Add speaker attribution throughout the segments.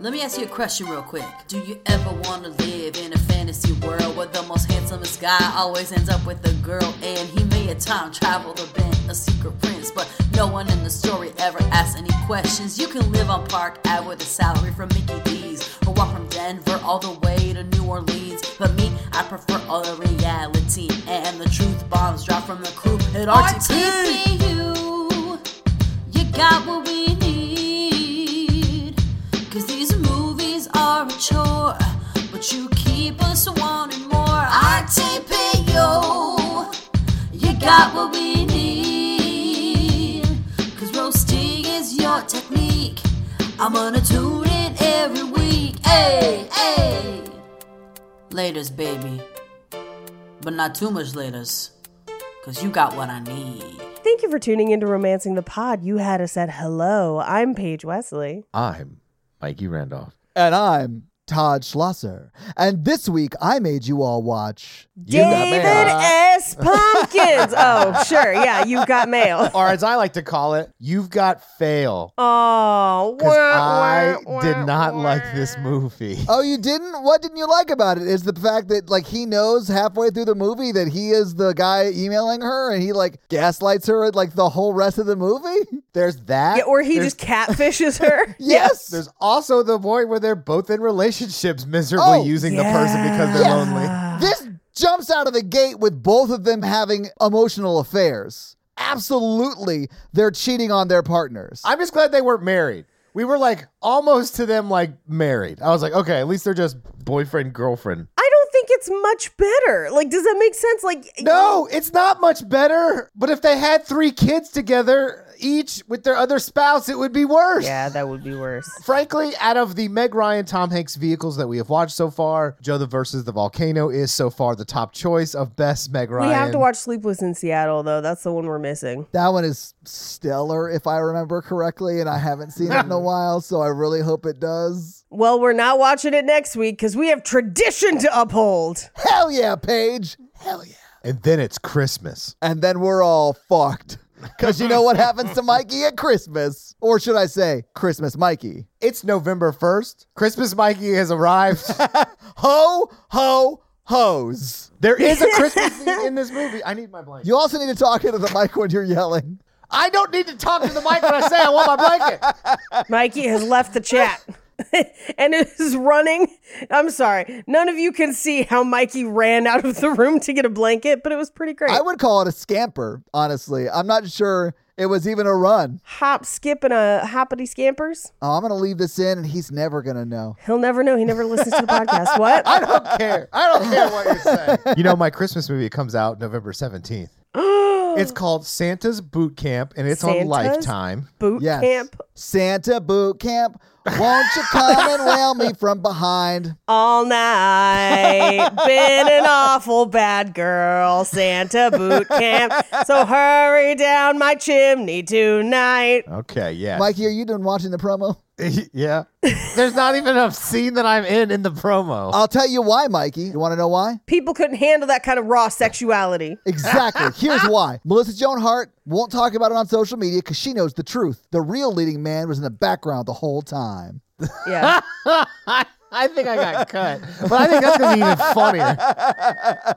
Speaker 1: Let me ask you a question real quick. Do you ever want to live in a fantasy world where the most handsomest guy always ends up with a girl and he may have time traveled or been a secret prince, but no one in the story ever asks any questions? You can live on Park Ave with a salary from Mickey D's or walk from Denver all the way to New Orleans. But me, I prefer all the reality and the truth bombs drop from the crew at RTP.
Speaker 2: RTPU, you got what we need. Cause these movies are a chore, but you keep us wanting more. RTPU, you got what we need. Cause roasting is your technique. I'm gonna tune in every week. Hey, hey.
Speaker 1: Laters, baby. But not too much laters. Cause you got what I need.
Speaker 3: Thank you for tuning into Romancing the Pod. You had us at hello. I'm Paige Wesley.
Speaker 4: I'm Mikey Randolph.
Speaker 5: And I'm Todd Schlosser. And this week I made you all watch.
Speaker 4: You got
Speaker 3: David
Speaker 4: mail.
Speaker 3: S. Pumpkins. oh, sure. Yeah, you've got mail.
Speaker 4: or as I like to call it, you've got fail.
Speaker 3: Oh,
Speaker 4: Because I
Speaker 3: wah, wah,
Speaker 4: did not
Speaker 3: wah.
Speaker 4: like this movie.
Speaker 5: Oh, you didn't? What didn't you like about it? Is the fact that like he knows halfway through the movie that he is the guy emailing her and he like gaslights her like the whole rest of the movie? There's that.
Speaker 3: Yeah, or he
Speaker 4: There's-
Speaker 3: just catfishes her.
Speaker 5: Yes.
Speaker 4: There's also the point where they're both in relationships miserably
Speaker 5: Oh,
Speaker 4: using the person because they're
Speaker 5: yeah.
Speaker 4: lonely.
Speaker 5: this jumps out of the gate with both of them having emotional affairs. Absolutely, they're cheating on their partners.
Speaker 4: I'm just glad they weren't married. We were like almost to them like married. I was like, okay, at least they're just boyfriend girlfriend.
Speaker 3: I don't think it's much better. Like, does that make sense? Like,
Speaker 4: No, it's not much better. But if they had three kids together, each with their other spouse, it would be worse.
Speaker 3: Yeah, that would be worse.
Speaker 4: Frankly, out of the Meg Ryan, Tom Hanks vehicles that we have watched so far, Joe the versus the volcano is so far the top choice of best Meg Ryan.
Speaker 3: We have to watch Sleepless in Seattle, though. That's the one we're missing.
Speaker 5: That one is stellar, if I remember correctly, and I haven't seen it in a while, so I really hope it does.
Speaker 3: Well, we're not watching it next week because we have tradition to uphold.
Speaker 5: Hell yeah, Paige! Hell yeah.
Speaker 4: And then it's Christmas.
Speaker 5: And then we're all fucked. Because you know what happens to Mikey at Christmas? Or should I say, Christmas Mikey?
Speaker 4: It's November 1st. Christmas Mikey has arrived.
Speaker 5: Ho, ho, hose.
Speaker 4: there is a Christmas scene in this movie. I need my blanket.
Speaker 5: You also need to talk into the mic when you're yelling.
Speaker 4: I don't need to talk to the mic when I say I want my blanket.
Speaker 3: Mikey has left the chat and is running. I'm sorry. None of you can see how Mikey ran out of the room to get a blanket, but it was pretty great.
Speaker 5: I would call it a scamper, honestly. I'm not sure it was even a run.
Speaker 3: Hop, skip, and a hoppity scampers.
Speaker 5: Oh, I'm going to leave this in, and he's never going to know.
Speaker 3: He'll never know. He never listens to the podcast. What?
Speaker 4: I don't care. I don't care what you say. You know, my Christmas movie comes out November 17th. it's called Santa's Boot Camp and it's
Speaker 3: Santa's?
Speaker 4: on Lifetime.
Speaker 3: Boot
Speaker 5: Yes.
Speaker 3: camp
Speaker 5: Santa boot camp. Won't you come and whale me from behind?
Speaker 3: all night. Been an awful bad girl, Santa boot camp. So hurry down my chimney tonight.
Speaker 4: Okay, yeah.
Speaker 5: Mikey, are you done watching the promo?
Speaker 4: yeah. There's not even a scene that I'm in in the promo.
Speaker 5: I'll tell you why, Mikey. You want to know why?
Speaker 3: People couldn't handle that kind of raw sexuality.
Speaker 5: Exactly. Here's why. Melissa Joan Hart won't talk about it on social media because she
Speaker 4: Uh,
Speaker 5: knows the truth. The real leading man was in the background the whole time.
Speaker 3: Yeah.
Speaker 4: I think I got cut. But I think that's going to be even funnier.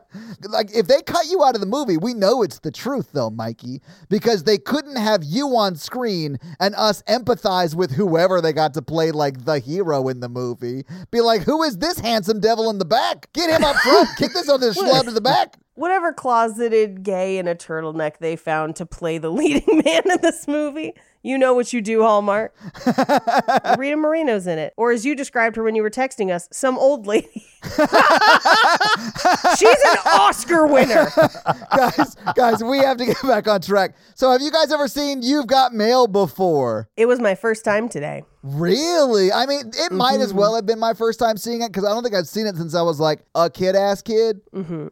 Speaker 5: like if they cut you out of the movie, we know it's the truth though, Mikey, because they couldn't have you on screen and us empathize with whoever they got to play like the hero in the movie. Be like, who is this handsome devil in the back? Get him up front. Kick this other schlub to the back.
Speaker 3: Whatever closeted gay in a turtleneck they found to play the leading man in this movie. You know what you do, Hallmark. Rita Marino's in it. Or as you described her when you were texting us, some old lady. She's an Oscar winner.
Speaker 5: guys, guys, we have to get back on track. So have you guys ever seen You've Got Mail before?
Speaker 3: It was my first time today.
Speaker 5: Really? I mean, it might as well have been my first time seeing it because I don't think I've seen it since I was like a kid ass kid.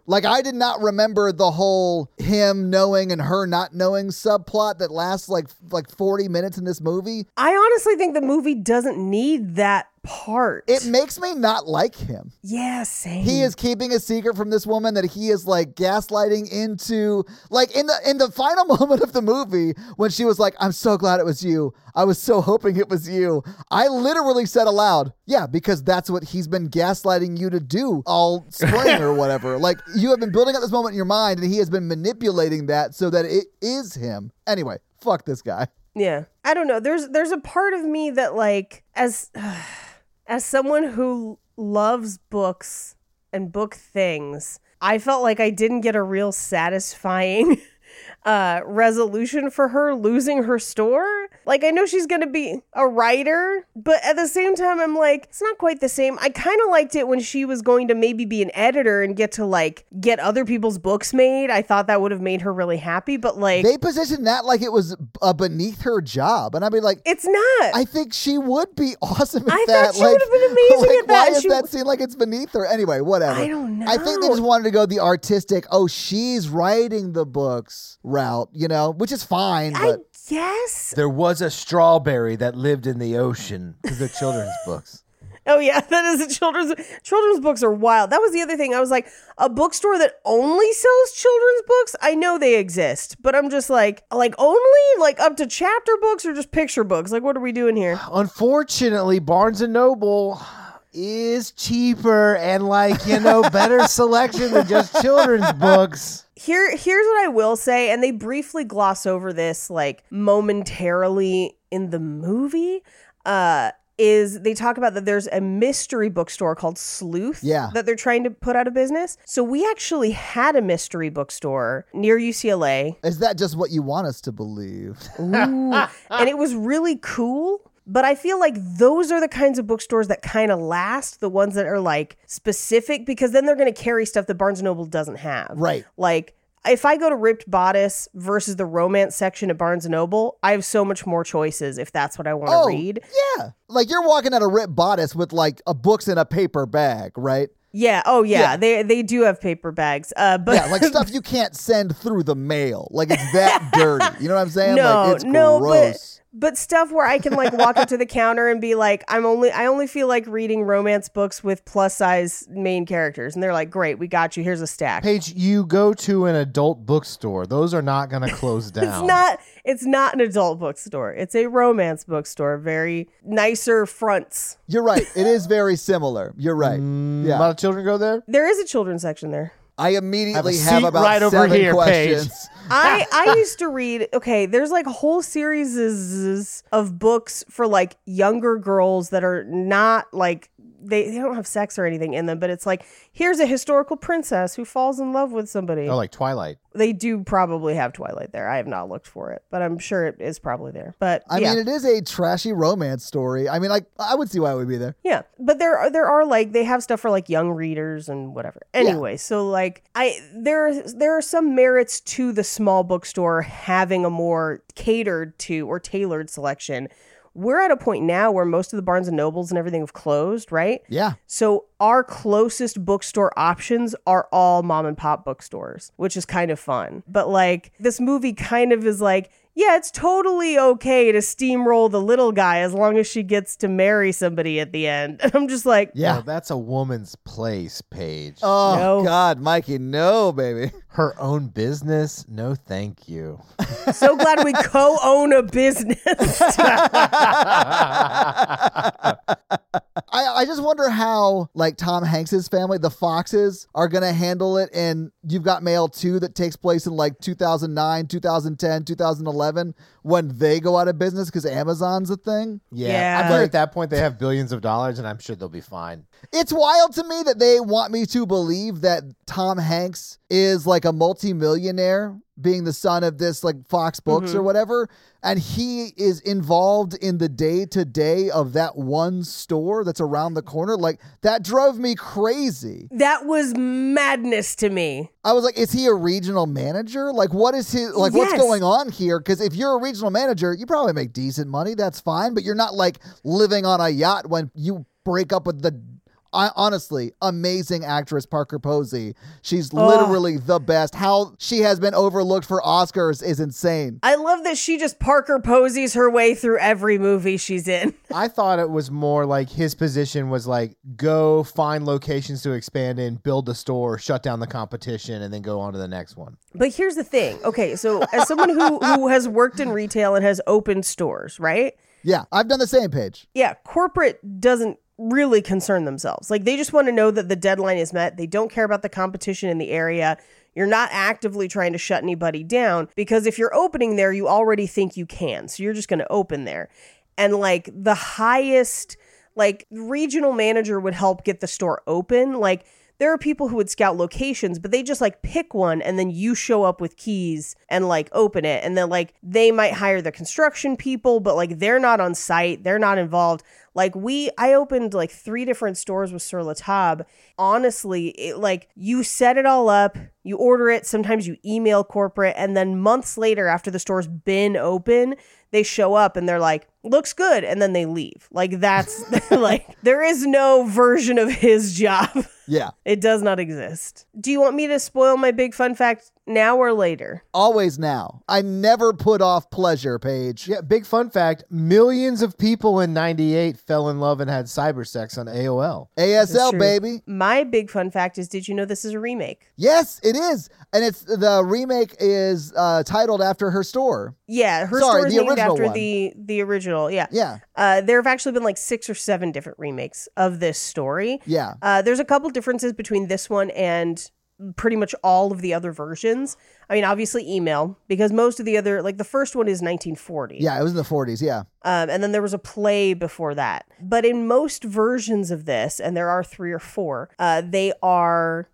Speaker 5: Like, I did not remember the whole him knowing and her not knowing subplot that lasts like like 40 minutes in this movie.
Speaker 3: I honestly think the movie doesn't need that part.
Speaker 5: It makes me not like him.
Speaker 3: yeah, same.
Speaker 5: He is keeping a secret from this woman that he is like gaslighting into like in the in the final moment of the movie when she was like, I'm so glad it was you. I was so hoping it was you. I literally said aloud, Yeah, because that's what he's been gaslighting you to do all spring or whatever. Like you have been building up this moment in your mind and he has been manipulating that so that it is him. Anyway, fuck this guy.
Speaker 3: Yeah. I don't know. There's there's a part of me that like as as someone who loves books and book things, I felt like I didn't get a real satisfying uh resolution for her losing her store. Like I know she's going to be a writer, but at the same time I'm like it's not quite the same. I kind of liked it when she was going to maybe be an editor and get to like get other people's books made. I thought that would have made her really happy, but like
Speaker 5: They positioned that like it was uh, beneath her job. And I'd be like,
Speaker 3: it's not.
Speaker 5: I think she would be awesome at
Speaker 3: I
Speaker 5: that.
Speaker 3: thought she
Speaker 5: like,
Speaker 3: would've been amazing
Speaker 5: like,
Speaker 3: at that.
Speaker 5: Why is
Speaker 3: She
Speaker 5: that
Speaker 3: w-
Speaker 5: scene like it's beneath her? Anyway, whatever.
Speaker 3: I don't
Speaker 5: I think they
Speaker 3: know.
Speaker 5: just wanted to go the artistic. Oh, she's writing the books route, you know, which is fine.
Speaker 3: I
Speaker 5: But
Speaker 3: guess
Speaker 4: There was a strawberry that lived in the ocean because they're children's books.
Speaker 3: Oh yeah, that is a children's children's books are wild. That was the other thing. I was like, a bookstore that only sells children's books. I know they exist, but I'm just like, like only like up to chapter books or just picture books. Like, what are we doing here?
Speaker 4: Unfortunately, Barnes and Noble is cheaper and like you know better selection than just children's books.
Speaker 3: Here, here's what I will say, and they briefly gloss over this like momentarily in the movie. Uh, is they talk about that there's a mystery bookstore called Sleuth
Speaker 5: Yeah.
Speaker 3: that they're trying to put out of business. So we actually had a mystery bookstore near UCLA
Speaker 5: is that just what you want us to believe?
Speaker 3: Ooh. and it was really cool. But I feel like those are the kinds of bookstores that kind of last, the ones that are like specific, because then they're going to carry stuff that Barnes and Noble doesn't have.
Speaker 5: Right.
Speaker 3: Like, if I go to Ripped Bodice versus the romance section at Barnes and Noble, I have so much more choices if that's what I want to
Speaker 5: Oh,
Speaker 3: read.
Speaker 5: yeah. Like you're walking out a ripped bodice with like a books in a paper bag, right?
Speaker 3: Yeah. Oh, yeah. They they do have paper bags. Uh, but
Speaker 5: Yeah, like stuff you can't send through the mail. Like it's that dirty. You know what I'm saying? like it's gross.
Speaker 3: but but stuff where I can like walk up to the counter and be like, I'm only I only feel like reading romance books with plus size main characters, and they're like, great, we got you. Here's a stack.
Speaker 6: Paige, you go to an adult bookstore. Those are not going to close down.
Speaker 3: It's not it's not an adult bookstore. It's a romance bookstore. Very nicer fronts.
Speaker 5: You're right. It is very similar. You're right.
Speaker 4: Mm,
Speaker 6: A
Speaker 5: yeah.
Speaker 6: lot of children go there.
Speaker 3: There is a children's section there.
Speaker 5: I immediately
Speaker 4: Have a
Speaker 5: have,
Speaker 4: seat
Speaker 5: about
Speaker 4: right over
Speaker 5: seven
Speaker 4: here, Paige.
Speaker 5: questions.
Speaker 3: I I used to read okay, there's like whole series of books for like younger girls that are not like they, they don't have sex or anything in them, but it's like here's a historical princess who falls in love with somebody.
Speaker 6: Oh, like Twilight.
Speaker 3: they do probably have Twilight there. I have not looked for it, but I'm sure it is probably there. But
Speaker 5: I
Speaker 3: yeah.
Speaker 5: mean, it is a trashy romance story. I mean, like I would see why it would be there.
Speaker 3: Yeah, but there are there are like they have stuff for like young readers and whatever. Anyway, so like I there there are some merits to the small bookstore having a more catered to or tailored selection. We're at a point now where most of the Barnes and Nobles and everything have closed, right?
Speaker 5: Yeah.
Speaker 3: So our closest bookstore options are all mom and pop bookstores, which is kind of fun. But like this movie kind of is like, yeah, it's totally okay to steamroll the little guy as long as she gets to marry somebody at the end. And I'm just like,
Speaker 5: Yeah.
Speaker 6: No, that's a woman's place, Paige.
Speaker 5: Oh
Speaker 3: No.
Speaker 5: God, Mikey, no, baby.
Speaker 6: Her own business? No, thank you.
Speaker 3: so glad we co-own a business.
Speaker 5: I, I I just wonder how like Tom Hanks's family, the Foxes, are gonna handle it. And you've got Mail Two that takes place in like 2009, 2010, 2011 when they go out of business because Amazon's a thing.
Speaker 3: Yeah.
Speaker 4: I'm sure at that point they have billions of dollars, and I'm sure they'll be fine.
Speaker 5: It's wild to me that they want me to believe that Tom Hanks is like a multimillionaire being the son of this like Fox Books or whatever and he is involved in the day to day of that one store that's around the corner like that drove me crazy.
Speaker 3: That was madness to me.
Speaker 5: I was like is he a regional manager? Like what is his like
Speaker 3: Yes.
Speaker 5: what's going on here cuz if you're a regional manager you probably make decent money that's fine but you're not like living on a yacht when you break up with the I, honestly, amazing actress Parker Posey. She's literally the best. How she has been overlooked for Oscars is insane.
Speaker 3: I love that she just Parker posies her way through every movie she's in.
Speaker 4: I thought it was more like his position was like go find locations to expand in, build the store, shut down the competition, and then go on to the next one.
Speaker 3: But here's the thing. Okay, so as someone who who has worked in retail and has opened stores, right?
Speaker 5: Yeah, I've done the same page.
Speaker 3: Yeah, corporate doesn't really concern themselves. Like they just want to know that the deadline is met. They don't care about the competition in the area. You're not actively trying to shut anybody down because if you're opening there, you already think you can. So you're just going to open there. And like the highest like regional manager would help get the store open. Like there are people who would scout locations, but they just like pick one and then you show up with keys and like open it. And then like they might hire the construction people, but like they're not on site, they're not involved. Like we, I opened like three different stores with Sur La Table. Honestly, it like you set it all up, you order it, sometimes you email corporate, and then months later, after the store's been open, they show up and they're like, looks good, and then they leave. Like that's like there is no version of his job.
Speaker 5: Yeah,
Speaker 3: It does not exist. Do you want me to spoil my big fun fact now or later?
Speaker 5: always now. I never put off pleasure, Paige.
Speaker 4: Yeah, big fun fact millions of people in 98 fell in love and had cyber sex on AOL.
Speaker 5: ASL, baby.
Speaker 3: My big fun fact is did you know this is a remake?
Speaker 5: Yes, it is. And it's the remake is uh, titled after her store.
Speaker 3: Yeah, her
Speaker 5: Sorry,
Speaker 3: store is
Speaker 5: the
Speaker 3: named
Speaker 5: original
Speaker 3: after
Speaker 5: one.
Speaker 3: the the original. Yeah.
Speaker 5: Yeah.
Speaker 3: Uh, there have actually been like six or seven different remakes of this story.
Speaker 5: Yeah.
Speaker 3: Uh, there's a couple differences between this one and pretty much all of the other versions. I mean, obviously email because most of the other like the first one is 1940.
Speaker 5: Yeah, it was in the 40s. Yeah.
Speaker 3: Um, and then there was a play before that. But in most versions of this, and there are three or four, uh, they are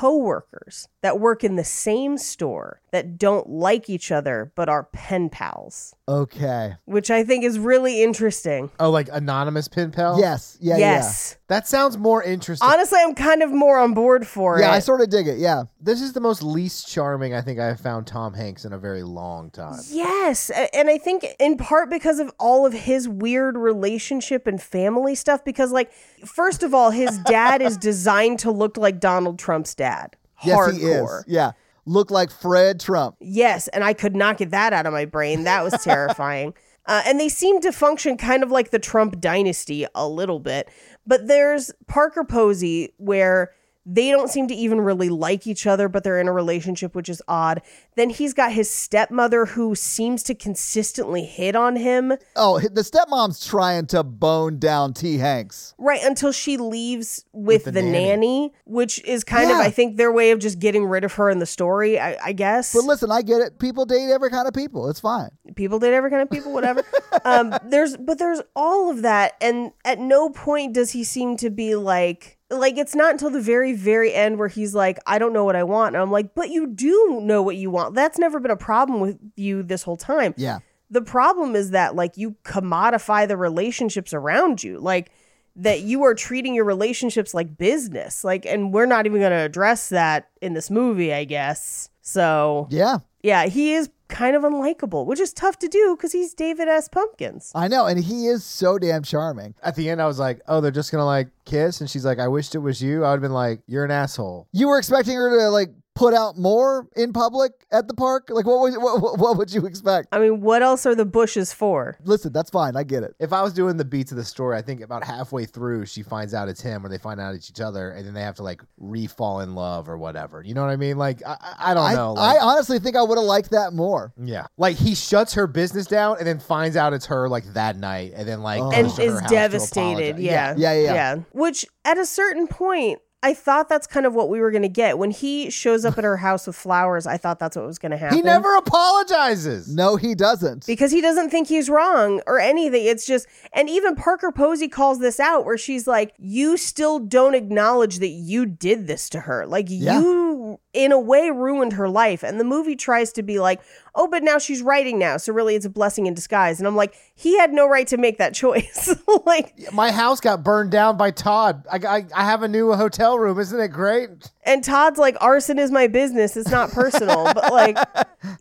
Speaker 3: co-workers that work in the same store that don't like each other but are pen pals,
Speaker 5: Okay.
Speaker 3: which I think is really interesting.
Speaker 4: Oh, like anonymous pen pal?
Speaker 5: Oh. Yes. Yeah.
Speaker 3: yes.
Speaker 4: That sounds more interesting.
Speaker 3: Honestly, I'm kind of more on board for
Speaker 5: Yeah. Yeah,
Speaker 3: it.
Speaker 5: I sort of dig it. Yeah.
Speaker 4: this is the most least charming I think I've found Tom Hanks in a very long time.
Speaker 3: Yes. a- And I think in part because of all of his weird relationship and family stuff, because, like, first of all, his dad is designed to look like Donald Trump's dad.
Speaker 5: Yes,
Speaker 3: Hardcore.
Speaker 5: he is. Yeah. Look like Fred Trump.
Speaker 3: Yes, and I could not get that out of my brain. That was terrifying. Uh, and they seem to function kind of like the Trump dynasty a little bit. But there's Parker Posey, where they don't seem to even really like each other, but they're in a relationship, which is odd. Then he's got his stepmother, who seems to consistently hit on him,
Speaker 5: Oh, the stepmom's trying to bone down T. Hanks.
Speaker 3: right until she leaves with, the, nanny. which is kind of,
Speaker 5: Yeah.
Speaker 3: I think, their way of just getting rid of her in the story, I, I guess.
Speaker 5: But listen, I get it. People date every kind of people. It's fine.
Speaker 3: people date every kind of people, whatever. um, there's but there's all of that, and at no point does he seem to be like like it's not until the very very end where he's like, I don't know what I want, and I'm like, but you do know what you want. That's never been a problem with you this whole time.
Speaker 5: Yeah.
Speaker 3: The problem is that like you commodify the relationships around you, like that you are treating your relationships like business, like, and we're not even going to address that in this movie, I guess. So
Speaker 5: Yeah.
Speaker 3: yeah, he is kind of unlikable, which is tough to do because he's David S. Pumpkins.
Speaker 5: I know. And he is so damn charming.
Speaker 4: At the end, I was like, oh, they're just going to like kiss. And she's like, I wished it was you. I would have been like, you're an asshole.
Speaker 5: You were expecting her to like put out more in public at the park? Like, what would what, what- what would you expect?
Speaker 3: I mean, what else are the bushes for?
Speaker 5: Listen, that's fine. I get it.
Speaker 6: If I was doing the beats of the story, I think about halfway through she finds out it's him, or they find out it's each other, and then they have to like re-fall in love or whatever. You know what I mean? Like I, I- I don't
Speaker 5: I,
Speaker 6: know.
Speaker 5: I
Speaker 6: Like,
Speaker 5: honestly think I would have liked that more.
Speaker 6: yeah, like he shuts her business down and then finds out it's her like that night, and then like
Speaker 3: and
Speaker 6: goes to her
Speaker 3: is
Speaker 6: house to
Speaker 3: devastated.
Speaker 6: apologize.
Speaker 3: Yeah.
Speaker 5: Yeah, yeah, yeah.
Speaker 3: Which at a certain point, I thought that's kind of what we were going to get. When he shows up at her house with flowers, I thought that's what was going to happen.
Speaker 6: he never apologizes.
Speaker 5: No, he doesn't.
Speaker 3: because he doesn't think he's wrong or anything. It's just, and even Parker Posey calls this out where she's like, You still don't acknowledge that you did this to her. Like,
Speaker 5: Yeah.
Speaker 3: you, in a way, ruined her life. And the movie tries to be like, Oh, but now she's writing now. So really, it's a blessing in disguise. And I'm like, He had no right to make that choice. like,
Speaker 6: My house got burned down by Todd. I, I, I have a new hotel room. Isn't it great?
Speaker 3: and Todd's like arson is my business it's not personal but like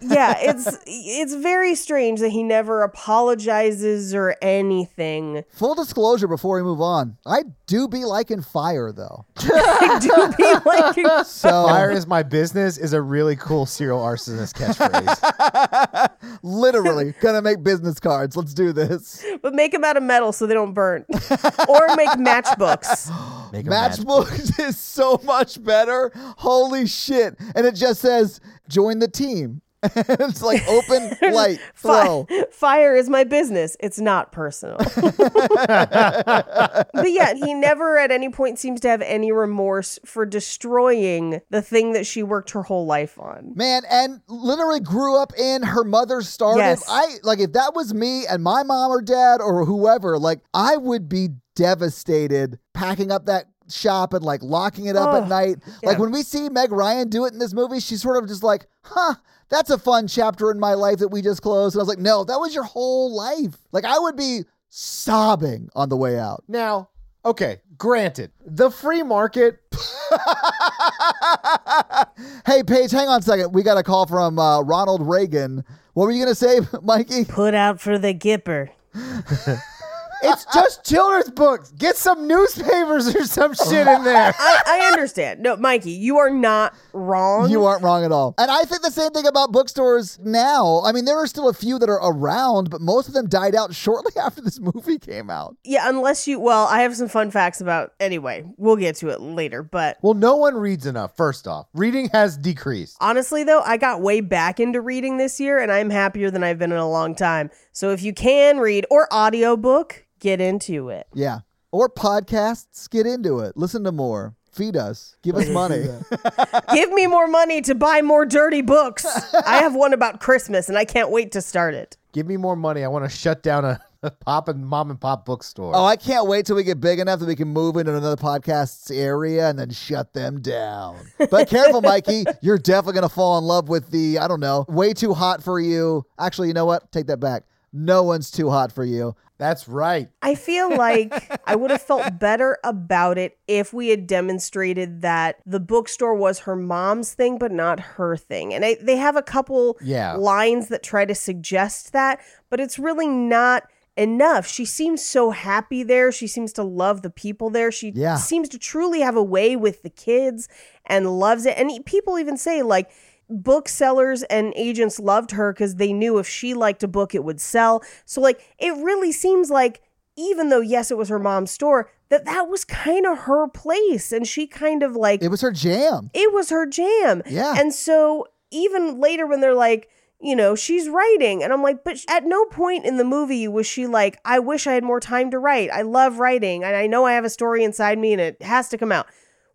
Speaker 3: yeah it's it's very strange that he never apologizes or anything
Speaker 5: Full disclosure before we move on, I do be liking fire though.
Speaker 3: I do be like
Speaker 5: So
Speaker 6: Fire is my business is a really cool serial arsonist catchphrase.
Speaker 5: literally gonna make business cards. Let's do this.
Speaker 3: but make them out of metal so they don't burn or make matchbooks
Speaker 6: Make a match-
Speaker 5: Matchbooks is so much better. Holy shit. And it just says, join the team. it's like open, light,
Speaker 3: Fi-
Speaker 5: throw.
Speaker 3: fire is my business. It's not personal. but yet, he never at any point seems to have any remorse for destroying the thing that she worked her whole life on.
Speaker 5: Man, and literally grew up in her mother's started.
Speaker 3: Yes.
Speaker 5: I like if that was me and my mom or dad or whoever, like I would be devastated packing up that shop and like locking it up
Speaker 3: Oh,
Speaker 5: at night. Like
Speaker 3: yeah.
Speaker 5: when we see Meg Ryan do it in this movie, she's sort of just like, huh, that's a fun chapter in my life that we just closed. And I was like, no, that was your whole life. Like I would be sobbing on the way out.
Speaker 6: now, okay, granted, the free market.
Speaker 5: hey, Paige, hang on a second. We got a call from uh, Ronald Reagan. What were you going to say, Mikey?
Speaker 3: Put out for the Gipper.
Speaker 6: It's just children's books. Get some newspapers or some shit in there.
Speaker 3: I, I understand. No, Mikey, you are not wrong.
Speaker 5: You aren't wrong at all. And I think the same thing about bookstores now. I mean, there are still a few that are around, but most of them died out shortly after this movie came out.
Speaker 3: yeah, unless you. Well, I have some fun facts about. Anyway, we'll get to it later. But
Speaker 6: Well, no one reads enough, first off. Reading has decreased.
Speaker 3: honestly, though, I got way back into reading this year, and I'm happier than I've been in a long time. So if you can read or audiobook, get into it.
Speaker 5: Yeah. Or podcasts. Get into it. Listen to more. Feed us. Give us money.
Speaker 3: Give me more money to buy more dirty books. I have one about Christmas, and I can't wait to start it.
Speaker 6: Give me more money. I want to shut down a, a pop and mom and pop bookstore.
Speaker 5: oh, I can't wait till we get big enough that we can move into another podcast's area and then shut them down. But careful, Mikey. You're definitely going to fall in love with the, I don't know, way too hot for you. Actually, you know what? Take that back. No one's too hot for you.
Speaker 6: That's right.
Speaker 3: I feel like I would have felt better about it if we had demonstrated that the bookstore was her mom's thing, but not her thing. And I, they have a couple
Speaker 6: Yeah.
Speaker 3: lines that try to suggest that, but it's really not enough. She seems so happy there. She seems to love the people there. She
Speaker 5: Yeah.
Speaker 3: seems to truly have a way with the kids and loves it. And e- people even say, like, booksellers and agents loved her because they knew if she liked a book, it would sell. So, like, it really seems like, even though, yes, it was her mom's store, that that was kind of her place. And she kind of like,
Speaker 5: It was her jam.
Speaker 3: it was her jam.
Speaker 5: Yeah.
Speaker 3: And so even later when they're like, you know, she's writing. And I'm like, but at no point in the movie was she like, I wish I had more time to write. I love writing. And I know I have a story inside me and it has to come out.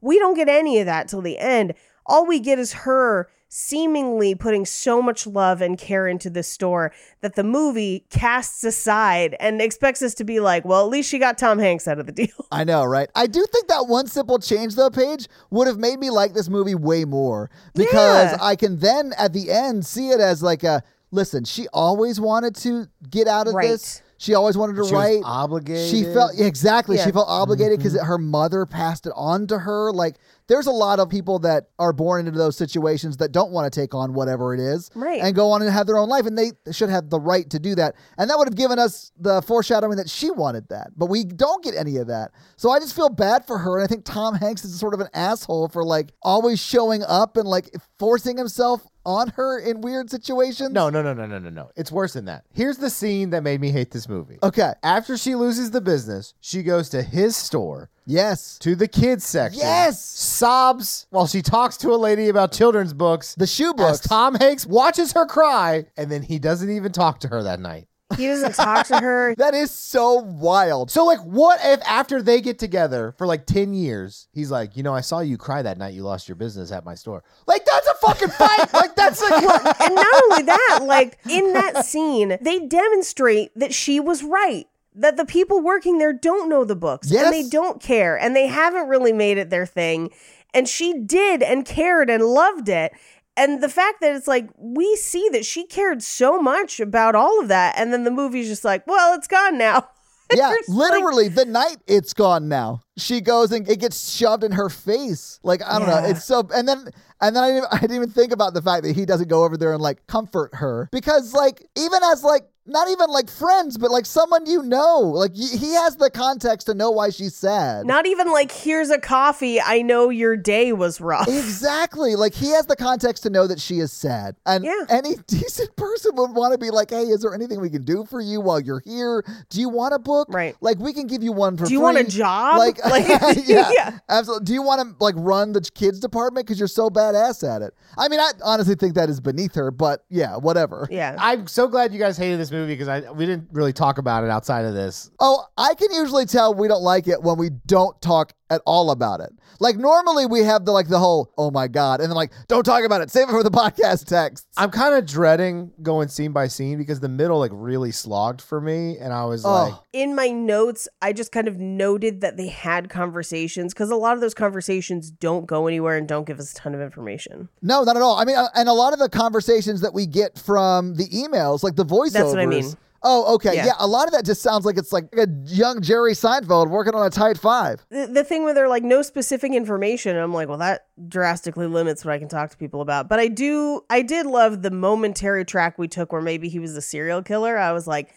Speaker 3: We don't get any of that till the end. All we get is her seemingly putting so much love and care into this store that the movie casts aside and expects us to be like, well, at least she got Tom Hanks out of the deal.
Speaker 5: I know, right? I do think that one simple change, though, Paige, would have made me like this movie way more because
Speaker 3: Yeah.
Speaker 5: I can then at the end see it as like a listen, she always wanted to get out of this.
Speaker 3: Right.
Speaker 5: She always wanted to
Speaker 6: She was
Speaker 5: write.
Speaker 6: obligated. Mm-hmm.
Speaker 5: She felt exactly. She
Speaker 3: Yeah.
Speaker 5: felt obligated because her mother passed it on to her. Like there's a lot of people that are born into those situations that don't want to take on whatever it is
Speaker 3: Right.
Speaker 5: and go on and have their own life. And they should have the right to do that. And that would have given us the foreshadowing that she wanted that. But we don't get any of that. So I just feel bad for her. And I think Tom Hanks is sort of an asshole for like always showing up and like forcing himself on her in weird situations.
Speaker 4: No, no, no, no, no, no, no. It's worse than that. Here's the scene that made me hate this movie.
Speaker 5: Okay.
Speaker 4: After she loses the business, she goes to his store,
Speaker 5: Yes.
Speaker 4: to the kids section.
Speaker 5: Yes.
Speaker 4: Sobs while she talks to a lady about children's books.
Speaker 5: The shoe
Speaker 4: as
Speaker 5: books.
Speaker 4: Tom Hanks watches her cry, and then he doesn't even talk to her that night.
Speaker 3: He doesn't talk to her.
Speaker 5: that is so wild.
Speaker 4: So, like, what if after they get together for like 10 years, he's like, you know, I saw you cry that night you lost your business at my store. Like, that's a fucking fight. like, that's like, what?
Speaker 3: And not only that, like in that scene, they demonstrate that she was right. That the people working there don't know the books and
Speaker 5: Yes.
Speaker 3: they don't care and they haven't really made it their thing. And she did and cared and loved it. And the fact that it's like we see that she cared so much about all of that. And then the movie's just like, well, it's gone now.
Speaker 5: Yeah,
Speaker 3: It's like-
Speaker 5: literally the night it's gone now. She goes and it gets shoved in her face. Like I don't know,
Speaker 3: Yeah.
Speaker 5: it's so. And then and then I didn't, I didn't even think about the fact that he doesn't go over there and like comfort her because like even as like not even like friends, but like someone you know, like y- he has the context to know why she's sad.
Speaker 3: Not even like, here's a coffee. I know your day was rough.
Speaker 5: Exactly. Like he has the context to know that she is sad. And
Speaker 3: Yeah.
Speaker 5: any decent person would want to be like, "Hey, is there anything we can do for you while you're here? Do you want a book?
Speaker 3: Right.
Speaker 5: Like we can give you one for
Speaker 3: Do you want a
Speaker 5: free."
Speaker 3: job?
Speaker 5: Like,
Speaker 3: Like-
Speaker 5: yeah,
Speaker 3: Yeah.
Speaker 5: Absolutely. Do you want to like run the kids department cuz you're so badass at it? I mean, I honestly think that is beneath her, but yeah, whatever.
Speaker 3: yeah.
Speaker 4: I'm so glad you guys hated this movie because I we didn't really talk about it outside of this.
Speaker 5: Oh, I can usually tell we don't like it when we don't talk at all about it. Like normally we have the like the whole, "Oh my god," and then like, "Don't talk about it. Save it for the podcast text."
Speaker 4: I'm kind of dreading going scene by scene because the middle like really slogged for me, and I was
Speaker 5: Oh.
Speaker 4: like,
Speaker 3: in my notes, I just kind of noted that they had conversations because a lot of those conversations don't go anywhere and don't give us a ton of information.
Speaker 5: No, not at all. I mean, uh, and a lot of the conversations that we get from the emails, like the voiceovers.
Speaker 3: That's what I mean.
Speaker 5: Oh, okay. Yeah.
Speaker 3: Yeah.
Speaker 5: a lot of that just sounds like it's like a young Jerry Seinfeld working on a tight five.
Speaker 3: The, the thing where they're like, no specific information, and I'm like, well, that drastically limits what I can talk to people about. But I do, I did love the momentary track we took where maybe he was a serial killer. I was like,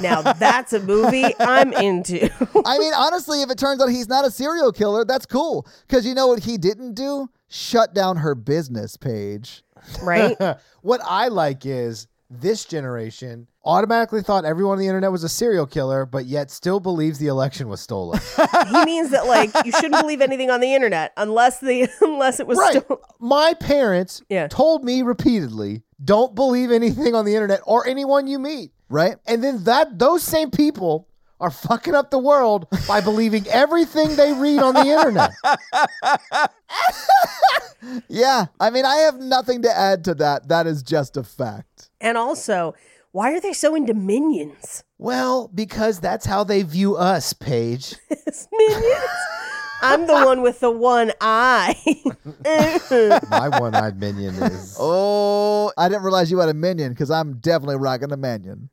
Speaker 3: now that's a movie I'm into.
Speaker 5: I mean, honestly, if it turns out he's not a serial killer, that's cool. Because you know what he didn't do? Shut down her business page.
Speaker 3: right?
Speaker 4: what I like is this generation automatically thought everyone on the internet was a serial killer, but yet still believes the election was stolen.
Speaker 3: He means that like you shouldn't believe anything on the internet unless the unless it was
Speaker 4: right.
Speaker 3: stolen.
Speaker 4: My parents
Speaker 3: Yeah.
Speaker 4: told me repeatedly, don't believe anything on the internet or anyone you meet.
Speaker 5: Right?
Speaker 4: And then that those same people are fucking up the world by believing everything they read on the internet.
Speaker 5: Yeah. I mean, I have nothing to add to that. That is just a fact.
Speaker 3: And also, why are they so into minions?
Speaker 4: Well, because that's how they view us, Paige.
Speaker 3: minions. I'm the one with the one eye.
Speaker 4: My one-eyed minion is.
Speaker 5: Oh, I didn't realize you had a minion because I'm definitely rocking a minion.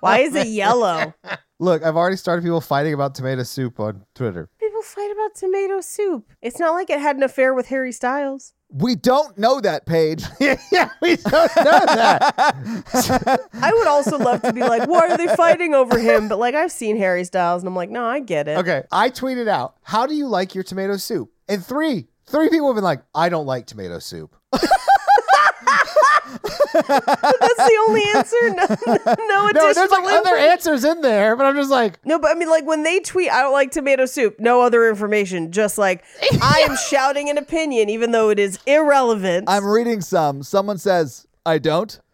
Speaker 3: Why is it yellow?
Speaker 4: Look, I've already started people fighting about tomato soup on Twitter.
Speaker 3: People fight about tomato soup. It's not like it had an affair with Harry Styles.
Speaker 5: We don't know that, Paige.
Speaker 4: yeah, we don't know that.
Speaker 3: I would also love to be like, why are they fighting over him? But like, I've seen Harry Styles, and I'm like, no, I get it.
Speaker 4: okay, I tweeted out, "How do you like your tomato soup?" And three, three people have been like, "I don't like tomato soup."
Speaker 3: That's the only answer. No, no
Speaker 4: No,
Speaker 3: additional
Speaker 4: there's like
Speaker 3: info.
Speaker 4: other answers in there, but I'm just like,
Speaker 3: No, but I mean, like when they tweet, I don't like tomato soup. No other information. Just like I am shouting an opinion, even though it is irrelevant.
Speaker 5: I'm reading some. Someone says, I don't.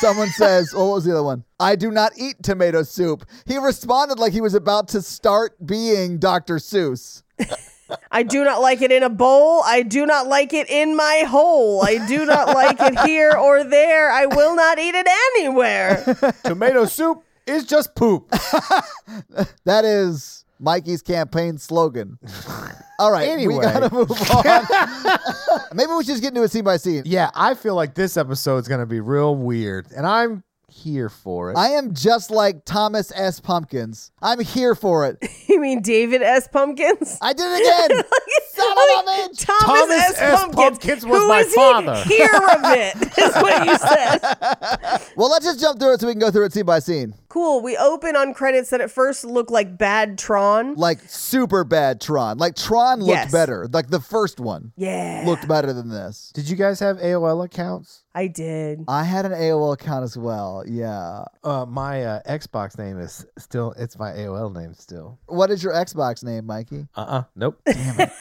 Speaker 5: Someone says, well, what was the other one? I do not eat tomato soup. He responded like he was about to start being Dr. Seuss.
Speaker 3: I do not like it in a bowl. I do not like it in my hole. I do not like it here or there. I will not eat it anywhere.
Speaker 4: tomato soup is just poop.
Speaker 5: That is Mikey's campaign slogan. All right.
Speaker 4: Anyway.
Speaker 5: We got to move on. Maybe we should just get into a scene by scene.
Speaker 4: yeah, I feel like this episode's gonna be real weird, and I'm here for it.
Speaker 5: I am just like Thomas S. Pumpkins. I'm here for it.
Speaker 3: You mean David S. Pumpkins?
Speaker 5: I did it again.
Speaker 3: Like,
Speaker 5: Thomas
Speaker 3: Thomas,
Speaker 4: Thomas
Speaker 3: S.
Speaker 4: S. Pumpkins was
Speaker 3: who
Speaker 4: my
Speaker 3: is he?
Speaker 4: father.
Speaker 3: Hear of it is what you said.
Speaker 5: Well, let's just jump through it so we can go through it scene by scene.
Speaker 3: Cool. We open on credits that at first look like bad Tron.
Speaker 5: Like super bad Tron. Like Tron looked
Speaker 3: Yes.
Speaker 5: better. Like the first one
Speaker 3: Yeah,
Speaker 5: looked better than this.
Speaker 4: Did you guys have AOL accounts?
Speaker 3: I did.
Speaker 5: I had an AOL account as well. Yeah.
Speaker 4: Uh, my uh, Xbox name is still. It's my AOL name still.
Speaker 5: What is your Xbox name, Mikey?
Speaker 4: Uh uh Nope.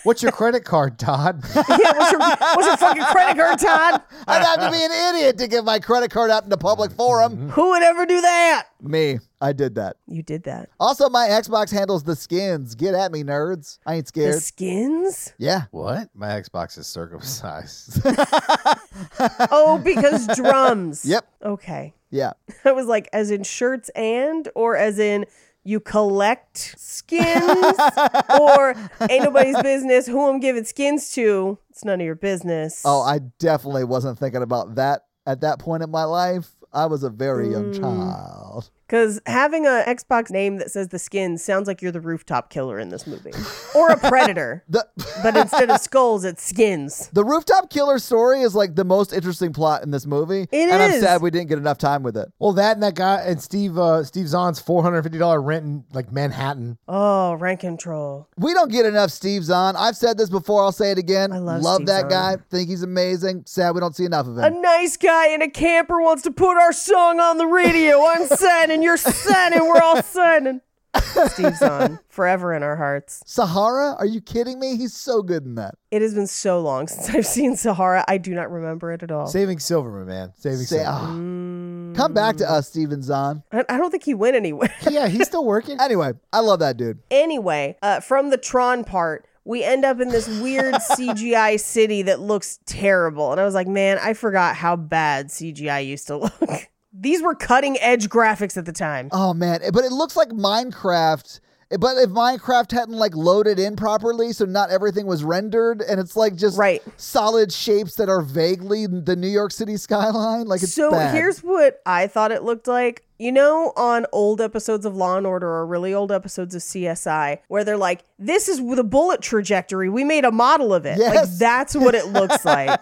Speaker 4: What's your credit card, Todd?
Speaker 3: yeah, what's your, what's your fucking credit card, Todd?
Speaker 5: I'd have to be an idiot to give my credit card out in the public forum.
Speaker 3: Who would ever do that?
Speaker 5: Me. I did that.
Speaker 3: You did that.
Speaker 5: Also, my Xbox handles the skins. Get at me, nerds. I ain't
Speaker 3: The
Speaker 5: scared.
Speaker 3: skins?
Speaker 5: yeah.
Speaker 4: what? My Xbox is circumcised.
Speaker 3: Oh, because drums.
Speaker 5: Yep.
Speaker 3: Okay.
Speaker 5: Yeah.
Speaker 3: I was like, as in shirts and, or as in you collect skins, or ain't nobody's business who I'm giving skins to. It's none of your business.
Speaker 5: Oh, I definitely wasn't thinking about that at that point in my life. I was a very
Speaker 3: Mm.
Speaker 5: young child.
Speaker 3: Because having a Xbox name that says the skins sounds like you're the rooftop killer in this movie, or a predator.
Speaker 5: The
Speaker 3: but instead of skulls, it's skins.
Speaker 5: the rooftop killer story is like the most interesting plot in this movie. and I'm
Speaker 3: is.
Speaker 5: sad we didn't get enough time with it.
Speaker 4: well, that and that guy and Steve uh, Steve Zahn's four hundred fifty dollar rent in like Manhattan.
Speaker 3: Oh, rank control.
Speaker 5: We don't get enough Steve Zahn. I've said this before. I'll say it again.
Speaker 3: I love Steve
Speaker 5: that
Speaker 3: Zahn.
Speaker 5: guy. Think he's amazing. Sad we don't see enough of
Speaker 3: A
Speaker 5: him.
Speaker 3: nice guy in a camper wants to put our song on the radio. I'm signing, you're signing, we're all signing. Steve's on forever in our hearts.
Speaker 5: Sahara? Are you kidding me? He's so good in that.
Speaker 3: It has been so long since I've seen Sahara. I do not remember it at all.
Speaker 4: Saving Silverman, man. Saving
Speaker 5: Say,
Speaker 4: Silverman.
Speaker 5: ah,
Speaker 3: Mm.
Speaker 5: come back to us, Steven Zahn.
Speaker 3: I I don't think he went anywhere.
Speaker 4: yeah, he's still working.
Speaker 5: Anyway, I love that dude.
Speaker 3: anyway, uh, from the Tron part, we end up in this weird CGI city that looks terrible. And I was like, man, I forgot how bad CGI used to look. These were cutting edge graphics at the time.
Speaker 5: Oh man, but it looks like Minecraft. But if Minecraft hadn't like loaded in properly, so not everything was rendered, and it's like just
Speaker 3: Right.
Speaker 5: solid shapes that are vaguely the New York City skyline. Like it's
Speaker 3: so
Speaker 5: bad.
Speaker 3: here's what I thought it looked like. You know, on old episodes of Law and Order or really old episodes of CSI, where they're like, "This is the bullet trajectory. We made a model of it. Like
Speaker 5: Yes.
Speaker 3: that's what it looks like."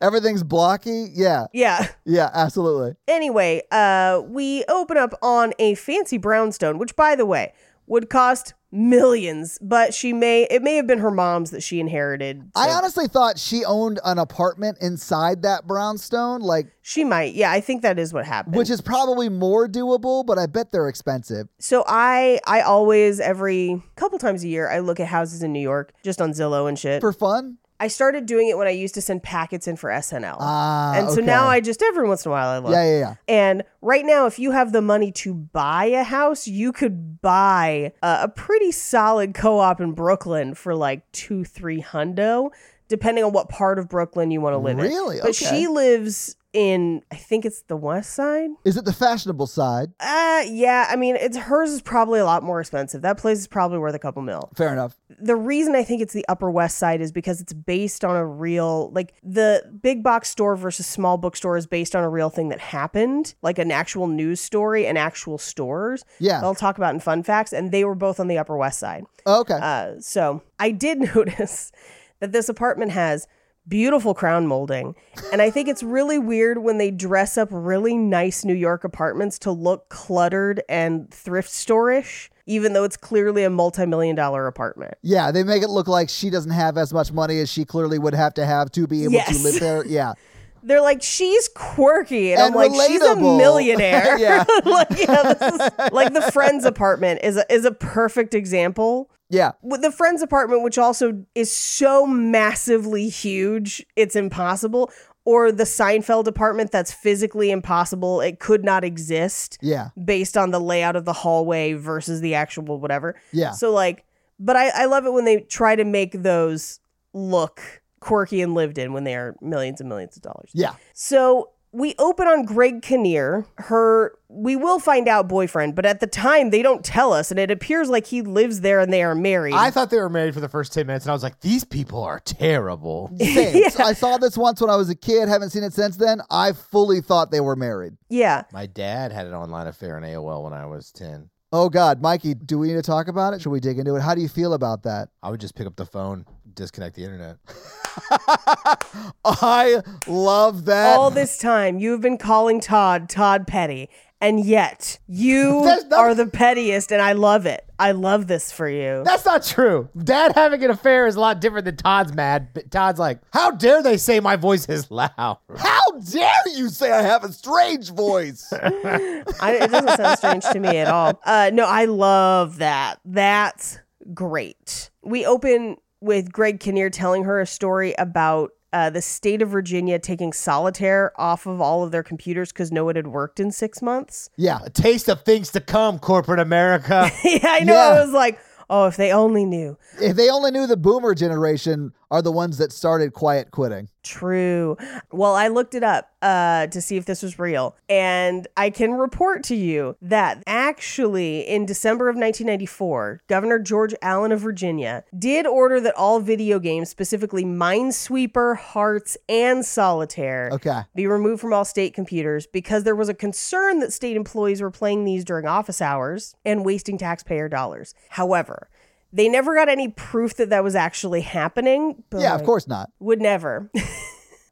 Speaker 5: everything's blocky. Yeah,
Speaker 3: yeah.
Speaker 5: yeah, absolutely.
Speaker 3: Anyway, uh, we open up on a fancy brownstone, which, by the way, would cost millions. But she may it may have been her mom's that she inherited.
Speaker 5: I
Speaker 3: so
Speaker 5: honestly thought she owned an apartment inside that brownstone, like
Speaker 3: she might. Yeah, I think that is what happened.
Speaker 5: which is probably more doable, but I bet they're expensive.
Speaker 3: So I I always every couple times a year I look at houses in New York just on Zillow and shit.
Speaker 5: For fun?
Speaker 3: I started doing it when I used to send packets in for SNL.
Speaker 5: Ah,
Speaker 3: and so
Speaker 5: okay.
Speaker 3: now I just every once in a while I look.
Speaker 5: Yeah, yeah, yeah.
Speaker 3: And right now, if you have the money to buy a house, you could buy a, a pretty solid co-op in Brooklyn for like two, three hundo, depending on what part of Brooklyn you want to live in.
Speaker 5: Really?
Speaker 3: But
Speaker 5: Okay.
Speaker 3: she lives in, I think it's the West Side.
Speaker 5: Is it the fashionable side?
Speaker 3: Uh, yeah. I mean, it's hers is probably a lot more expensive. That place is probably worth a couple mil.
Speaker 5: Fair enough.
Speaker 3: The reason I think it's the Upper West Side is because it's based on a real, like the big box store versus small bookstore is based on a real thing that happened, like an actual news story and actual stores.
Speaker 5: Yeah.
Speaker 3: that I'll talk about in fun facts, and they were both on the Upper West Side.
Speaker 5: Okay.
Speaker 3: Uh, so I did notice that this apartment has beautiful crown molding. And I think it's really weird when they dress up really nice New York apartments to look cluttered and thrift store-ish, even though it's clearly a multi-million dollar apartment.
Speaker 5: Yeah, they make it look like she doesn't have as much money as she clearly would have to have to be able to
Speaker 3: Yes.
Speaker 5: live there. Yeah.
Speaker 3: They're like, she's quirky. And,
Speaker 5: And
Speaker 3: I'm like, she's a
Speaker 5: relatable."
Speaker 3: millionaire.
Speaker 5: Yeah.
Speaker 3: like, yeah, this is, like the friend's apartment is a, is a perfect example.
Speaker 5: Yeah.
Speaker 3: with the friend's apartment, which also is so massively huge, it's impossible. Or the Seinfeld apartment that's physically impossible. It could not exist
Speaker 5: Yeah.
Speaker 3: based on the layout of the hallway versus the actual whatever.
Speaker 5: Yeah.
Speaker 3: So, like, but I, I love it when they try to make those look quirky and lived in when they are millions and millions of dollars.
Speaker 5: Yeah.
Speaker 3: So we open on Greg Kinnear, her, we will find out boyfriend, but at the time they don't tell us, and it appears like he lives there and they are married.
Speaker 4: I thought they were married for the first ten minutes, and I was like, these people are terrible.
Speaker 5: Same. I saw this once when I was a kid, haven't seen it since then. I fully thought they were married.
Speaker 3: yeah.
Speaker 4: My dad had an online affair in AOL when I was ten.
Speaker 5: Oh God, Mikey, do we need to talk about it? Should we dig into it? How do you feel about that?
Speaker 4: I would just pick up the phone,
Speaker 6: disconnect the internet.
Speaker 5: I love that.
Speaker 3: All this time, you've been calling Todd Todd Petty, and yet you
Speaker 6: There's nothing-
Speaker 3: are the pettiest, and I love it. I love this for you.
Speaker 4: That's not true. Dad having an affair is a lot different than Todd's mad. But Todd's like, how dare they say my voice is loud?
Speaker 5: How dare you say I have a strange voice?
Speaker 3: I, it doesn't sound strange to me at all. Uh, no, I love that. That's great. We open with Greg Kinnear telling her a story about uh, the state of Virginia taking solitaire off of all of their computers because no one had worked in six months.
Speaker 5: yeah.
Speaker 4: A taste of things to come, corporate America.
Speaker 3: yeah, I know. I
Speaker 5: Yeah.
Speaker 3: was like, oh, if they only knew.
Speaker 5: If they only knew the boomer generation are the ones that started quiet quitting.
Speaker 3: True. Well, I looked it up uh, to see if this was real. And I can report to you that actually in December of 1994, Governor George Allen of Virginia did order that all video games, specifically Minesweeper, Hearts, and Solitaire,
Speaker 5: Okay.
Speaker 3: be removed from all state computers because there was a concern that state employees were playing these during office hours and wasting taxpayer dollars. However, they never got any proof that that was actually happening. But
Speaker 5: Yeah, of course not.
Speaker 3: would never.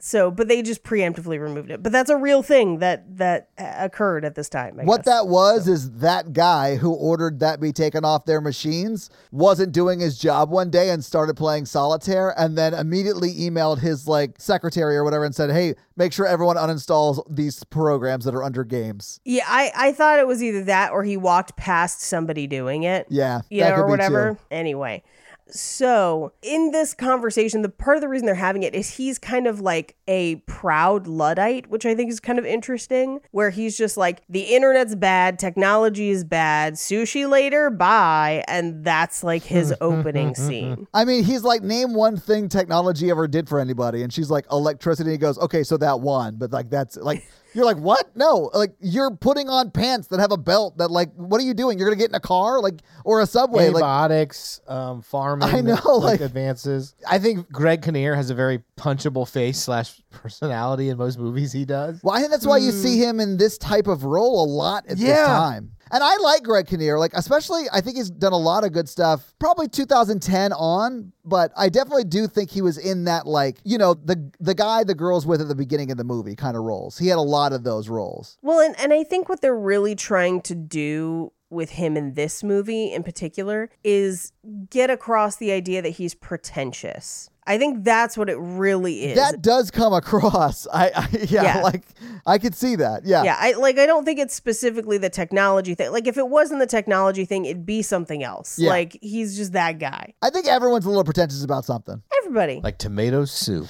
Speaker 3: so, but they just preemptively removed it. But that's a real thing that that uh, occurred at this time. I
Speaker 5: What
Speaker 3: guess.
Speaker 5: that was is that guy who ordered that be taken off their machines wasn't doing his job one day and started playing solitaire and then immediately emailed his like secretary or whatever and said, "Hey, make sure everyone uninstalls these programs that are under games."
Speaker 3: Yeah, I I thought it was either that or he walked past somebody doing it.
Speaker 5: Yeah,
Speaker 3: yeah,
Speaker 5: that could
Speaker 3: or
Speaker 5: be
Speaker 3: whatever.
Speaker 5: too.
Speaker 3: Anyway, so in this conversation, the part of the reason they're having it is he's kind of like a proud Luddite, which I think is kind of interesting, where he's just like, the internet's bad, technology is bad, sushi later, bye. And that's like his opening scene.
Speaker 5: I mean, he's like, name one thing technology ever did for anybody, and she's like, electricity. He goes, okay, so that one, but like that's like, you're like, what? No, like you're putting on pants that have a belt. That like, what are you doing? You're gonna get in a car, like, or a subway, like,
Speaker 4: Antibiotics, um, farming.
Speaker 5: I know,
Speaker 4: like,
Speaker 5: like-
Speaker 4: advances. I think Greg Kinnear has a very punchable face slash personality in most movies he does.
Speaker 5: Well, I think that's why you see him in this type of role a lot at
Speaker 4: Yeah.
Speaker 5: this time. And I like Greg Kinnear, like especially I think he's done a lot of good stuff, probably 2010 on, but I definitely do think he was in that like, you know, the the guy the girls with at the beginning of the movie kind of roles. He had a lot of those roles.
Speaker 3: Well, and, and I think what they're really trying to do with him in this movie in particular is get across the idea that he's pretentious. I think that's what it really is.
Speaker 5: That does come across. I, I yeah,
Speaker 3: Yeah.
Speaker 5: like I could see that. Yeah.
Speaker 3: yeah, I like I don't think it's specifically the technology thing. Like if it wasn't the technology thing, it'd be something else.
Speaker 5: Yeah.
Speaker 3: Like he's just that guy.
Speaker 5: I think everyone's a little pretentious about something.
Speaker 3: Everybody.
Speaker 4: Like tomato soup.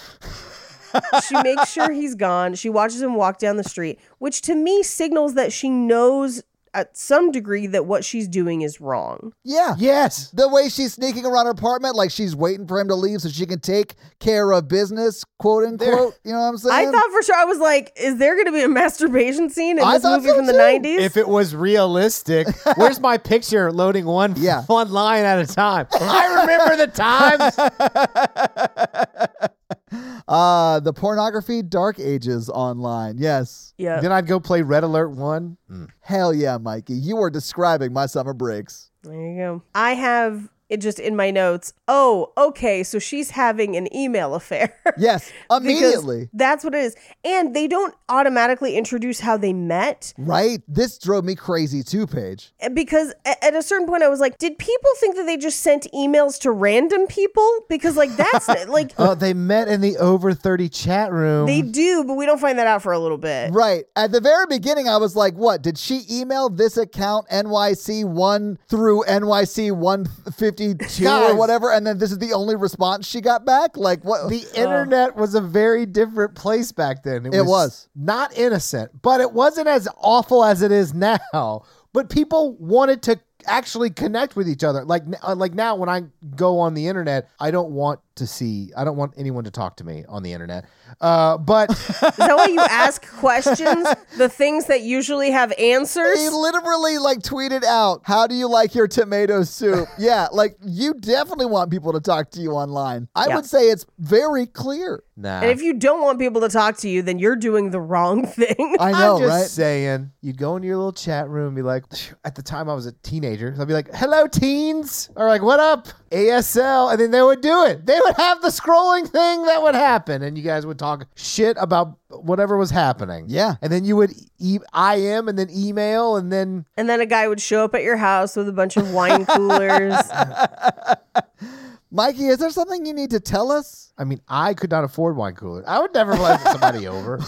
Speaker 3: she makes sure he's gone. She watches him walk down the street, which to me signals that she knows at some degree that what she's doing is wrong.
Speaker 5: Yeah.
Speaker 4: Yes.
Speaker 5: The way she's sneaking around her apartment, like she's waiting for him to leave so she can take care of business, quote unquote. You know what I'm
Speaker 3: I
Speaker 5: saying?
Speaker 3: thought for sure. I was like, is there going to be a masturbation scene in
Speaker 5: I
Speaker 3: this
Speaker 5: thought
Speaker 3: movie
Speaker 5: so
Speaker 3: from the
Speaker 5: too.
Speaker 3: 90s?
Speaker 4: If it was realistic, where's my picture loading one
Speaker 5: Yeah.
Speaker 4: one line at a time? I remember the times.
Speaker 5: Uh, the pornography dark ages online. Yes.
Speaker 3: yeah.
Speaker 4: then I'd go play Red Alert 1.
Speaker 5: Hell yeah, Mikey. You are describing my summer breaks.
Speaker 3: There you go. I have it just in my notes. Oh, okay. So she's having an email affair.
Speaker 5: Yes.
Speaker 3: Because
Speaker 5: Immediately.
Speaker 3: That's what it is. And they don't automatically introduce how they met. eh,
Speaker 5: right? This drove me crazy too, Paige.
Speaker 3: because a- at a certain point I was like, did people think that they just sent emails to random people? Because like that's like
Speaker 5: Uh,
Speaker 4: Oh, they met in the over 30 chat room.
Speaker 3: they do, but we don't find that out for a little bit.
Speaker 5: Right. At the very beginning, I was like, what? Did she email this account NYC1 through NYC152
Speaker 4: Guys.
Speaker 5: or whatever? And then this is the only response she got back? Like, what?
Speaker 4: the internet was a very different place back then.
Speaker 5: It was.
Speaker 4: not innocent, but it wasn't as awful as it is now. But people wanted to actually connect with each other. Like uh, like now when I go on the internet, I don't want to see I don't want anyone to talk to me on the internet. Uh, but
Speaker 3: Is that why you ask questions? The things that usually have
Speaker 5: He
Speaker 3: answers?
Speaker 5: literally like tweeted out, "How do you like your tomato soup?" yeah, like you definitely want people to talk to you online. I
Speaker 3: Yeah.
Speaker 5: would say it's very clear.
Speaker 6: Nah.
Speaker 3: And if you don't want people to talk to you, then you're doing the wrong thing.
Speaker 5: I
Speaker 4: I'm
Speaker 5: know,
Speaker 4: just
Speaker 5: right?
Speaker 4: saying, you'd go into your little chat room and be like, at the time I was a teenager, I'd be like, hello, teens. Or like, what up? ASL. And then they would do it. They would have the scrolling thing that would happen. And you guys would talk shit about whatever was happening.
Speaker 5: Yeah.
Speaker 4: And then you would e- IM and then email and then
Speaker 3: and then a guy would show up at your house with a bunch of wine coolers.
Speaker 5: Mikey, is there something you need to tell us?
Speaker 4: I mean, I could not afford wine coolers. I would never let somebody over.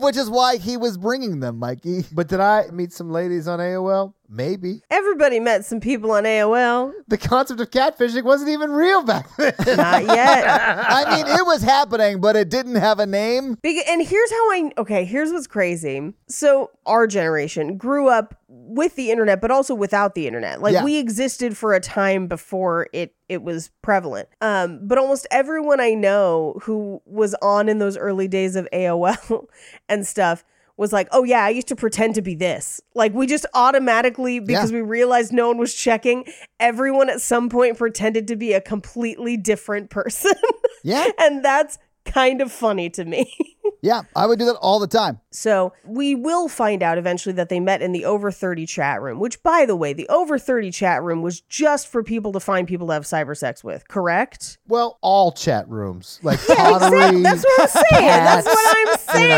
Speaker 5: Which is why he was bringing them, Mikey.
Speaker 4: But did I meet some ladies on AOL? Maybe.
Speaker 3: Everybody met some people on AOL.
Speaker 4: The concept of catfishing wasn't even real back then.
Speaker 3: Not yet.
Speaker 5: I mean, it was happening, but it didn't have a name.
Speaker 3: Big, and here's how I okay, here's what's crazy. So, our generation grew up with the internet but also without the internet. Like
Speaker 5: Yeah.
Speaker 3: we existed for a time before it it was prevalent. Um, but almost everyone I know who was on in those early days of AOL and stuff was like, "Oh yeah, I used to pretend to be this." Like we just automatically because we realized no one was checking, everyone at some point pretended to be a completely different person.
Speaker 5: Yeah,
Speaker 3: and that's kind of funny to me.
Speaker 5: yeah. I would do that all the time.
Speaker 3: So we will find out eventually that they met in the over 30 chat room, which, by the way, the over 30 chat room was just for people to find people to have cyber sex with, correct?
Speaker 4: Well, all chat rooms, like
Speaker 3: Exact-
Speaker 4: pottery.
Speaker 3: That's what I'm saying. That's what I'm
Speaker 4: you know.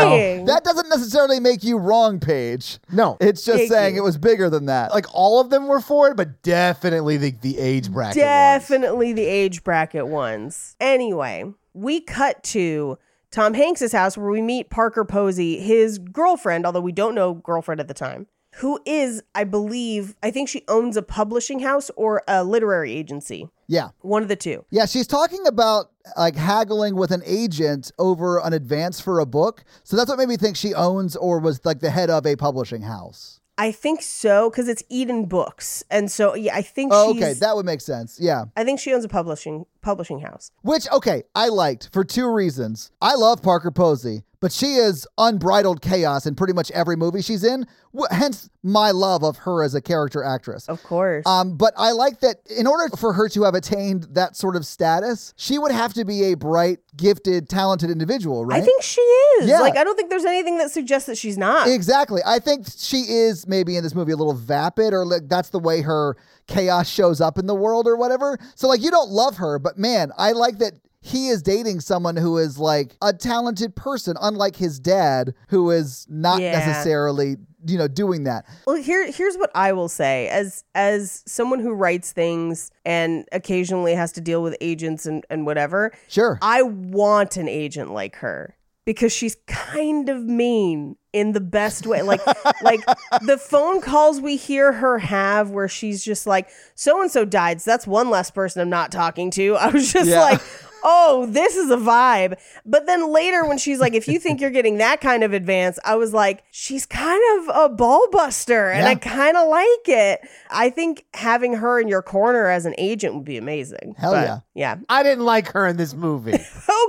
Speaker 3: saying.
Speaker 5: That doesn't necessarily make you wrong, Paige.
Speaker 4: No,
Speaker 5: It's just
Speaker 3: Thank
Speaker 5: saying
Speaker 3: you.
Speaker 5: it was bigger than that.
Speaker 4: like all of them were for it, but definitely the, the
Speaker 5: Mm-hmm.
Speaker 4: age bracket. ones.
Speaker 3: Definitely the age bracket ones. Anyway, we cut to Tom Hanks's house where we meet Parker Posey, his girlfriend, although we don't know girlfriend at the time, who is, I believe, I think she owns a publishing house or a literary agency.
Speaker 5: yeah.
Speaker 3: One of the two.
Speaker 5: Yeah, she's talking about like haggling with an agent over an advance for a book. So that's what made me think she owns or was like the head of a publishing house.
Speaker 3: I think so, because it's Eden Books. And so yeah, I think
Speaker 5: Oh,
Speaker 3: she's
Speaker 5: okay, that would make sense. Yeah.
Speaker 3: I think she owns a publishing publishing house.
Speaker 5: Which, okay, I liked for two reasons. I love Parker Posey, but she is unbridled chaos in pretty much every movie she's in, wh- hence my love of her as a character actress.
Speaker 3: Of course.
Speaker 5: Um, but I like that in order for her to have attained that sort of status, she would have to be a bright, gifted, talented individual, right?
Speaker 3: I think she is.
Speaker 5: Yeah.
Speaker 3: Like I don't think there's anything that suggests that she's not.
Speaker 5: Exactly. I think she is maybe in this movie a little vapid, or like that's the way her chaos shows up in the world, or whatever. So, like, you don't love her, but man, I like that he is dating someone who is like a talented person, unlike his dad, who is not
Speaker 3: Yeah.
Speaker 5: necessarily, you know, doing that.
Speaker 3: Well, here here's what I will say as as someone who writes things and occasionally has to deal with agents and, and whatever.
Speaker 5: Sure.
Speaker 3: I want an agent like her because she's kind of mean in the best way. Like like the phone calls we hear her have where she's just like, so and so died, so that's one less person I'm not talking to. I was just
Speaker 5: Yeah.
Speaker 3: like Oh, this is a vibe. But then later, when she's like, if you think you're getting that kind of advance, I was like, she's kind of a ball buster and I kind of like it. I think having her in your corner as an agent would be amazing.
Speaker 5: Hell yeah.
Speaker 3: Yeah
Speaker 4: I didn't like her in this movie.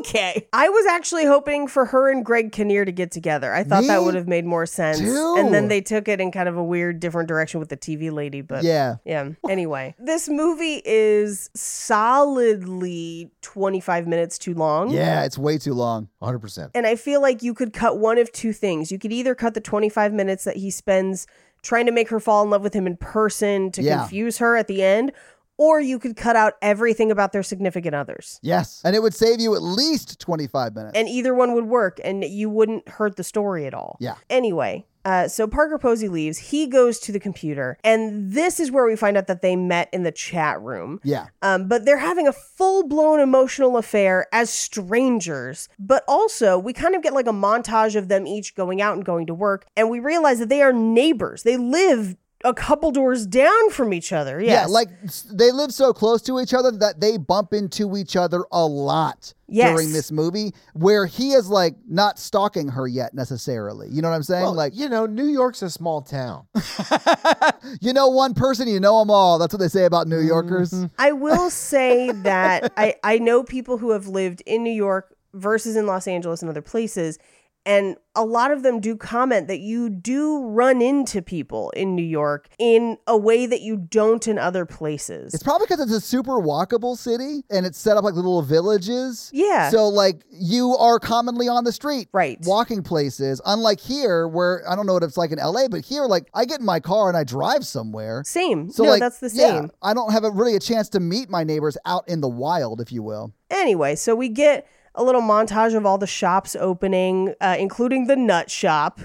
Speaker 3: okay. I was actually hoping for her and Greg Kinnear to get together. I thought
Speaker 5: Me
Speaker 3: that would have made more sense.
Speaker 5: too.
Speaker 3: And then they took it in kind of a weird, different direction with the TV lady. But
Speaker 5: yeah.
Speaker 3: yeah. Anyway, this movie is solidly 25 minutes too long.
Speaker 5: Yeah, it's way too long.
Speaker 4: 100%.
Speaker 3: And I feel like you could cut one of two things. You could either cut the 25 minutes that he spends trying to make her fall in love with him in person to
Speaker 5: Yeah.
Speaker 3: confuse her at the end, or you could cut out everything about their significant others.
Speaker 5: Yes. And it would save you at least 25 minutes.
Speaker 3: and either one would work and you wouldn't hurt the story at all.
Speaker 5: Yeah.
Speaker 3: Anyway, uh, so Parker Posey leaves. He goes to the computer, and this is where we find out that they met in the chat room.
Speaker 5: yeah.
Speaker 3: Um, but they're having a full blown emotional affair as strangers. But also, we kind of get like a montage of them each going out and going to work, and we realize that they are neighbors. They live a couple doors down from each other. Yes.
Speaker 5: Yeah, like s- they live so close to each other that they bump into each other a lot
Speaker 3: Yes.
Speaker 5: during this movie, where he is like not stalking her yet necessarily. You know what I'm saying?
Speaker 4: Well,
Speaker 5: like,
Speaker 4: you know, New York's a small town.
Speaker 5: you know one person, you know them all. That's what they say about
Speaker 3: Mm-hmm.
Speaker 5: New Yorkers.
Speaker 3: I will say that I, I know people who have lived in New York versus in Los Angeles and other places, And a lot of them do comment that you do run into people in New York in a way that you don't in other places.
Speaker 5: It's probably because it's a super walkable city and it's set up like little villages.
Speaker 3: Yeah.
Speaker 5: So like you are commonly on the street,
Speaker 3: Right.
Speaker 5: Walking places, unlike here where I don't know what it's like in LA, but here like I get in my car and I drive somewhere.
Speaker 3: same.
Speaker 5: So
Speaker 3: no,
Speaker 5: like,
Speaker 3: that's the
Speaker 5: yeah,
Speaker 3: same.
Speaker 5: I don't have a, really a chance to meet my neighbors out in the wild, if you will.
Speaker 3: Anyway, so we get a little montage of all the shops opening, uh, including the nut shop.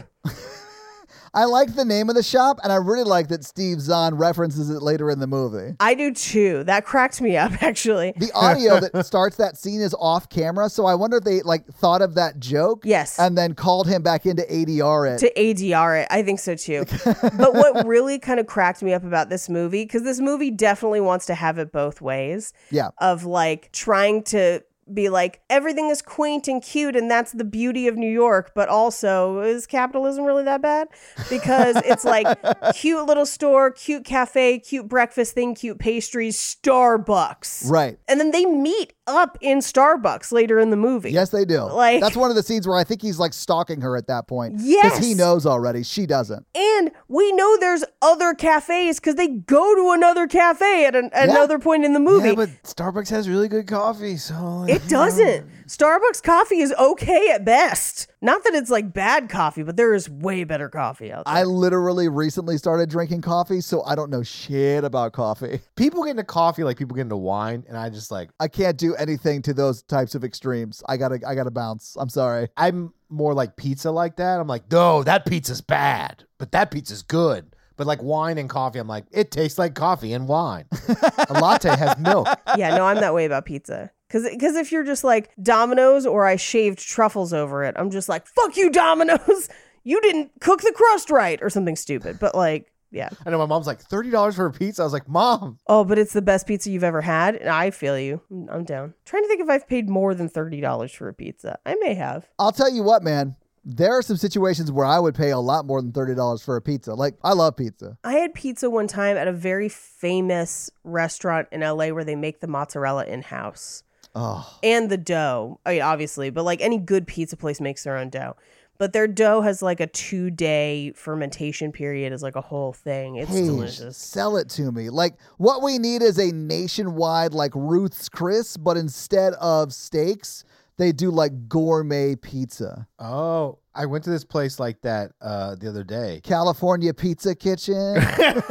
Speaker 5: I like the name of the shop, and I really like that Steve Zahn references it later in the movie.
Speaker 3: I do too. That cracked me up, actually.
Speaker 5: The audio that starts that scene is off camera, so I wonder if they like thought of that joke,
Speaker 3: Yes.
Speaker 5: and then called him back into ADR it.
Speaker 3: to ADR it. I think so too. but what really kind of cracked me up about this movie, because this movie definitely wants to have it both ways
Speaker 5: yeah,
Speaker 3: of like trying to be like, everything is quaint and cute, and that's the beauty of New York. But also, is capitalism really that bad? Because it's like cute little store, cute cafe, cute breakfast thing, cute pastries, Starbucks.
Speaker 5: right.
Speaker 3: And then they meet up in Starbucks later in the movie.
Speaker 5: Yes, they do.
Speaker 3: Like-
Speaker 5: that's one of the scenes where I think he's like stalking her at that point.
Speaker 3: Yes.
Speaker 5: he knows already. She doesn't.
Speaker 3: And we know there's other cafes because they go to another cafe at an, another point in the movie.
Speaker 4: Yeah, but Starbucks has really good coffee, so
Speaker 3: it doesn't. Starbucks coffee is okay at best. Not that it's like bad coffee, but there is way better coffee out there.
Speaker 5: I literally recently started drinking coffee, so I don't know shit about coffee.
Speaker 4: People get into coffee like people get into wine, and I just like
Speaker 5: I can't do anything to those types of extremes. I gotta, I gotta bounce. I'm sorry.
Speaker 4: I'm more like pizza like that. I'm like, no, that pizza's bad, but that pizza's good. But like wine and coffee, I'm like, it tastes like coffee and wine. A latte has milk.
Speaker 3: yeah, no, I'm that way about pizza. Because if you're just like Domino's or I shaved truffles over it, I'm just like, fuck you, Domino's. You didn't cook the crust right or something stupid. But like, yeah.
Speaker 4: I know my mom's like, $30 for a pizza. I was like, mom,
Speaker 3: Oh, but it's the best pizza you've ever had. And I feel you. I'm- I'm down. trying to think if I've paid more than $30 for a pizza. I may have.
Speaker 5: I'll tell you what, man. There are some situations where I would pay a lot more than thirty dollars for a pizza. Like I love pizza.
Speaker 3: I had pizza one time at a very famous restaurant in LA where they make the mozzarella in house
Speaker 5: Oh,
Speaker 3: and the dough. I mean, obviously, but like any good pizza place makes their own dough. But their dough has like a two day fermentation period, is like a whole thing. It's
Speaker 5: hey,
Speaker 3: delicious.
Speaker 5: sell it to me. Like what we need is a nationwide like Ruth's Chris, but instead of steaks, they do like gourmet pizza.
Speaker 4: Oh, I went to this place like that uh, the other day.
Speaker 5: California Pizza Kitchen.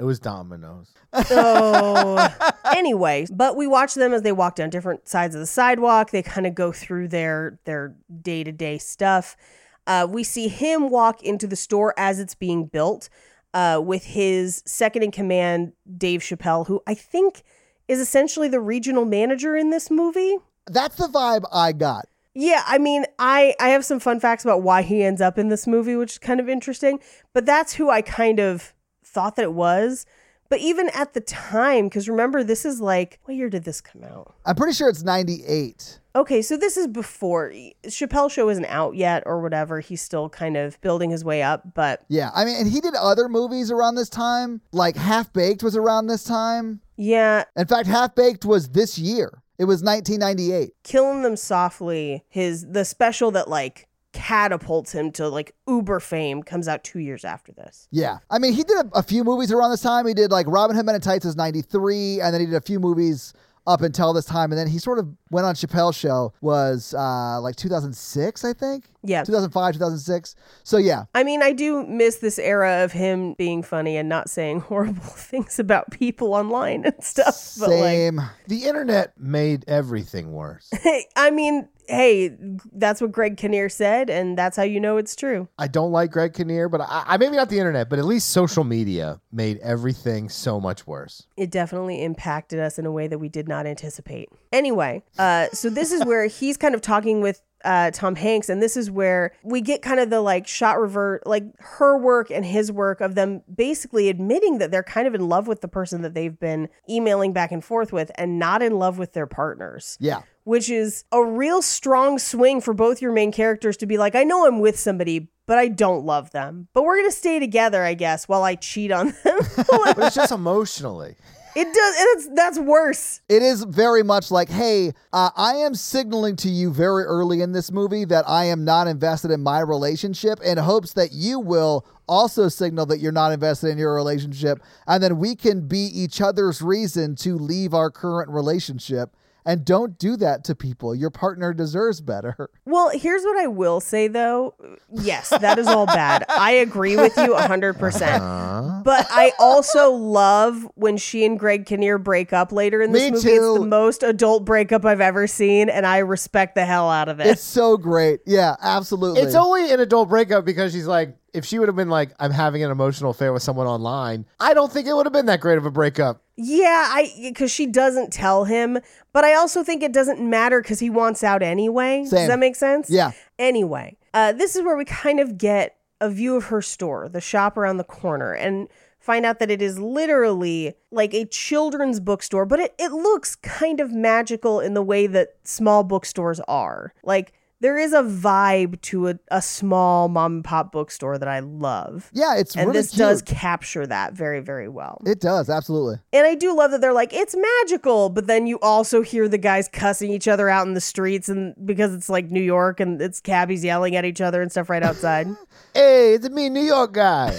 Speaker 4: It was Domino's.
Speaker 3: So, anyway, but we watch them as they walk down different sides of the sidewalk. They kind of go through their their day to day stuff. Uh, we see him walk into the store as it's being built uh, with his second in command, Dave Chappelle, who I think is essentially the regional manager in this movie.
Speaker 5: That's the vibe I got.
Speaker 3: Yeah, I mean, I I have some fun facts about why he ends up in this movie, which is kind of interesting. But that's who I kind of thought that it was. But even at the time, because remember, this is like what year did this come out?
Speaker 5: I'm pretty sure it's 98.
Speaker 3: Okay, so this is before Chappelle Show isn't out yet or whatever. He's still kind of building his way up, but
Speaker 5: Yeah, I mean, and he did other movies around this time. Like Half Baked was around this time.
Speaker 3: yeah,
Speaker 5: In fact, Half Baked was this year. It was 1998.
Speaker 3: killing them softly. His the special that like catapults him to like uber fame comes out two years after this.
Speaker 5: Yeah, I mean, he did a, a few movies around this time. He did like Robin Hood Men in Tights is 93, and then he did a few movies up until this time, and then he sort of went on Chappelle's Show was uh, like 2006, I think.
Speaker 3: Yeah.
Speaker 5: 2005, 2006. So yeah,
Speaker 3: I mean, I do miss this era of him being funny and not saying horrible things about people online and stuff. But
Speaker 5: same.
Speaker 4: The internet made everything worse.
Speaker 3: like, I mean, hey, that's what Greg Kinnear said, and that's how you know it's true.
Speaker 4: I don't like Greg Kinnear, but I, I maybe not the internet, but at least social media made everything so much worse.
Speaker 3: It definitely impacted us in a way that we did not anticipate. Anyway, uh, so this is where he's kind of talking with uh, Tom Hanks, and this is where we get kind of the like shot revert, like her work and his work of them basically admitting that they're kind of in love with the person that they've been emailing back and forth with and not in love with their partners.
Speaker 5: Yeah.
Speaker 3: which is a real strong swing for both your main characters to be like, I know I'm with somebody, but I don't love them. But we're gonna stay together, I guess, while I cheat on them. Like,
Speaker 4: But it's just emotionally.
Speaker 3: it does. It's that's worse.
Speaker 5: It is very much like, hey, uh, I am signaling to you very early in this movie that I am not invested in my relationship in hopes that you will also signal that you're not invested in your relationship. And then we can be each other's reason to leave our current relationship. And don't do that to people. Your partner deserves better.
Speaker 3: Well, here's what I will say though. Yes, that is all bad. I agree with you 100%.
Speaker 5: Uh-huh.
Speaker 3: But I also love when she and Greg Kinnear break up later in this
Speaker 5: Me
Speaker 3: movie. It's
Speaker 5: too.
Speaker 3: the most adult breakup I've ever seen, and I respect the hell out of it.
Speaker 5: It's so great. Yeah, absolutely.
Speaker 4: It's only an adult breakup because she's like, if she would have been like, I'm having an emotional affair with someone online, I don't think it would have been that great of a breakup.
Speaker 3: yeah, I because she doesn't tell him, but I also think it doesn't matter because he wants out anyway.
Speaker 5: Same.
Speaker 3: Does that make sense?
Speaker 5: yeah.
Speaker 3: Anyway, uh, this is where we kind of get a view of her store, the shop around the corner, and find out that it is literally like a children's bookstore, but it, it looks kind of magical in the way that small bookstores are. Like, there is a vibe to a, a small mom and pop bookstore that I love.
Speaker 5: Yeah, it's
Speaker 3: and
Speaker 5: really
Speaker 3: this does
Speaker 5: cute.
Speaker 3: capture that very, very well.
Speaker 5: It does, absolutely.
Speaker 3: And I do love that they're like, it's magical, but then you also hear the guys cussing each other out in the streets and because it's like New York and it's cabbies yelling at each other and stuff right outside.
Speaker 4: Hey, it's me, New York guy.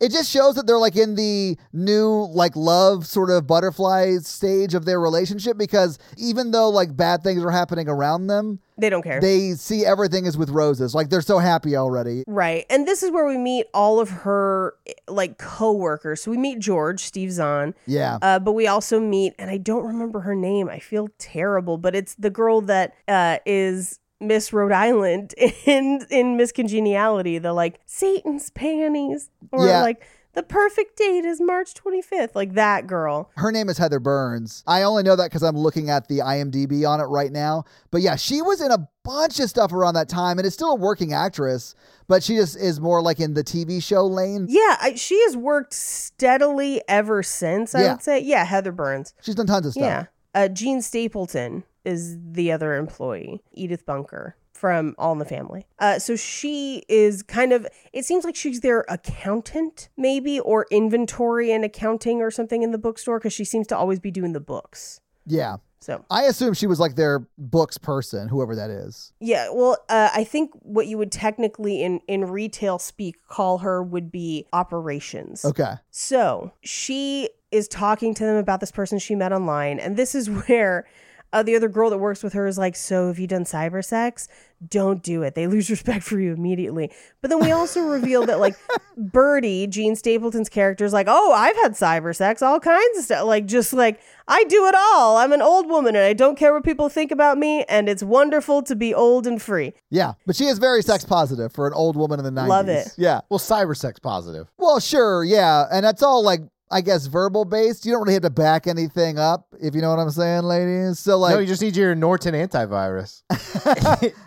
Speaker 5: It just shows that they're like in the new like love sort of butterfly stage of their relationship because even though like bad things are happening around them,
Speaker 3: they don't care.
Speaker 5: they see everything is with roses. Like they're so happy already.
Speaker 3: right. And this is where we meet all of her eh, like coworkers. So we meet George, Steve Zahn,
Speaker 5: Yeah.
Speaker 3: uh, but we also meet, and I don't remember her name. I feel terrible, but it's the girl that uh, is Miss Rhode Island in in Miss Congeniality, the like Satan's panties, or
Speaker 5: Yeah.
Speaker 3: like the perfect date is March twenty fifth, like that girl.
Speaker 5: Her name is Heather Burns. I only know that because I'm looking at the IMDb on it right now. But yeah, she was in a bunch of stuff around that time and is still a working actress, but she just is more like in the TV show lane.
Speaker 3: Yeah, I, she has worked steadily ever since. I
Speaker 5: Yeah.
Speaker 3: would say, yeah, Heather Burns.
Speaker 5: She's done tons of stuff.
Speaker 3: Yeah, uh, Jean Stapleton is the other employee, Edith Bunker from All in the Family. Uh, so she is kind of. It seems like she's their accountant, maybe, or inventory and accounting or something in the bookstore because she seems to always be doing the books.
Speaker 5: Yeah.
Speaker 3: So
Speaker 5: I assume she was like their books person, whoever that is.
Speaker 3: yeah, well, uh, I think what you would technically in in retail speak call her would be operations.
Speaker 5: Okay.
Speaker 3: So she is talking to them about this person she met online, and this is where uh, the other girl that works with her is like, "So have you done cyber sex? Don't do it. They lose respect for you immediately." But then we also reveal that like Birdie, Gene Stapleton's character, is like, "Oh, I've had cyber sex, all kinds of stuff. Like just like I do it all. I'm an old woman, and I don't care what people think about me. And it's wonderful to be old and free."
Speaker 5: Yeah, but she is very sex positive for an old woman in the 90s.
Speaker 3: Love it.
Speaker 5: Yeah.
Speaker 4: well, cyber sex positive.
Speaker 5: Well, sure, yeah. And that's all like I guess verbal based. You don't really have to back anything up, if you know what I'm saying, ladies. So like
Speaker 4: no, you just need your Norton antivirus.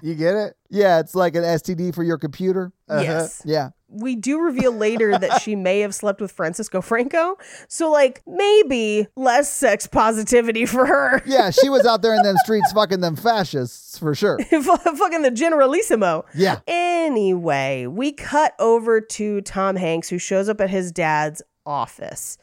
Speaker 4: you get it?
Speaker 5: yeah, it's like an STD for your computer. Uh-huh.
Speaker 3: Yes.
Speaker 5: Yeah.
Speaker 3: we do reveal later that she may have slept with Francisco Franco. So, like, maybe less sex positivity for her.
Speaker 5: Yeah, she was out there in them streets fucking them fascists for sure.
Speaker 3: Fucking the Generalissimo.
Speaker 5: Yeah.
Speaker 3: Anyway, we cut over to Tom Hanks, who shows up at his dad's office.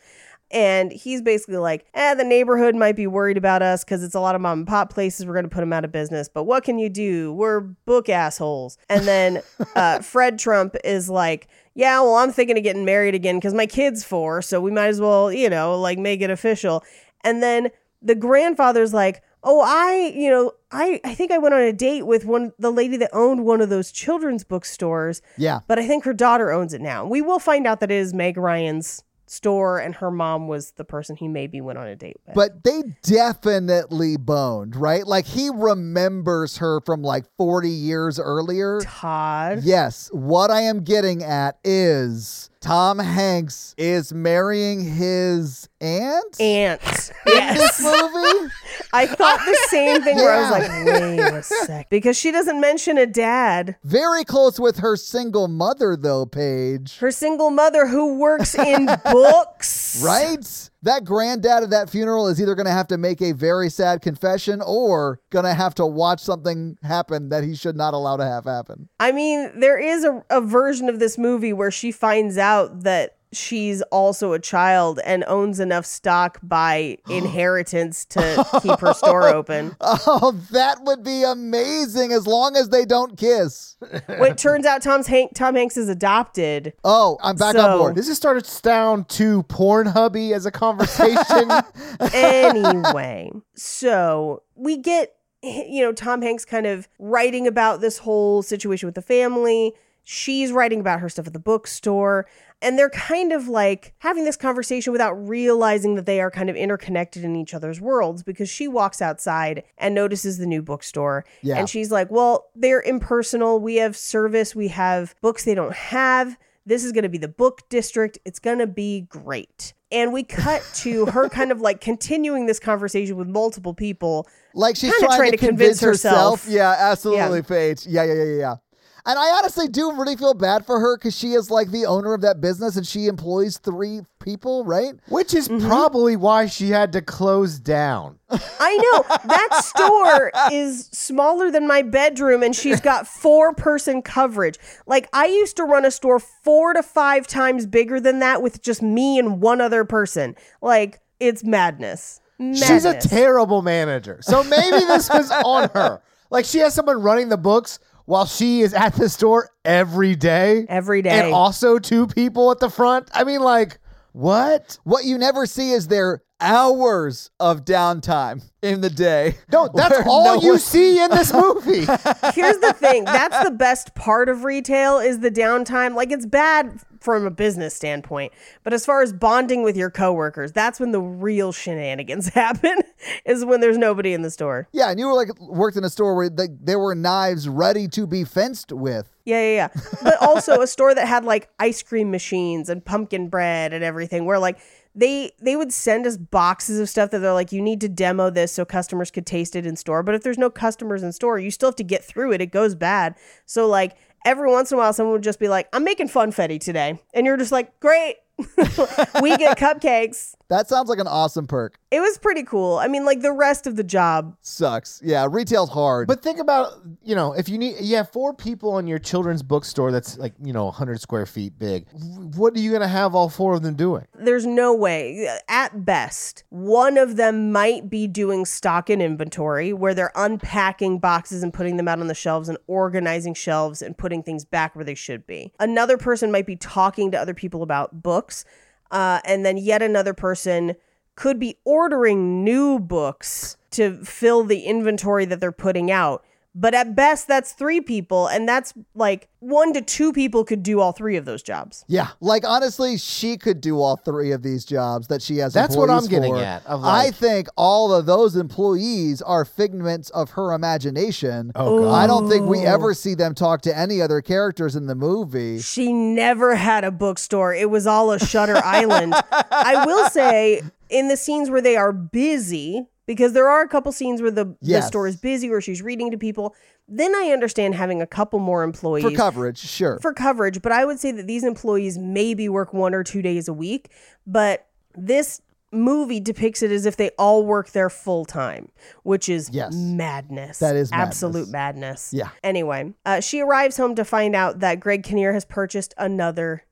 Speaker 3: And he's basically like, eh, the neighborhood might be worried about us because it's a lot of mom and pop places. We're going to put them out of business. But what can you do? We're book assholes. And then uh, Fred Trump is like, yeah, well, I'm thinking of getting married again because my kid's four. So we might as well, you know, like make it official. And then the grandfather's like, oh, I, you know, I, I think I went on a date with one, the lady that owned one of those children's bookstores
Speaker 5: Yeah.
Speaker 3: but I think her daughter owns it now. We will find out that it is Meg Ryan's store, and her mom was the person he maybe went on a date with.
Speaker 5: But they definitely boned, right? Like he remembers her from like 40 years earlier.
Speaker 3: Todd,
Speaker 5: Yes, what I am getting at is Tom Hanks is marrying his aunt
Speaker 3: aunt,
Speaker 5: in this
Speaker 3: yes,
Speaker 5: movie.
Speaker 3: I thought the same thing where I was like, wait a sec. Because she doesn't mention a dad.
Speaker 5: Very close with her single mother, though, Paige.
Speaker 3: Her single mother who works in books.
Speaker 5: Right? That granddad at that funeral is either going to have to make a very sad confession or going to have to watch something happen that he should not allow to have happen.
Speaker 3: I mean, there is a, a version of this movie where she finds out that she's also a child and owns enough stock by inheritance to keep her store open.
Speaker 5: Oh, that would be amazing as long as they don't kiss.
Speaker 3: When it turns out Tom's Hank Tom Hanks is adopted.
Speaker 5: Oh, I'm back
Speaker 3: So-
Speaker 5: on board.
Speaker 4: This has started to sound too porn hubby as a conversation.
Speaker 3: anyway, so we get, you know, Tom Hanks kind of writing about this whole situation with the family. She's writing about her stuff at the bookstore. And they're kind of like having this conversation without realizing that they are kind of interconnected in each other's worlds because she walks outside and notices the new bookstore.
Speaker 5: Yeah.
Speaker 3: And she's like, well, they're impersonal. We have service, we have books they don't have. This is going to be the book district. It's going to be great. And we cut to her kind of like continuing this conversation with multiple people.
Speaker 5: Like she's
Speaker 3: Kinda
Speaker 5: trying, to, convince, herself. Yeah, absolutely,
Speaker 3: Yeah.
Speaker 5: Paige. Yeah, yeah, yeah, yeah, yeah. And I honestly do really feel bad for her because she is like the owner of that business and she employs three people, right?
Speaker 4: Which is probably why she had to close down.
Speaker 3: I know that store is smaller than my bedroom and she's got four person coverage. Like I used to run a store four to five times bigger than that with just me and one other person. Like it's madness. madness.
Speaker 4: She's a terrible manager. So maybe this was on her. Like she has someone running the books while she is at the store every day.
Speaker 3: Every day.
Speaker 4: And also two people at the front. I mean, like, what?
Speaker 5: What you never see is their hours of downtime in the day.
Speaker 4: No, that's
Speaker 5: Where
Speaker 4: all
Speaker 5: no
Speaker 4: you
Speaker 5: one-
Speaker 4: see in this movie.
Speaker 3: Here's the thing. That's the best part of retail is the downtime. Like it's bad from a business standpoint, but as far as bonding with your coworkers, that's when the real shenanigans happen. Is when there's nobody in the store.
Speaker 5: Yeah, and you were like worked in a store where like there were knives ready to be fenced with.
Speaker 3: Yeah, yeah, yeah. But also a store that had like ice cream machines and pumpkin bread and everything where like they they would send us boxes of stuff that they're like you need to demo this so customers could taste it in store. But if there's no customers in store, you still have to get through it. It goes bad. So like every once in a while someone would just be like, "I'm making funfetti today." And you're just like, "Great. we get cupcakes."
Speaker 5: That sounds like an awesome perk.
Speaker 3: It was pretty cool. I mean, like the rest of the job
Speaker 5: Sucks. Yeah, retail's hard.
Speaker 4: But think about, you know, if you need, you have four people in your children's bookstore that's like, you know, 100 square feet big. What are you going to have all four of them doing?
Speaker 3: there's no way at best one of them might be doing stock and inventory where they're unpacking boxes and putting them out on the shelves and organizing shelves and putting things back where they should be another person might be talking to other people about books uh, and then yet another person could be ordering new books to fill the inventory that they're putting out but at best that's three people and that's like one to two people could do all three of those jobs
Speaker 5: yeah, like honestly, she could do all three of these jobs that she has.
Speaker 4: That's what
Speaker 5: employees
Speaker 4: I'm getting
Speaker 5: for.
Speaker 4: at, of, like-
Speaker 5: I think all of those employees are figments of her imagination.
Speaker 4: Oh, God.
Speaker 5: I don't think we ever see them talk to any other characters in the movie.
Speaker 3: She never had a bookstore. It was all a Shutter Island. I will say, in the scenes where they are busy, because there are a couple scenes where the,
Speaker 5: Yes.
Speaker 3: the store is busy, where she's reading to people, then I understand having a couple more employees
Speaker 5: For coverage, sure.
Speaker 3: for coverage. But I would say that these employees maybe work one or two days a week. But this movie depicts it as if they all work there full time, which is
Speaker 5: Yes.
Speaker 3: madness.
Speaker 5: That is
Speaker 3: absolute madness.
Speaker 5: Yeah.
Speaker 3: Anyway, uh, she arrives home to find out that Greg Kinnear has purchased another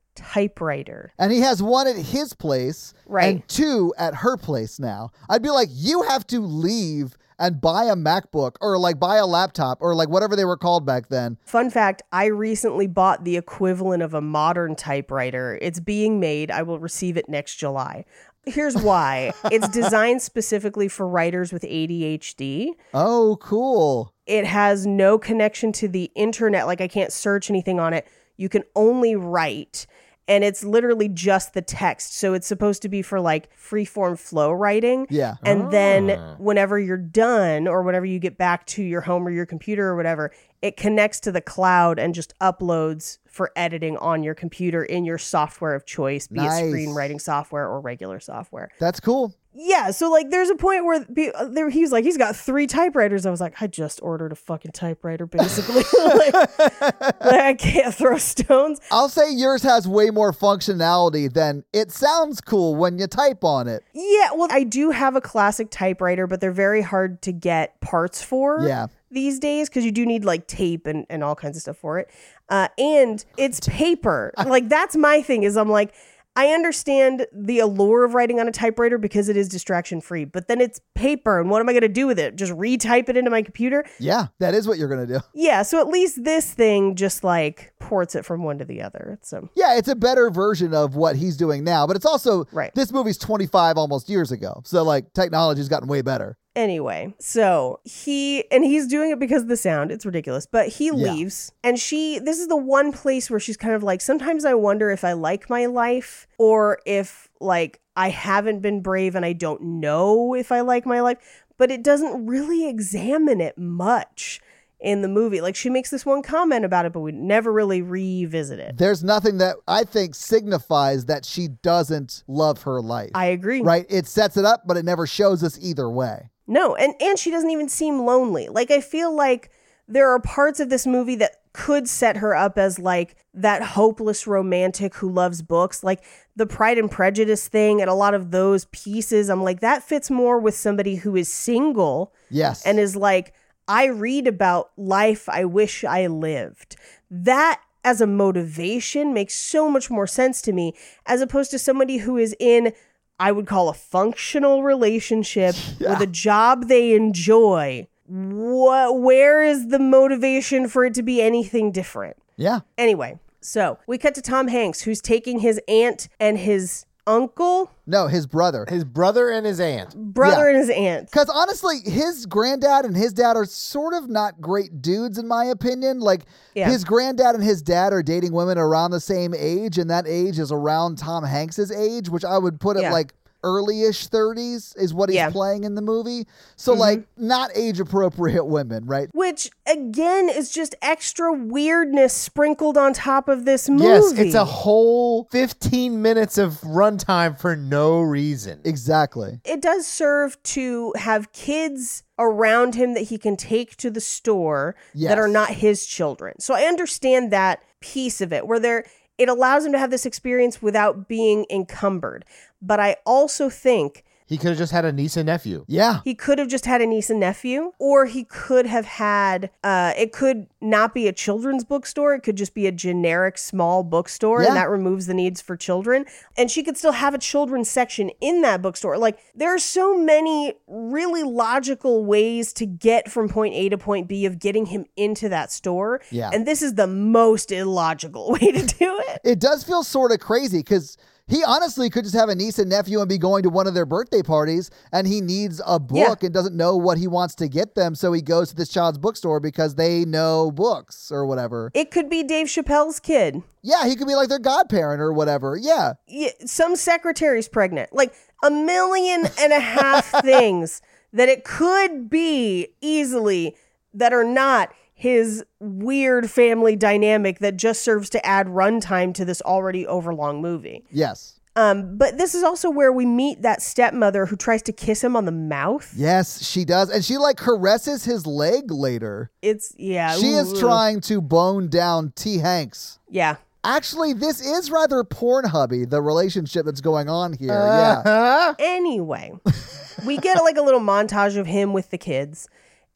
Speaker 3: typewriter.
Speaker 5: and he has one at his place
Speaker 3: Right.
Speaker 5: and two at her place now. I'd be like, you have to leave and buy a MacBook or like buy a laptop or like whatever they were called back then.
Speaker 3: Fun fact I recently bought the equivalent of a modern typewriter. It's being made. I will receive it next July. Here's why it's designed specifically for writers with ADHD.
Speaker 5: Oh, cool.
Speaker 3: it has no connection to the internet like i can't search anything on it you can only write and it's literally just the text so it's supposed to be for like free form flow writing
Speaker 5: Yeah.
Speaker 3: and then whenever you're done or whenever you get back to your home or your computer or whatever it connects to the cloud and just uploads for editing on your computer in your software of choice be
Speaker 5: Nice.
Speaker 3: it screenwriting software or regular software
Speaker 5: That's cool.
Speaker 3: Yeah, so like there's a point where be, uh, there, he's like he's got three typewriters. I was like, I just ordered a fucking typewriter, basically. like, like, I can't throw stones.
Speaker 5: I'll say yours has way more functionality than it sounds cool when you type on it.
Speaker 3: Yeah, well, I do have a classic typewriter, but they're very hard to get parts for.
Speaker 5: Yeah.
Speaker 3: These days, because you do need like tape and, and all kinds of stuff for it. Uh, and it's paper. like, that's my thing, is I'm like, I understand the allure of writing on a typewriter because it is distraction free, but then it's paper. And what am I going to do with it? Just retype it into my computer?
Speaker 5: Yeah, that is what you're going to do.
Speaker 3: Yeah, so at least this thing just like ports it from one to the other. So,
Speaker 5: Yeah, it's a better version of what he's doing now, but it's also
Speaker 3: Right.
Speaker 5: this movie's 25 almost years ago. So like technology's gotten way better.
Speaker 3: anyway, so he and he's doing it because of the sound, it's ridiculous, but he leaves. And she, this is the one place where she's kind of like, sometimes I wonder if I like my life or if like I haven't been brave and I don't know if I like my life, but it doesn't really examine it much. In the movie, like she makes this one comment about it, but we never really revisit it.
Speaker 5: There's nothing that I think signifies that she doesn't love her life.
Speaker 3: I agree.
Speaker 5: right? It sets it up, but it never shows us either way.
Speaker 3: No, and and she doesn't even seem lonely. Like I feel like there are parts of this movie that could set her up as like that hopeless romantic who loves books, like the Pride and Prejudice thing and a lot of those pieces. I'm like that fits more with somebody who is single
Speaker 5: Yes.
Speaker 3: and is like I read about life I wish I lived. That as a motivation makes so much more sense to me as opposed to somebody who is in I would call a functional relationship with a job they enjoy. What where is the motivation for it to be anything different?
Speaker 5: yeah.
Speaker 3: Anyway, so we cut to Tom Hanks who's taking his aunt and his uncle,
Speaker 5: No, his brother.
Speaker 4: His brother and his aunt.
Speaker 3: brother and his aunt.
Speaker 5: Because honestly, his granddad and his dad are sort of not great dudes, in my opinion. Like,
Speaker 3: Yeah.
Speaker 5: his granddad and his dad are dating women around the same age, and that age is around Tom Hanks's age, which I would put at
Speaker 3: Yeah.
Speaker 5: like early ish 30s is what he's
Speaker 3: Yeah. Mm-hmm.
Speaker 5: playing in the movie. So, like, not age appropriate women, right?
Speaker 3: Which again is just extra weirdness sprinkled on top of this movie.
Speaker 4: Yes, it's a whole 15 minutes of runtime for no reason.
Speaker 5: Exactly.
Speaker 3: it does serve to have kids around him that he can take to the store
Speaker 5: Yes.
Speaker 3: that are not his children. So I understand that piece of it where there it allows him to have this experience without being encumbered. But I also think
Speaker 4: He could have just had a niece and nephew.
Speaker 5: Yeah.
Speaker 3: he could have just had a niece and nephew, or he could have had. Uh, it could not be a children's bookstore. It could just be a generic small bookstore,
Speaker 5: Yeah.
Speaker 3: and that removes the needs for children. And she could still have a children's section in that bookstore. Like there are so many really logical ways to get from point A to point B of getting him into that store.
Speaker 5: Yeah.
Speaker 3: and this is the most illogical way to do it.
Speaker 5: It does feel sort of crazy because he honestly could just have a niece and nephew and be going to one of their birthday parties, and he needs a book and doesn't know what he wants to get them, so he goes to this child's bookstore because they know books or whatever.
Speaker 3: It could be Dave Chappelle's kid.
Speaker 5: Yeah, he could be like their godparent or whatever. Yeah,
Speaker 3: yeah, some secretary's pregnant. Like a million and a half things that it could be easily that are not his weird family dynamic that just serves to add runtime to this already overlong movie.
Speaker 5: yes,
Speaker 3: Um, but this is also where we meet that stepmother who tries to kiss him on the mouth.
Speaker 5: yes, she does, and she like caresses his leg later.
Speaker 3: It's yeah.
Speaker 5: She is
Speaker 3: ooh,
Speaker 5: trying to bone down T. Hanks.
Speaker 3: Yeah.
Speaker 5: Actually, this is rather Pornhubby, the relationship that's going on here. yeah.
Speaker 3: Anyway, we get like a little montage of him with the kids,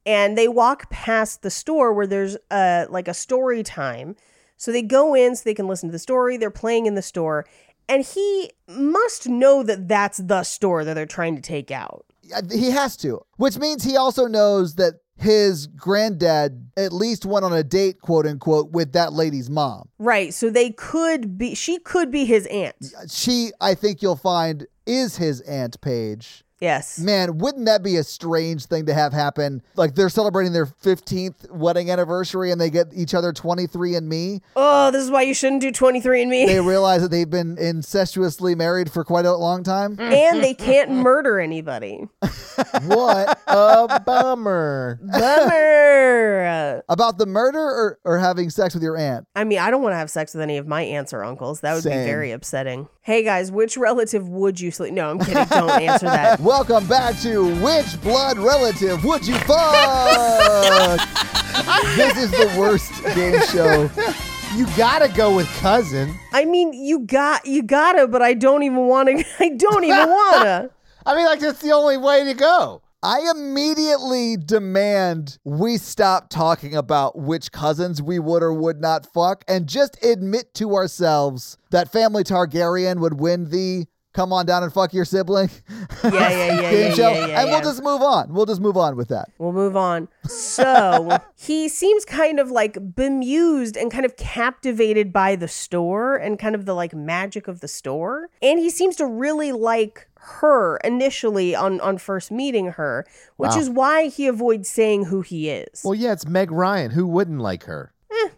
Speaker 3: and they walk past the store where there's uh like a story time. So they go in so they can listen to the story. They're playing in the store, and he must know that that's the store that they're trying to take out.
Speaker 5: Uh, he has to which means he also knows that his granddad at least went on a date quote unquote with that lady's mom
Speaker 3: Right. So they could be. She could be his aunt.
Speaker 5: she i think you'll find is his aunt paige
Speaker 3: Yes.
Speaker 5: Man, wouldn't that be a strange thing to have happen? Like they're celebrating their 15th wedding anniversary and they get each other 23 and me.
Speaker 3: Oh, this is why you shouldn't do 23 and me.
Speaker 5: They realize that they've been incestuously married for quite a long time.
Speaker 3: and they can't murder anybody.
Speaker 4: What a bummer.
Speaker 3: Bummer.
Speaker 5: About the murder or, or having sex with your aunt?
Speaker 3: I mean, I don't want to have sex with any of my aunts or uncles. That would
Speaker 5: Same.
Speaker 3: be very upsetting. Hey guys, which relative would you sleep? No, I'm kidding. Don't answer that.
Speaker 5: Welcome back to Which Blood Relative Would You Fuck? this is the worst game show.
Speaker 4: You gotta go with cousin.
Speaker 3: I mean, you got you gotta, but I don't even want to. I don't even wanna.
Speaker 4: I mean, like that's the only way to go.
Speaker 5: I immediately demand we stop talking about which cousins we would or would not fuck and just admit to ourselves that family Targaryen would win the come on down and fuck your sibling
Speaker 3: Yeah, yeah, yeah,
Speaker 5: game
Speaker 3: yeah,
Speaker 5: show.
Speaker 3: yeah, yeah,
Speaker 5: and
Speaker 3: yeah.
Speaker 5: we'll just move on. We'll just move on with that.
Speaker 3: We'll move on. So he seems kind of like bemused and kind of captivated by the store and kind of the like magic of the store. And he seems to really like her initially on on first meeting her, which
Speaker 4: Wow.
Speaker 3: is why he avoids saying who he is.
Speaker 4: Well, yeah, it's Meg Ryan. Who wouldn't like her?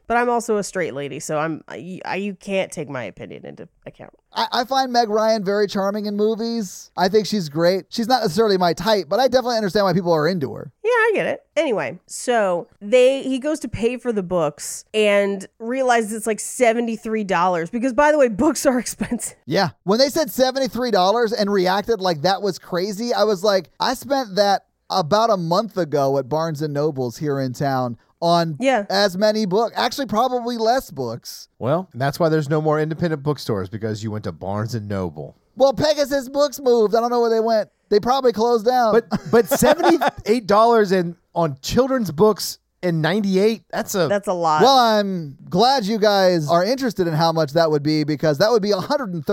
Speaker 3: but I'm also a straight lady, so I'm I, I, you can't take my opinion into account.
Speaker 5: I, I find Meg Ryan very charming in movies. I think she's great. She's not necessarily my type, but I definitely understand why people are into her.
Speaker 3: Yeah, I get it. Anyway, so they he goes to pay for the books and realizes it's like $73 because by the way, books are expensive.
Speaker 5: Yeah. When they said $73 and reacted like that was crazy, I was like, I spent that about a month ago at Barnes and Noble's here in town on
Speaker 3: Yeah.
Speaker 5: as many books, actually, probably less books.
Speaker 4: Well, that's why there's no more independent bookstores because you went to Barnes and Noble.
Speaker 5: Well, Pegasus Books moved. I don't know where they went. They probably closed down.
Speaker 4: But but seventy eight dollars and on children's books and ninety eight. That's a
Speaker 3: That's a lot.
Speaker 5: well, I'm glad you guys are interested in how much that would be because that would be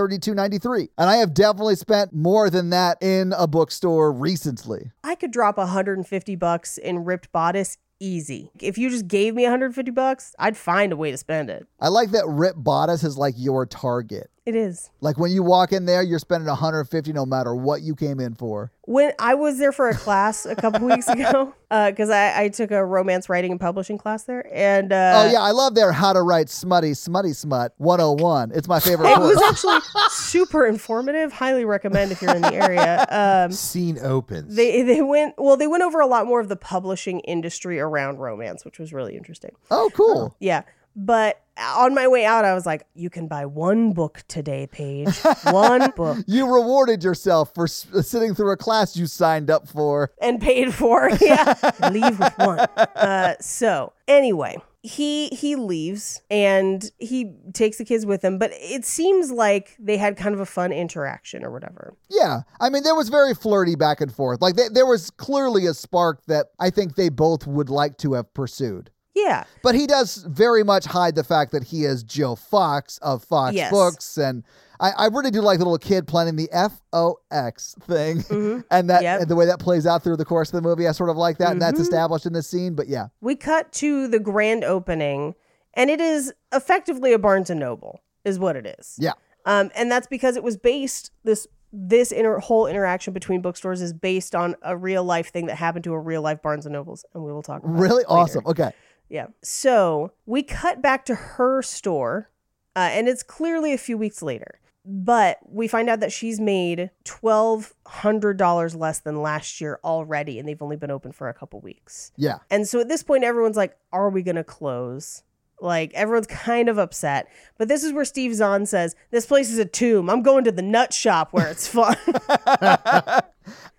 Speaker 5: 132.93, and I have definitely spent more than that in a bookstore recently.
Speaker 3: I could drop 150 bucks in ripped bodice easy. If you just gave me 150 bucks, I'd find a way to spend it.
Speaker 5: I like that Rip Bodice is like your target.
Speaker 3: It is.
Speaker 5: Like when you walk in there, you're spending 150 no matter what you came in for.
Speaker 3: When I was there for a class a couple weeks ago, because I, I took a romance writing and publishing class there, and uh,
Speaker 5: oh yeah, I love their How to Write Smutty Smutty Smut 101. It's my favorite
Speaker 3: it was
Speaker 5: course.
Speaker 3: actually super informative. Highly recommend if you're in the area. Um,
Speaker 4: scene opens.
Speaker 3: they they went well. They went over a lot more of the publishing industry around romance, which was really interesting.
Speaker 5: Oh cool.
Speaker 3: Yeah. But on my way out, I was like, you can buy one book today, Paige. One book.
Speaker 5: You rewarded yourself for s- sitting through a class you signed up for.
Speaker 3: and paid for. Yeah, leave with one. Uh, so anyway, he he leaves and he takes the kids with him. But it seems like they had kind of a fun interaction or whatever.
Speaker 5: Yeah. I mean, there was very flirty back and forth. Like, th- there was clearly a spark that I think they both would like to have pursued.
Speaker 3: Yeah,
Speaker 5: But he does very much hide the fact that he is Joe Fox of Fox
Speaker 3: Yes.
Speaker 5: Books. And I, I really do like the little kid planning the F O X thing and that
Speaker 3: Mm-hmm. Yep. Mm-hmm.
Speaker 5: and the way that plays out through the course of the movie. I sort of like that. And that's established in this scene. But yeah.
Speaker 3: we cut to the grand opening, and it is effectively a Barnes and Noble, is what it is.
Speaker 5: Yeah.
Speaker 3: um, and that's because it was based this this inter- whole interaction between bookstores is based on a real life thing that happened to a real life Barnes and Nobles, and we will talk. About it
Speaker 5: Really
Speaker 3: later.
Speaker 5: awesome. Okay.
Speaker 3: Yeah. So we cut back to her store, uh, and it's clearly a few weeks later. But we find out that she's made twelve hundred dollars less than last year already, and they've only been open for a couple weeks.
Speaker 5: Yeah.
Speaker 3: And so at this point, everyone's like, "Are we gonna close?" Like everyone's kind of upset. But this is where Steve Zahn says, "This place is a tomb. I'm going to the nut shop where it's fun."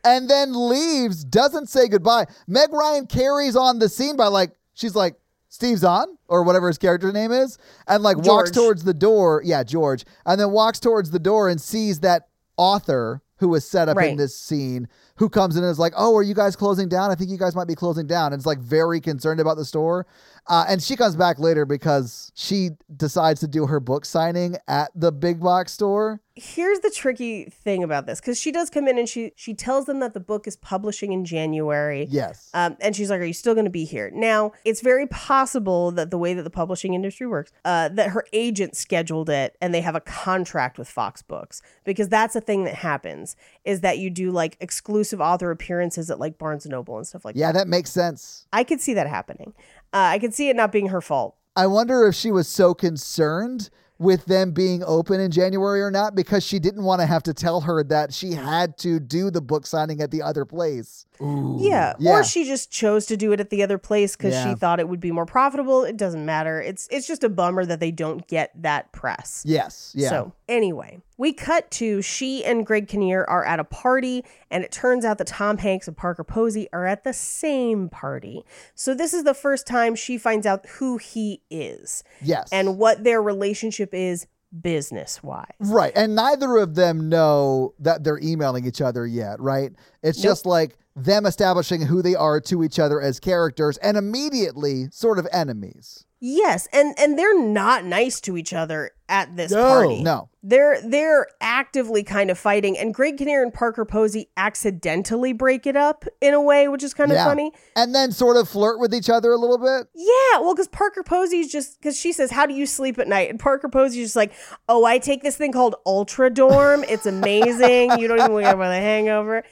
Speaker 5: and then leaves, doesn't say goodbye. Meg Ryan carries on the scene by like, she's like, Steve's on, or whatever his character name is, and like
Speaker 3: George.
Speaker 5: walks towards the door. Yeah, George. And then walks towards the door and sees that author who was set up in
Speaker 3: Right.
Speaker 5: this scene who comes in and is like, Oh, are you guys closing down? I think you guys might be closing down. And it's like very concerned about the store. Uh, and she comes back later because she decides to do her book signing at the big box store.
Speaker 3: here's the tricky thing about this because she does come in and she she tells them that the book is publishing in January.
Speaker 5: Yes.
Speaker 3: Um, and she's like, "Are you still going to be here?" Now, it's very possible that the way that the publishing industry works, uh, that her agent scheduled it, and they have a contract with Fox Books because that's a thing that happens is that you do like exclusive author appearances at like Barnes and Noble and stuff like
Speaker 5: Yeah,
Speaker 3: that.
Speaker 5: that makes sense.
Speaker 3: I could see that happening. Uh, I could see it not being her fault.
Speaker 5: I wonder if she was so concerned with them being open in January or not because she didn't want to have to tell her that she had to do the book signing at the other place.
Speaker 3: Yeah.
Speaker 5: Yeah.
Speaker 3: Or she just chose to do it at the other place because
Speaker 5: Yeah.
Speaker 3: she thought it would be more profitable. It doesn't matter. It's it's just a bummer that they don't get that press.
Speaker 5: Yes. Yeah.
Speaker 3: So anyway, we cut to she and Greg Kinnear are at a party, and it turns out that Tom Hanks and Parker Posey are at the same party. So this is the first time she finds out who he is
Speaker 5: yes.
Speaker 3: and what their relationship is business wise.
Speaker 5: Right. And neither of them know that they're emailing each other yet, right? It's just like them establishing who they are to each other as characters and immediately sort of enemies.
Speaker 3: Yes, and and they're not nice to each other at this
Speaker 4: No.
Speaker 3: party.
Speaker 5: No.
Speaker 3: They're they're actively kind of fighting, and Greg Kinnear and Parker Posey accidentally break it up in a way, which is kind of
Speaker 5: Yeah.
Speaker 3: funny.
Speaker 5: And then sort of flirt with each other a little bit.
Speaker 3: Yeah, well, because Parker Posey's just because she says, "How do you sleep at night?" and Parker Posey's just like, "Oh, I take this thing called Ultra Dorm. It's amazing. you don't even wake up with a hangover."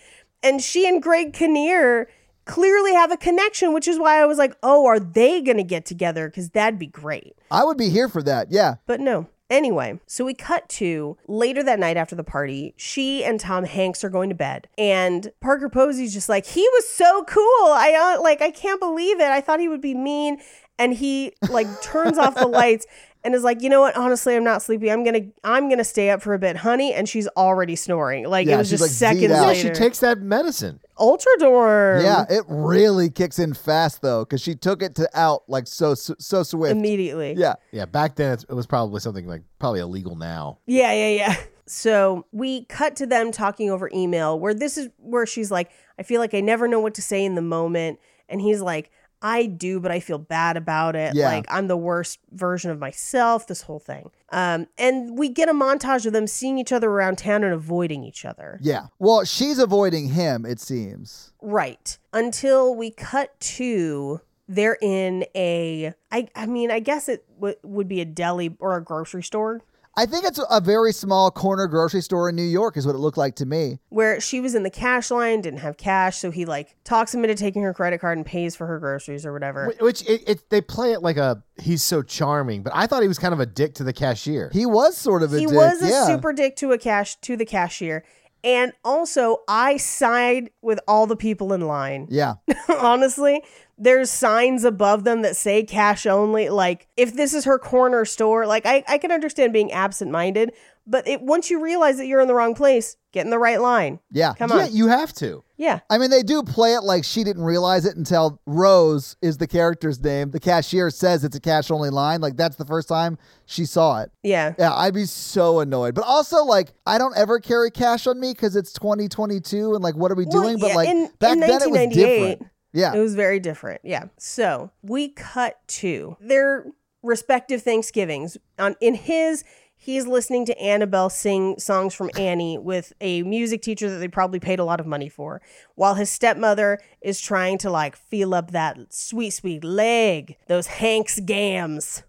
Speaker 3: And she and Greg Kinnear clearly have a connection, which is why I was like, "Oh, are they going to get together? Because that'd be great."
Speaker 5: I would be here for that. Yeah.
Speaker 3: But no. Anyway, so we cut to later that night after the party. She and Tom Hanks are going to bed, and Parker Posey's just like, he was so cool. I uh, like, I can't believe it. I thought he would be mean, and he like turns off the lights and is like, you know what? Honestly, I'm not sleepy. I'm gonna, I'm gonna stay up for a bit, honey. And she's already snoring. Like
Speaker 5: Yeah,
Speaker 3: it was
Speaker 5: she's,
Speaker 3: just
Speaker 5: like, Z'd
Speaker 3: seconds
Speaker 5: out.
Speaker 4: Yeah,
Speaker 3: later.
Speaker 4: she takes that medicine.
Speaker 3: Ultra dorm.
Speaker 5: Yeah, it really kicks in fast though cuz she took it to out like so so, so swift.
Speaker 3: immediately.
Speaker 5: Yeah.
Speaker 4: Yeah, back then it's, it was probably something like probably illegal now.
Speaker 3: Yeah, yeah, yeah. So we cut to them talking over email, where this is where she's like, I feel like I never know what to say in the moment. And he's like, I do, but I feel bad about it.
Speaker 5: Yeah.
Speaker 3: Like I'm the worst version of myself, this whole thing. Um, and we get a montage of them seeing each other around town and avoiding each other.
Speaker 5: Yeah. Well, she's avoiding him it seems.
Speaker 3: Right. Until we cut to they're in a I I mean, I guess it w- would be a deli or a grocery store.
Speaker 5: I think it's a very small corner grocery store in New York is what it looked like to me.
Speaker 3: where she was in the cash line, didn't have cash, so he like talks him into taking her credit card and pays for her groceries or whatever.
Speaker 4: Wh- Which it, it they play it like a he's so charming, but I thought he was kind of a dick to the cashier.
Speaker 5: He was sort of a
Speaker 3: he
Speaker 5: dick.
Speaker 3: was a
Speaker 5: yeah.
Speaker 3: super dick to a cash to the cashier. And also, I side with all the people in line.
Speaker 5: Yeah.
Speaker 3: Honestly, there's signs above them that say cash only. Like, if this is her corner store, like, I, I can understand being absent minded, but it, once you realize that you're in the wrong place, get in the right line.
Speaker 5: Yeah.
Speaker 3: Come
Speaker 4: yeah,
Speaker 3: on.
Speaker 4: you have to.
Speaker 3: Yeah.
Speaker 5: I mean, they do play it like she didn't realize it until Rose is the character's name. The cashier says it's a cash only line. Like, that's the first time she saw it.
Speaker 3: Yeah.
Speaker 5: Yeah, I'd be so annoyed. But also, like, I don't ever carry cash on me because it's 2022 and, like, what are we
Speaker 3: Well,
Speaker 5: doing? But,
Speaker 3: yeah,
Speaker 5: like,
Speaker 3: in-
Speaker 5: back
Speaker 3: in
Speaker 5: then it was
Speaker 3: 1998,
Speaker 5: different. Yeah.
Speaker 3: It was very different. Yeah. So we cut to their respective Thanksgivings. On in his, he's listening to Annabelle sing songs from Annie with a music teacher that they probably paid a lot of money for, while his stepmother is trying to like feel up that sweet, sweet leg, those Hanks gams.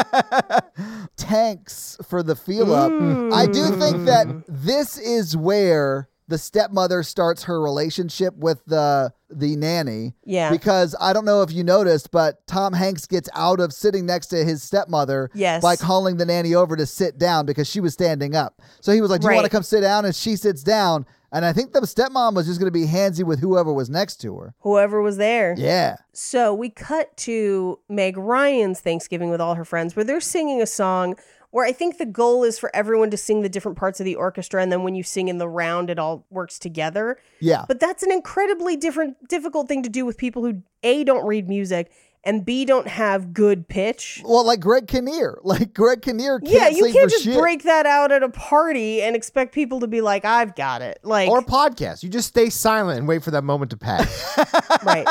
Speaker 5: Tanks for the feel up. I do think that
Speaker 3: Mm.
Speaker 5: this is where the stepmother starts her relationship with the the nanny.
Speaker 3: Yeah.
Speaker 5: Because I don't know if you noticed, but Tom Hanks gets out of sitting next to his stepmother
Speaker 3: Yes.
Speaker 5: by calling the nanny over to sit down because she was standing up. So he was like, Do you want to
Speaker 3: Right.
Speaker 5: come sit down? And she sits down. And I think the stepmom was just gonna be handsy with whoever was next to her.
Speaker 3: Whoever was there.
Speaker 5: Yeah.
Speaker 3: So we cut to Meg Ryan's Thanksgiving with all her friends, where they're singing a song where I think the goal is for everyone to sing the different parts of the orchestra. And then when you sing in the round, it all works together.
Speaker 5: Yeah.
Speaker 3: But that's an incredibly different, difficult thing to do with people who, A, don't read music, and B don't have good pitch.
Speaker 5: Well, like Greg Kinnear, like Greg Kinnear. Can't
Speaker 3: yeah, you
Speaker 5: sing
Speaker 3: can't
Speaker 5: for
Speaker 3: just
Speaker 5: shit.
Speaker 3: break that out at a party and expect people to be like, "I've got it." Like,
Speaker 4: or podcast. You just stay silent and wait for that moment to pass.
Speaker 3: right?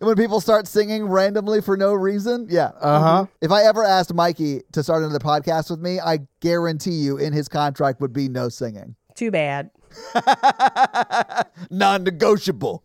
Speaker 5: when people start singing randomly for no reason. Yeah.
Speaker 4: Uh huh.
Speaker 5: If I ever asked Mikey to start another podcast with me, I guarantee you in his contract would be no singing.
Speaker 3: Too bad.
Speaker 5: Non negotiable.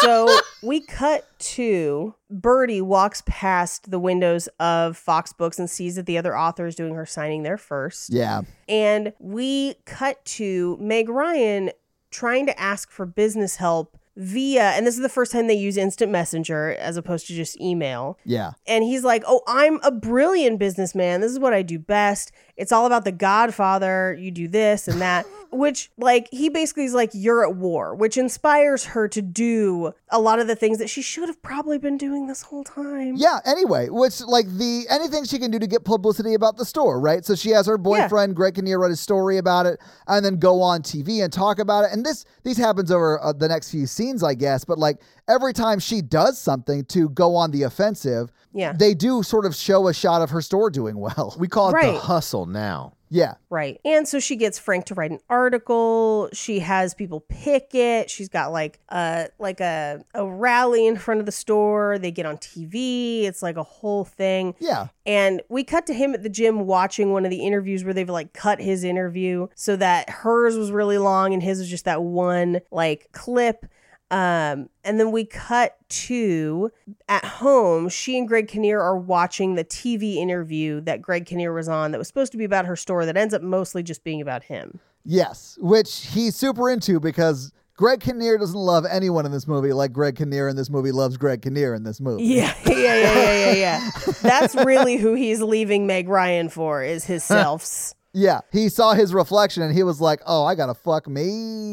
Speaker 3: so we cut to Birdie walks past the windows of Fox Books and sees that the other author is doing her signing there first.
Speaker 5: Yeah.
Speaker 3: And we cut to Meg Ryan trying to ask for business help via, and this is the first time they use instant messenger as opposed to just email.
Speaker 5: Yeah.
Speaker 3: And he's like, Oh, I'm a brilliant businessman. This is what I do best. It's all about the Godfather. You do this and that, which, like, he basically is like, You're at war, which inspires her to do a lot of the things that she should have probably been doing this whole time.
Speaker 5: Yeah, anyway, which like the anything she can do to get publicity about the store, right? So she has her boyfriend Greg Kinnear write a story about it and then go on TV and talk about it. And this these happens over uh, the next few scenes, I guess, but like every time she does something to go on the offensive,
Speaker 3: Yeah.
Speaker 5: they do sort of show a shot of her store doing well.
Speaker 4: We call it
Speaker 3: Right.
Speaker 4: the hustle now.
Speaker 5: yeah.
Speaker 3: Right. And so she gets Frank to write an article. She has people pick it. She's got like a like a a rally in front of the store. They get on TV. It's like a whole thing.
Speaker 5: Yeah.
Speaker 3: And we cut to him at the gym watching one of the interviews where they've like cut his interview so that hers was really long and his was just that one like clip. Um, and then we cut to at home. She and Greg Kinnear are watching the TV interview that Greg Kinnear was on that was supposed to be about her store that ends up mostly just being about him.
Speaker 5: Yes, which he's super into because Greg Kinnear doesn't love anyone in this movie like Greg Kinnear in this movie loves Greg Kinnear in this movie.
Speaker 3: Yeah, yeah, yeah, yeah, yeah, yeah. That's really who he's leaving Meg Ryan for is his selves.
Speaker 5: Yeah, he saw his reflection and he was like, "Oh, I gotta fuck me."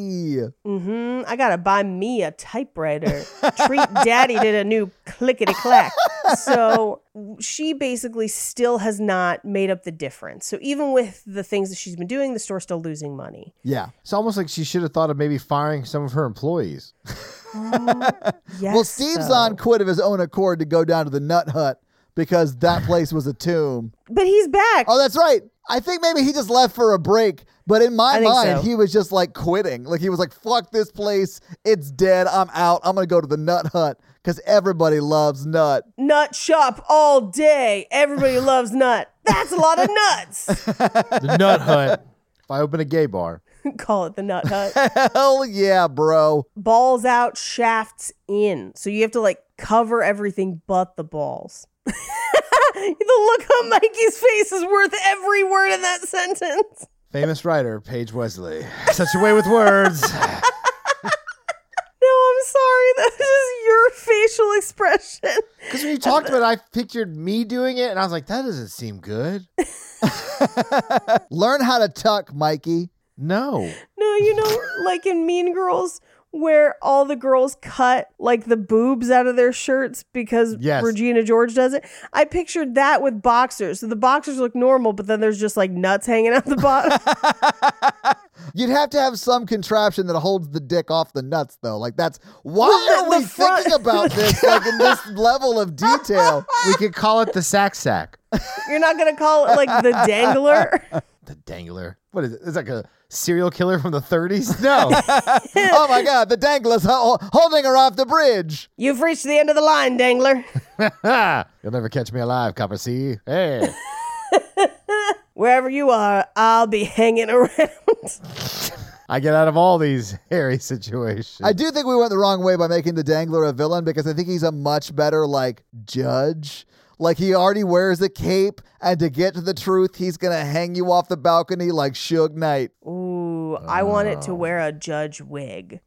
Speaker 3: Mm-hmm. I gotta buy me a typewriter. Treat Daddy did a new clickety clack. So she basically still has not made up the difference. So even with the things that she's been doing, the store's still losing money.
Speaker 5: Yeah.
Speaker 4: It's almost like she should have thought of maybe firing some of her employees.
Speaker 3: Yes,
Speaker 5: well, Steve
Speaker 3: though.
Speaker 5: Zahn quit of his own accord to go down to the Nut Hut because that place was a tomb.
Speaker 3: but he's back.
Speaker 5: Oh, that's right. I think maybe he just left for a break, but in my
Speaker 3: I think
Speaker 5: mind,
Speaker 3: so.
Speaker 5: he was just like quitting. Like he was like, "Fuck this place. It's dead. I'm out. I'm gonna go to the Nut Hut because everybody loves Nut."
Speaker 3: Nut shop all day. Everybody loves nut. That's a lot of nuts.
Speaker 4: The Nut Hut. If I open a gay bar,
Speaker 3: Call it the nut hut.
Speaker 5: Hell yeah, bro.
Speaker 3: Balls out, shafts in. So you have to like cover everything but the balls. the look on Mikey's face is worth every word in that sentence.
Speaker 4: famous writer Paige Wesley. Such a way with words.
Speaker 3: No, I'm sorry. That is your facial expression.
Speaker 4: Because when you talked about it, I pictured me doing it, and I was like, that doesn't seem good.
Speaker 5: Learn how to tuck, Mikey.
Speaker 4: No.
Speaker 3: No, you know, like in Mean Girls, where all the girls cut like the boobs out of their shirts because
Speaker 4: Yes.
Speaker 3: Regina George does it. I pictured that with boxers. So the boxers look normal, but then there's just like nuts hanging out the bottom.
Speaker 5: You'd have to have some contraption that holds the dick off the nuts, though. Like that's why
Speaker 3: Well,
Speaker 5: are
Speaker 3: the
Speaker 5: we
Speaker 3: front-
Speaker 5: thinking about this like in this level of detail?
Speaker 4: We could call it the sack sack.
Speaker 3: You're not gonna call it like the dangler.
Speaker 4: The dangler. What is it? It's like a serial killer from the 30s? No.
Speaker 5: oh my god, the dangler's ho- holding her off the bridge.
Speaker 3: You've reached the end of the line, dangler.
Speaker 4: You'll never catch me alive, Copper C. Hey.
Speaker 3: Wherever you are, I'll be hanging around.
Speaker 4: I get out of all these hairy situations.
Speaker 5: I do think we went the wrong way by making the dangler a villain because I think he's a much better like judge. Like he already wears a cape, and to get to the truth, he's gonna hang you off the balcony like Suge Knight.
Speaker 3: Ooh, I want
Speaker 5: Uh.
Speaker 3: it to wear a judge wig.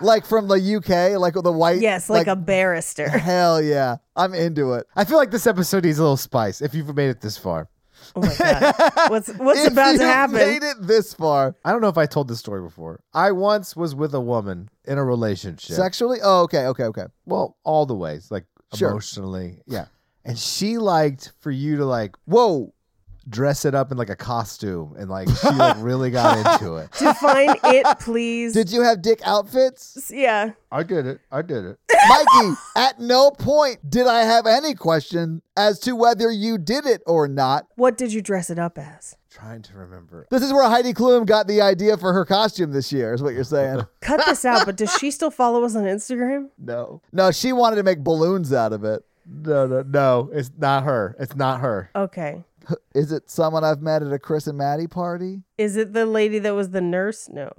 Speaker 5: like from the UK, like with the white.
Speaker 3: Yes, like, a barrister.
Speaker 5: hell yeah, I'm into it.
Speaker 4: I feel like this episode needs a little spice if you've made it this far.
Speaker 3: Oh my god. What's what's
Speaker 5: If
Speaker 3: about
Speaker 5: you
Speaker 3: to happen?
Speaker 5: Made it this far.
Speaker 4: I don't know if I told this story before. I once was with a woman in a relationship.
Speaker 5: Sexually? Oh, okay, okay, okay.
Speaker 4: well, all the ways, like
Speaker 5: Sure.
Speaker 4: emotionally. Yeah. And she liked for you to like
Speaker 5: Whoa,
Speaker 4: dress it up in like a costume, and like she like really got into it.
Speaker 3: Define it, please.
Speaker 5: Did you have dick outfits?
Speaker 3: yeah.
Speaker 4: I did it. I did it.
Speaker 5: Mikey, at no point did I have any question as to whether you did it or not.
Speaker 3: What did you dress it up as?
Speaker 4: Trying to remember.
Speaker 5: This is where Heidi Klum got the idea for her costume this year, is what you're saying.
Speaker 3: Cut this out, but does she still follow us on Instagram?
Speaker 5: no. No, she wanted to make balloons out of it.
Speaker 4: No, no, no. It's not her. It's not her.
Speaker 3: Okay.
Speaker 5: Is it someone I've met at a Chris and Maddie party?
Speaker 3: Is it the lady that was the nurse? No.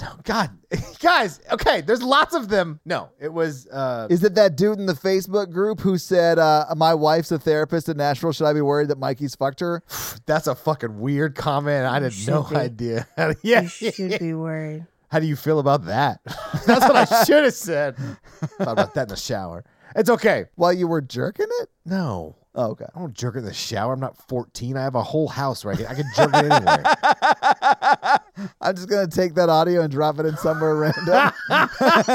Speaker 4: No, God, guys. Okay, there's lots of them. No, it was. uh
Speaker 5: Is it that dude in the Facebook group who said, uh, My wife's a therapist in Nashville. Should I be worried that Mikey's fucked her?
Speaker 4: That's a fucking weird comment. I had
Speaker 3: should
Speaker 4: no
Speaker 3: be.
Speaker 4: idea.
Speaker 3: You
Speaker 4: yeah.
Speaker 3: should be worried.
Speaker 4: How do you feel about that? That's what I should have said. Thought about that in the shower. It's okay.
Speaker 5: While you were jerking it?
Speaker 4: No.
Speaker 5: Oh, okay.
Speaker 4: I don't jerk it in the shower. I'm not 14. I have a whole house where I can, I can jerk it anywhere.
Speaker 5: I'm just going to take that audio and drop it in somewhere random.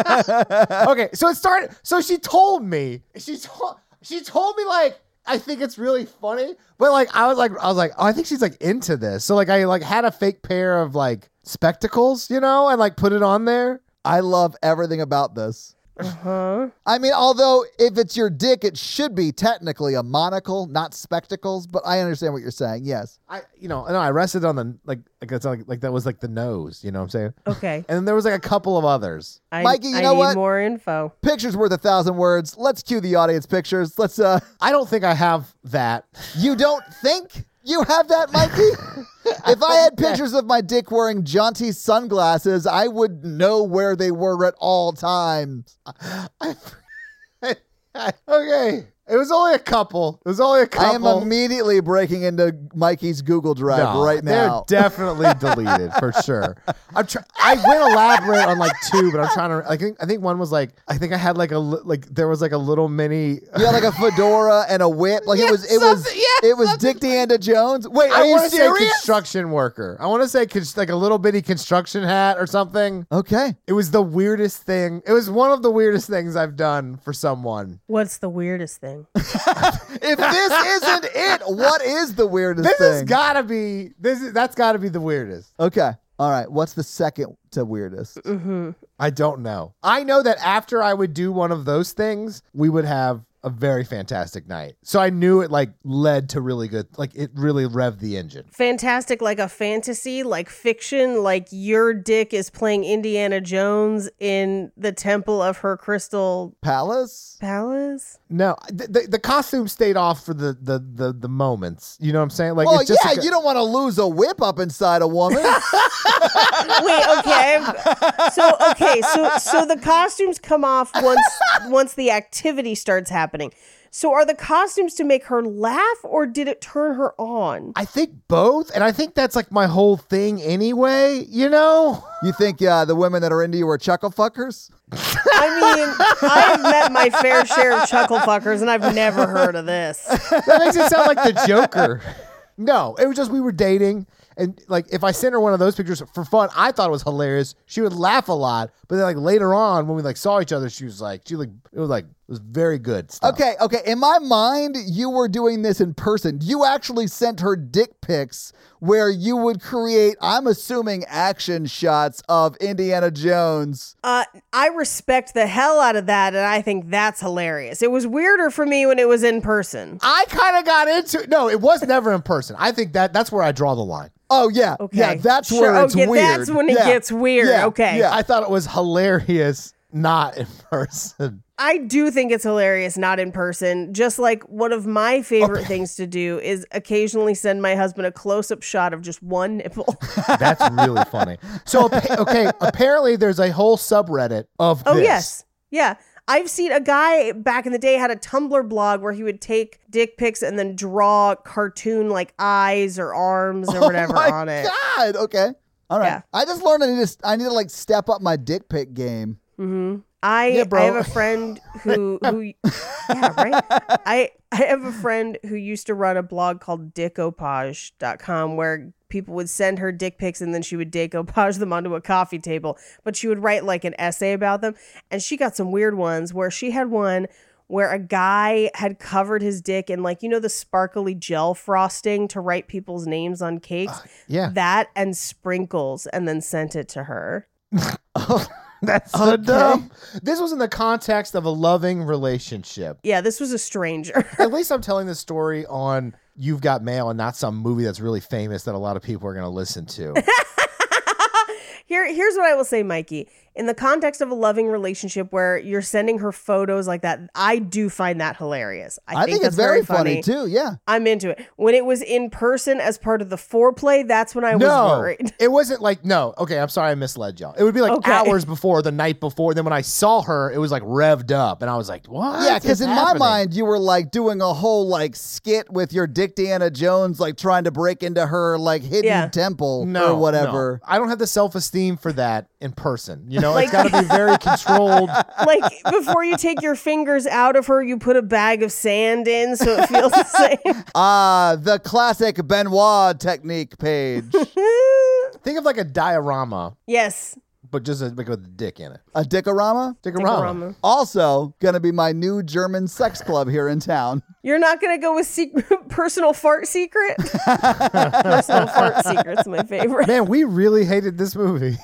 Speaker 4: okay, so it started. So she told me. She told. She told me like I think it's really funny, but like I was like I was like oh I think she's like into this. So like I like had a fake pair of like spectacles, you know, and like put it on there.
Speaker 5: I love everything about this.
Speaker 3: Huh?
Speaker 5: I mean, although if it's your dick, it should be technically a monocle, not spectacles, but I understand what you're saying. Yes.
Speaker 4: I you know no I rested on the like like that's like like that was like the nose, you know what I'm saying?
Speaker 3: Okay.
Speaker 4: And then there was like a couple of others.
Speaker 3: Oh. I,
Speaker 5: Mikey, you
Speaker 3: I
Speaker 5: know
Speaker 3: need
Speaker 5: what?
Speaker 3: more info.
Speaker 5: Pictures worth a thousand words. Let's cue the audience pictures. Let's, uh,
Speaker 4: I don't think I have that.
Speaker 5: you don't think you have that, Mikey? if I had pictures of my dick wearing jaunty sunglasses, I would know where they were at all times.
Speaker 4: okay. It was only a couple. It was only a couple.
Speaker 5: I am immediately breaking into Mikey's Google Drive
Speaker 4: No,
Speaker 5: right now.
Speaker 4: They're definitely deleted for sure. I'm try- I went elaborate on like two, but I'm trying to. I think I think one was like I think I had like a li- like there was like a little mini.
Speaker 5: you had like a fedora and a whip. Like it was, it was,
Speaker 4: something- yeah,
Speaker 5: it was Dick DeAnda Jones. Wait, are
Speaker 4: I
Speaker 5: you
Speaker 4: want to say
Speaker 5: serious?
Speaker 4: construction worker. I want to say cons- like a little bitty construction hat or something.
Speaker 5: okay.
Speaker 4: It was the weirdest thing. It was one of the weirdest things I've done for someone.
Speaker 3: What's the weirdest thing?
Speaker 5: If this isn't it, what is the weirdest
Speaker 4: This
Speaker 5: thing?
Speaker 4: has gotta be this. Is, that's gotta be the weirdest.
Speaker 5: okay. All right. What's the second to weirdest?
Speaker 4: I don't know. I know that after I would do one of those things, we would have a very fantastic night. So I knew it like led to really good, like it really revved the engine.
Speaker 3: Fantastic, like a fantasy, like fiction, like your dick is playing Indiana Jones in the temple of her crystal
Speaker 5: Palace?
Speaker 3: palace.
Speaker 4: No, the, the, the costume stayed off for the, the the the moments. You know what I'm saying? Like,
Speaker 5: well,
Speaker 4: it's just
Speaker 5: yeah,
Speaker 4: like a-
Speaker 5: you don't want to lose a whip up inside a woman.
Speaker 3: Wait, okay. So okay, so so the costumes come off once once the activity starts happening. So are the costumes to make her laugh or did it turn her on?
Speaker 4: I think both, and I think that's like my whole thing anyway. You know?
Speaker 5: you think uh, the women that are into you are chuckle fuckers?
Speaker 3: I mean, I've met my fair share of chuckle fuckers and I've never heard of this.
Speaker 4: That makes it sound like the Joker. No, it was just we were dating. And like, if I sent her one of those pictures for fun, I thought it was hilarious. She would laugh a lot, but then like later on, when we like saw each other, she was like, she like it was like it was very good stuff.
Speaker 5: Okay, okay. In my mind, you were doing this in person. You actually sent her dick pics where you would create, I'm assuming, action shots of Indiana Jones.
Speaker 3: Uh, I respect the hell out of that and I think that's hilarious. It was weirder for me when it was in person.
Speaker 4: I kind of got into no, it was never in person. I think that that's where I draw the line.
Speaker 5: Oh yeah,
Speaker 3: Okay.
Speaker 5: yeah. That's
Speaker 3: Sure.
Speaker 5: where
Speaker 3: Oh,
Speaker 5: it's
Speaker 3: yeah,
Speaker 5: weird.
Speaker 3: that's when it
Speaker 5: Yeah.
Speaker 3: gets weird.
Speaker 5: Yeah,
Speaker 3: Okay.
Speaker 5: yeah.
Speaker 4: I thought it was hilarious, not in person.
Speaker 3: I do think it's hilarious not in person. Just like one of my favorite things to do is occasionally send my husband a close up shot of just one nipple.
Speaker 4: That's really funny. So appa- okay, apparently there's a whole subreddit of
Speaker 3: Oh
Speaker 4: this.
Speaker 3: yes. Yeah. I've seen a guy back in the day had a Tumblr blog where he would take dick pics and then draw cartoon like eyes or arms or whatever
Speaker 4: Oh
Speaker 5: My
Speaker 3: on it.
Speaker 5: God. Okay. All right.
Speaker 3: Yeah.
Speaker 5: I just learned I need to I need to like step up my dick pic game.
Speaker 3: I,
Speaker 4: Mm-hmm. Yeah, bro.
Speaker 3: I have a friend who who yeah, right? I I have a friend who used to run a blog called dickopage.com where people would send her dick pics and then she would decoupage them onto a coffee table, but she would write like an essay about them and she got some weird ones where she had one where a guy had covered his dick in like you know the sparkly gel frosting to write people's names on cakes
Speaker 4: Uh, Yeah.
Speaker 3: that and sprinkles and then sent it to her
Speaker 4: That's so
Speaker 5: Okay.
Speaker 4: dumb. Um, This was in the context of a loving relationship.
Speaker 3: yeah this was a stranger
Speaker 4: At least I'm telling this story on You've Got Mail and not some movie that's really famous that a lot of people are going to listen to.
Speaker 3: Here, here's what I will say, Mikey. In the context of a loving relationship where you're sending her photos like that, I do find that hilarious. I,
Speaker 5: I, think,
Speaker 3: that's
Speaker 5: it's very funny. too. Yeah.
Speaker 3: I'm into it. When it was in person as part of the foreplay, that's when I was
Speaker 4: no,
Speaker 3: worried.
Speaker 4: it wasn't like, no, okay, I'm sorry I misled y'all. It would be like
Speaker 3: Okay.
Speaker 4: hours before, the night before. Then when I saw her, it was like revved up. And I was like, what?
Speaker 5: Yeah, because
Speaker 4: is
Speaker 5: in
Speaker 4: happening?
Speaker 5: my mind, you were like doing a whole like skit with your Dick Deanna Jones, like trying to break into her like hidden
Speaker 3: Yeah.
Speaker 5: temple or whatever.
Speaker 4: no. I don't have the self esteem for that in person. You know,
Speaker 3: Like-
Speaker 4: it's got to be very controlled.
Speaker 3: like before you take your fingers out of her, you put a bag of sand in so it feels the same.
Speaker 5: Ah, the classic Benoit technique page.
Speaker 4: Think of like a diorama,
Speaker 3: yes.
Speaker 4: but just a, like with a dick in it.
Speaker 5: a dickorama?
Speaker 4: Dickorama.
Speaker 5: Also, gonna be my new German sex club here in town.
Speaker 3: You're not gonna go with secret, personal fart secret. personal fart secret's my favorite.
Speaker 4: Man, we really hated this movie.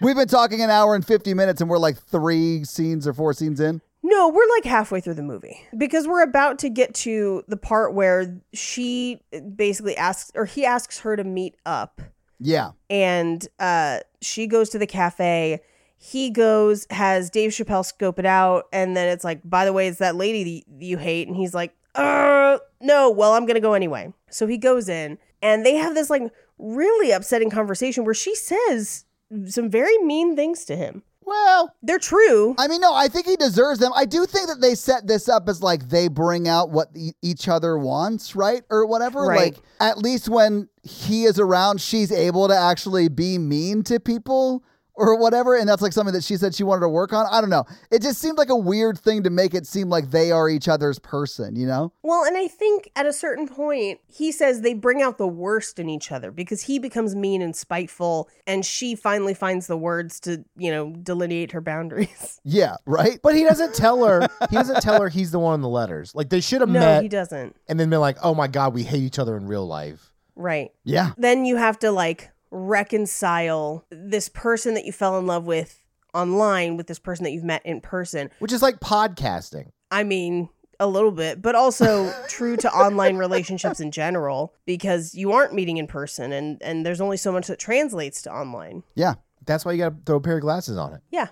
Speaker 5: We've been talking an hour and 50 minutes, and we're like three scenes or four scenes in.
Speaker 3: No, we're like halfway through the movie because we're about to get to the part where she basically asks, or he asks her to meet up,
Speaker 5: Yeah.
Speaker 3: and uh, she goes to the cafe. He goes, has Dave Chappelle scope it out, and then it's like, by the way, it's that lady that you hate, and he's like, uh, no, well, I'm gonna go anyway. So he goes in, and they have this like really upsetting conversation where she says some very mean things to him.
Speaker 4: well,
Speaker 3: They're true.
Speaker 5: I mean, no, I think he deserves them. I do think that they set this up as like they bring out what e- each other wants, right? Or whatever.
Speaker 3: Right.
Speaker 5: Like, at least when he is around, she's able to actually be mean to people or whatever. And that's like something that she said she wanted to work on. I don't know. It just seemed like a weird thing to make it seem like they are each other's person, you know?
Speaker 3: Well, and I think at a certain point, he says they bring out the worst in each other because he becomes mean and spiteful, and she finally finds the words to, you know, delineate her boundaries.
Speaker 5: Yeah, right?
Speaker 4: but he doesn't tell her. He doesn't tell her he's the one in the letters. Like they should have
Speaker 3: No, he
Speaker 4: met
Speaker 3: doesn't.
Speaker 4: and then been like, "Oh my god, we hate each other in real life."
Speaker 3: Right.
Speaker 5: Yeah.
Speaker 3: Then you have to like reconcile this person that you fell in love with online with this person that you've met in person.
Speaker 4: Which is like podcasting.
Speaker 3: I mean, a little bit, but also true to online relationships in general because you aren't meeting in person and and there's only so much that translates to online.
Speaker 5: Yeah.
Speaker 4: That's why you got to throw a pair of glasses on it.
Speaker 3: Yeah.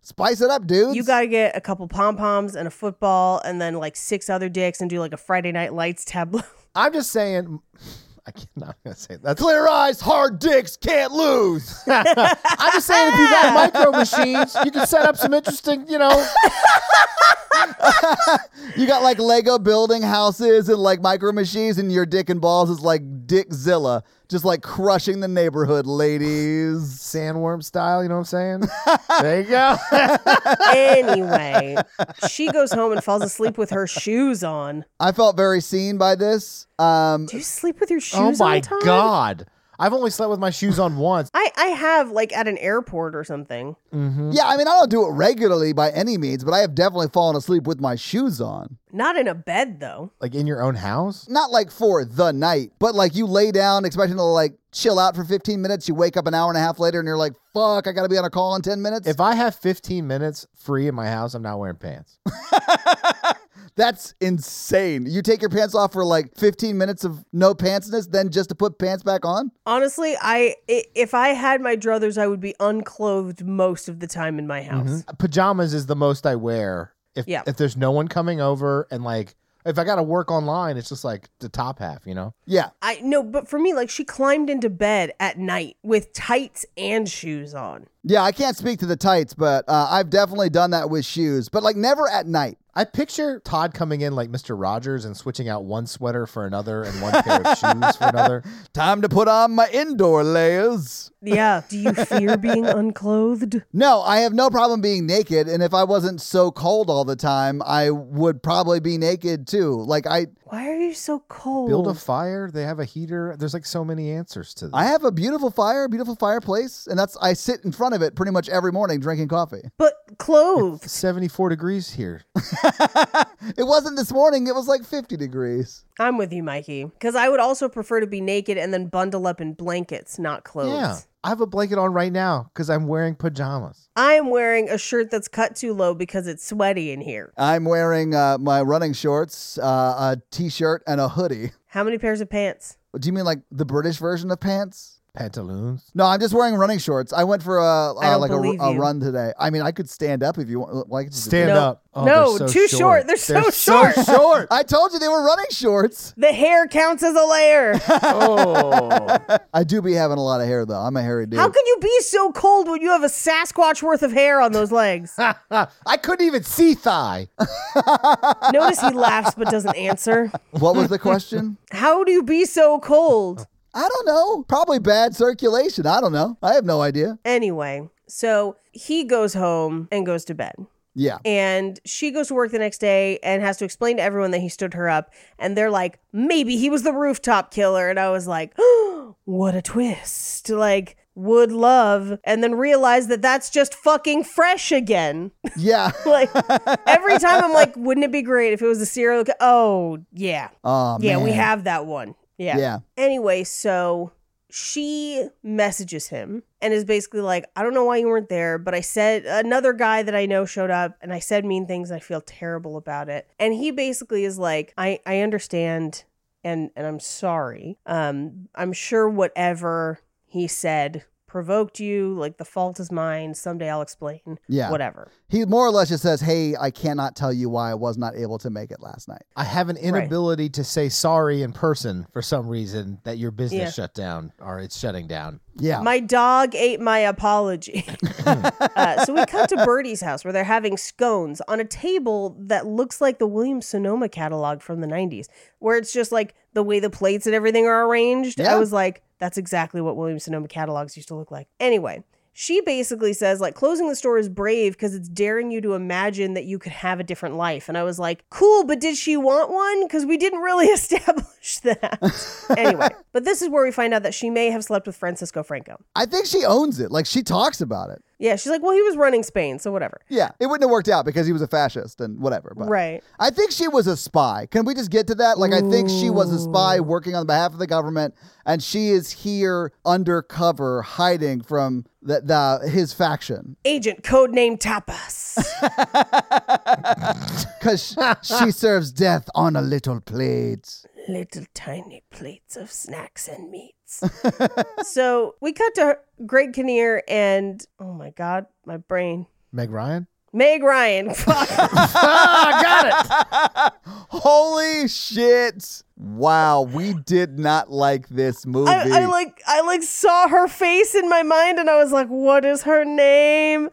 Speaker 5: Spice it up, dudes.
Speaker 3: You got to get a couple pom poms and a football and then like six other dicks and do like a Friday Night Lights tableau.
Speaker 4: I'm just saying. I can't, not gonna say that. Clear eyes, hard dicks can't lose. I'm just saying, if you got micro machines, you can set up some interesting, you know,
Speaker 5: You got like Lego building houses and like micro machines, and your dick and balls is like Dickzilla, just like crushing the neighborhood, ladies.
Speaker 4: sandworm style. You know what I'm saying? there you go.
Speaker 3: anyway, she goes home and falls asleep with her shoes on.
Speaker 5: I felt very seen by this. Um,
Speaker 3: Do you sleep with your shoes
Speaker 4: oh
Speaker 3: on?
Speaker 4: my
Speaker 3: Todd?
Speaker 4: god, I've only slept with my shoes on once.
Speaker 3: I, I have like at an airport or something.
Speaker 5: yeah, I mean, I don't do it regularly by any means, but I have definitely fallen asleep with my shoes on.
Speaker 3: Not in a bed though.
Speaker 4: Like in your own house?
Speaker 5: Not like for the night, but like you lay down expecting to like chill out for 15 minutes. You wake up an hour and a half later and you're like, fuck, I gotta be on a call in 10 minutes.
Speaker 4: If I have 15 minutes free in my house, I'm not wearing pants.
Speaker 5: That's insane. You take your pants off for like 15 minutes of no pantsness, then just to put pants back on?
Speaker 3: Honestly, I i- if I had my druthers, I would be unclothed most of the time in my house.
Speaker 4: Mm-hmm. Pajamas is the most I wear if
Speaker 3: Yeah.
Speaker 4: if there's no one coming over and like if I got to work online, it's just like the top half, you know.
Speaker 5: Yeah.
Speaker 3: I no, but for me, like she climbed into bed at night with tights and shoes on.
Speaker 5: Yeah, I can't speak to the tights, but uh, I've definitely done that with shoes, but like never at night.
Speaker 4: I picture Todd coming in like Mr. Rogers and switching out one sweater for another and one pair of shoes for another.
Speaker 5: Time to put on my indoor layers.
Speaker 3: Yeah. Do you fear being unclothed?
Speaker 5: No, I have no problem being naked, and if I wasn't so cold all the time, I would probably be naked too. Like I,
Speaker 3: Why are you so cold?
Speaker 4: Build a fire. They have a heater. There's like so many answers to this.
Speaker 5: I have a beautiful fire, beautiful fireplace, and that's I sit in front of it pretty much every morning drinking coffee.
Speaker 3: but clothed.
Speaker 4: 74 degrees here.
Speaker 5: It wasn't this morning; it was like fifty degrees.
Speaker 3: I'm with you, Mikey. Because I would also prefer to be naked and then bundle up in blankets, not clothes.
Speaker 4: Yeah. I have a blanket on right now because I'm wearing pajamas.
Speaker 3: I am wearing a shirt that's cut too low because it's sweaty in here.
Speaker 5: I'm wearing uh, my running shorts, uh, a t-shirt, and a hoodie.
Speaker 3: How many pairs of pants?
Speaker 5: Do you mean like the British version of pants?
Speaker 4: Pantaloons.
Speaker 5: No, I'm just wearing running shorts. I went for a,
Speaker 3: I
Speaker 5: uh
Speaker 3: don't
Speaker 5: like a,
Speaker 3: believe
Speaker 5: a
Speaker 3: you.
Speaker 5: run today. I mean, I could stand up if you want. Like
Speaker 4: Stand
Speaker 3: No.
Speaker 4: up. Oh,
Speaker 3: No,
Speaker 4: they're so
Speaker 3: too short. They're so short.
Speaker 4: short.
Speaker 5: I told you they were running shorts.
Speaker 3: The hair counts as a layer.
Speaker 5: I do be having a lot of hair though. I'm a hairy dude.
Speaker 3: How can you be so cold when you have a Sasquatch worth of hair on those legs?
Speaker 4: I couldn't even see thigh.
Speaker 3: Notice he laughs but doesn't answer.
Speaker 5: what was the question?
Speaker 3: How do you be so cold?
Speaker 5: I don't know. Probably bad circulation. I don't know. I have no idea.
Speaker 3: Anyway, so he goes home and goes to bed.
Speaker 5: Yeah.
Speaker 3: And she goes to work the next day and has to explain to everyone that he stood her up. And they're like, maybe he was the rooftop killer. And I was like, what a twist. Like, would love. And then realize that that's just fucking fresh again.
Speaker 5: Yeah.
Speaker 3: like, every time I'm like, wouldn't it be great if it was a serial? ki- Oh, yeah.
Speaker 5: Oh,
Speaker 3: yeah, we
Speaker 5: man.
Speaker 3: have that one. Yeah.
Speaker 5: Yeah.
Speaker 3: Anyway, so she messages him and is basically like, I don't know why you weren't there, but I said another guy that I know showed up and I said mean things and I feel terrible about it. And he basically is like, I, I understand and and I'm sorry. Um I'm sure whatever he said provoked you, like the fault is mine. Someday I'll explain.
Speaker 5: Yeah.
Speaker 3: Whatever.
Speaker 5: He more or less just says, Hey, I cannot tell you why I was not able to make it last night.
Speaker 4: I have an inability to say sorry in person for some reason that your business
Speaker 3: Yeah.
Speaker 4: shut down or it's shutting down.
Speaker 5: Yeah.
Speaker 3: My dog ate my apology. uh, so we cut to Bertie's house where they're having scones on a table that looks like the Williams Sonoma catalog from the 90s, where it's just like the way the plates and everything are arranged.
Speaker 5: Yeah.
Speaker 3: I was like, that's exactly what Williams Sonoma catalogs used to look like. Anyway. She basically says, like, closing the store is brave because it's daring you to imagine that you could have a different life. And I was like, cool, but did she want one? Because we didn't really establish that. anyway, but this is where we find out that she may have slept with Francisco Franco.
Speaker 5: I think she owns it. Like she talks about it.
Speaker 3: Yeah, she's like, well, he was running Spain, so whatever.
Speaker 5: Yeah. It wouldn't have worked out because he was a fascist and whatever. But
Speaker 3: Right.
Speaker 5: I think she was a spy. Can we just get to that? Like, I think she was a spy working on behalf of the government, and she is here undercover, hiding from the, the his faction.
Speaker 3: Agent codename Tapas.
Speaker 5: Because she serves death on a little plate.
Speaker 3: Little tiny plates of snacks and meats. so we cut to her- Greg Kinnear and, oh my God, my brain.
Speaker 4: Meg Ryan?
Speaker 3: Meg Ryan. Fuck.
Speaker 5: Holy shit. Wow, we did not like this movie.
Speaker 3: I, I like I like saw her face in my mind and I was like, what is her name?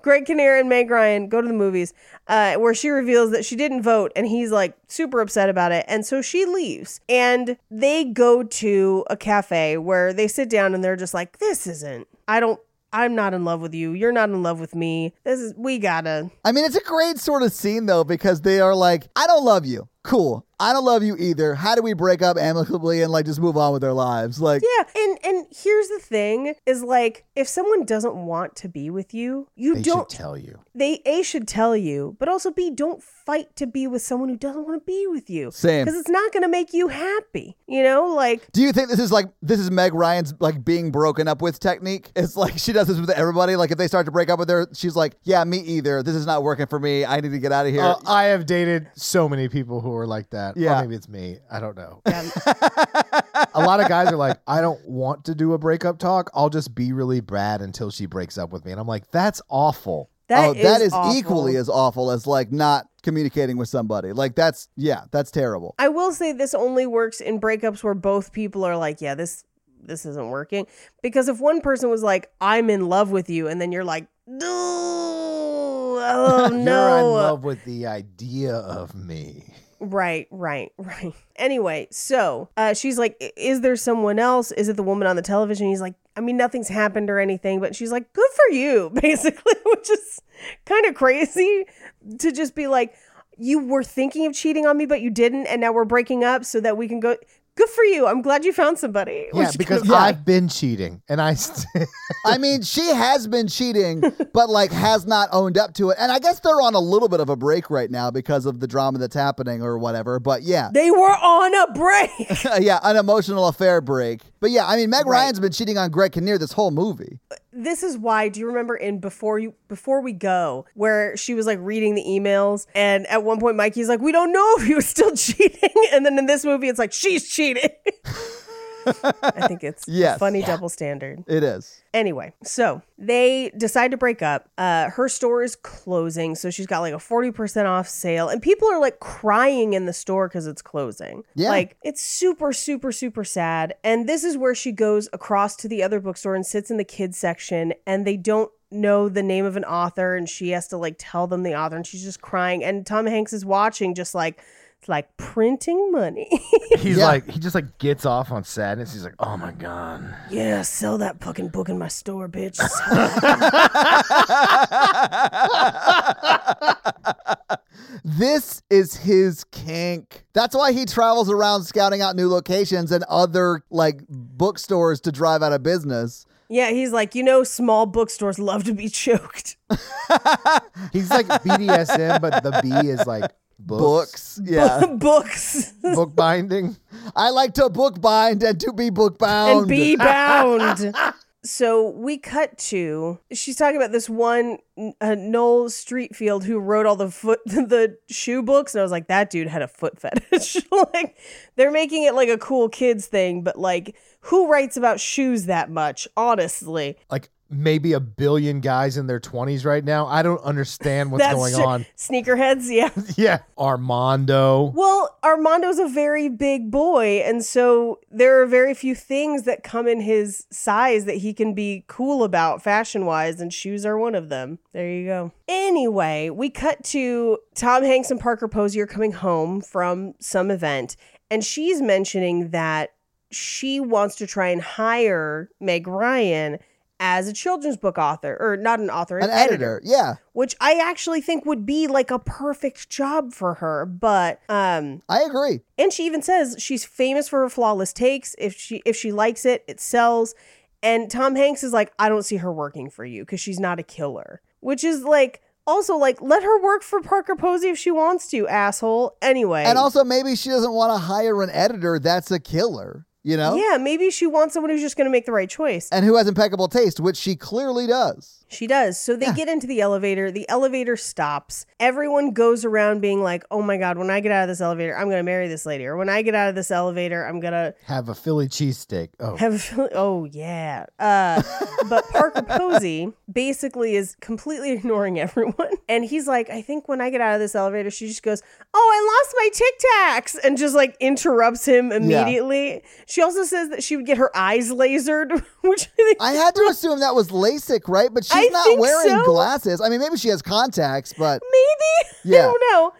Speaker 3: Greg Kinnear and Meg Ryan go to the movies, uh, where she reveals that she didn't vote, and he's like super upset about it, and so she leaves, and they go to a cafe where they sit down, and they're just like, "This isn't. I don't. I'm not in love with you. You're not in love with me. This is. We gotta.
Speaker 5: I mean, it's a great sort of scene though because they are like, "I don't love you." Cool. I don't love you either. How do we break up amicably and like just move on with our lives? Like,
Speaker 3: Yeah, and and here's the thing: is like if someone doesn't want to be with you, you
Speaker 4: They
Speaker 3: don't
Speaker 4: should tell you.
Speaker 3: they a should tell you, but also b don't fight to be with someone who doesn't want to be with you.
Speaker 5: Same.
Speaker 3: because it's not going to make you happy. You know, like
Speaker 5: do you think this is like this is Meg Ryan's like being broken up with technique? It's like she does this with everybody. Like if they start to break up with her, she's like, "Yeah, me either. This is not working for me. I need to get out of here."
Speaker 4: Uh, I have dated so many people who are like that. Or
Speaker 5: Yeah.
Speaker 4: maybe it's me. I don't know. a lot of guys are like, I don't want to do a breakup talk. I'll just be really bad until she breaks up with me. And I'm like, that's awful.
Speaker 3: that
Speaker 5: oh,
Speaker 3: is
Speaker 5: that is
Speaker 3: awful.
Speaker 5: equally as awful as like not communicating with somebody. Like that's yeah, that's terrible.
Speaker 3: I will say this only works in breakups where both people are like, yeah, this this isn't working. Because if one person was like, I'm in love with you, and then you're like, no, oh
Speaker 4: You're
Speaker 3: no,
Speaker 4: in love with the idea of me.
Speaker 3: Right, right, right. Anyway, so uh, she's like, "I- Is there someone else? Is it the woman on the television? He's like, I mean, nothing's happened or anything, but she's like, good for you, basically, which is kind of crazy to just be like, you were thinking of cheating on me, but you didn't. And now we're breaking up so that we can go. Good for you. I'm glad you found somebody.
Speaker 4: Yeah,
Speaker 3: Which-
Speaker 4: because I've been cheating and I st-
Speaker 5: I mean, she has been cheating, but like has not owned up to it. And I guess they're on a little bit of a break right now because of the drama that's happening or whatever. But yeah,
Speaker 3: they were on a break.
Speaker 5: yeah, an emotional affair break. But yeah, I mean, Meg Ryan's been cheating on Greg Kinnear this whole movie.
Speaker 3: this is why do you remember in before you before we go where she was like reading the emails and at one point mikey's like we don't know if he was still cheating and then in this movie it's like she's cheating i think it's
Speaker 5: Yes.
Speaker 3: a funny double standard
Speaker 5: It is.
Speaker 3: Anyway, so they decide to break up. Uh, her store is closing, so she's got like a 40% off sale, and people are like crying in the store because it's closing.
Speaker 5: Yeah.
Speaker 3: Like it's super, super, super sad. And this is where she goes across to the other bookstore and sits in the kids section, and they don't know the name of an author, and she has to like tell them the author, and she's just crying. And Tom Hanks is watching, just like, it's like printing money.
Speaker 4: he's
Speaker 5: Yeah.
Speaker 4: like he just like gets off on sadness. He's like, oh my god.
Speaker 3: yeah, sell that fucking book in my store, bitch.
Speaker 5: This is his kink. That's why he travels around scouting out new locations and other like bookstores to drive out of business.
Speaker 3: Yeah, he's like, you know, small bookstores love to be choked.
Speaker 4: He's like BDSM, but the B is like books,
Speaker 5: Books. Yeah.
Speaker 3: Books
Speaker 4: book binding.
Speaker 5: I like to book bind and to be book bound.
Speaker 3: and be bound. so we cut to she's talking about this one uh, Noel Streetfield who wrote all the foot the shoe books, and I was like, that dude had a foot fetish. like they're making it like a cool kids thing, but like who writes about shoes that much? Honestly,
Speaker 4: Like maybe a billion guys in their twenties right now. I don't understand what's going
Speaker 3: ju-
Speaker 4: on.
Speaker 3: Sneakerheads, yeah.
Speaker 4: Yeah, Armando.
Speaker 3: Well, Armando's a very big boy, and so there are very few things that come in his size that he can be cool about fashion wise, and shoes are one of them. There you go. Anyway, we cut to Tom Hanks and Parker Posey are coming home from some event, and she's mentioning that she wants to try and hire Meg Ryan as a children's book author, or not an author,
Speaker 5: An editor. Yeah.
Speaker 3: which I actually think would be like a perfect job for her. But um,
Speaker 5: I agree.
Speaker 3: and she even says she's famous for her flawless takes. If she if she likes it, it sells. And Tom Hanks is like, I don't see her working for you because she's not a killer, which is like also like let her work for Parker Posey if she wants to, asshole. Anyway,
Speaker 5: And also, maybe she doesn't want to hire an editor that's a killer, you know?
Speaker 3: yeah, maybe she wants someone who's just going to make the right choice.
Speaker 5: And who has impeccable taste, which she clearly does.
Speaker 3: She does. So they get into the elevator. The elevator stops. Everyone goes around being like, oh my God, when I get out of this elevator, I'm going to marry this lady. Or when I get out of this elevator, I'm going to
Speaker 4: Have a Philly cheesesteak. Oh,
Speaker 3: have. Oh, yeah. Uh, but Parker Posey basically is completely ignoring everyone. And he's like, I think when I get out of this elevator, she just goes, oh, I lost my Tic Tacs. And just like interrupts him immediately. She also says that she would get her eyes lasered, which I think
Speaker 5: I had to assume that was LASIK, right? But she's
Speaker 3: I
Speaker 5: not
Speaker 3: think
Speaker 5: wearing
Speaker 3: so.
Speaker 5: glasses. I mean, maybe she has contacts, but
Speaker 3: maybe.
Speaker 5: Yeah.
Speaker 3: I don't know.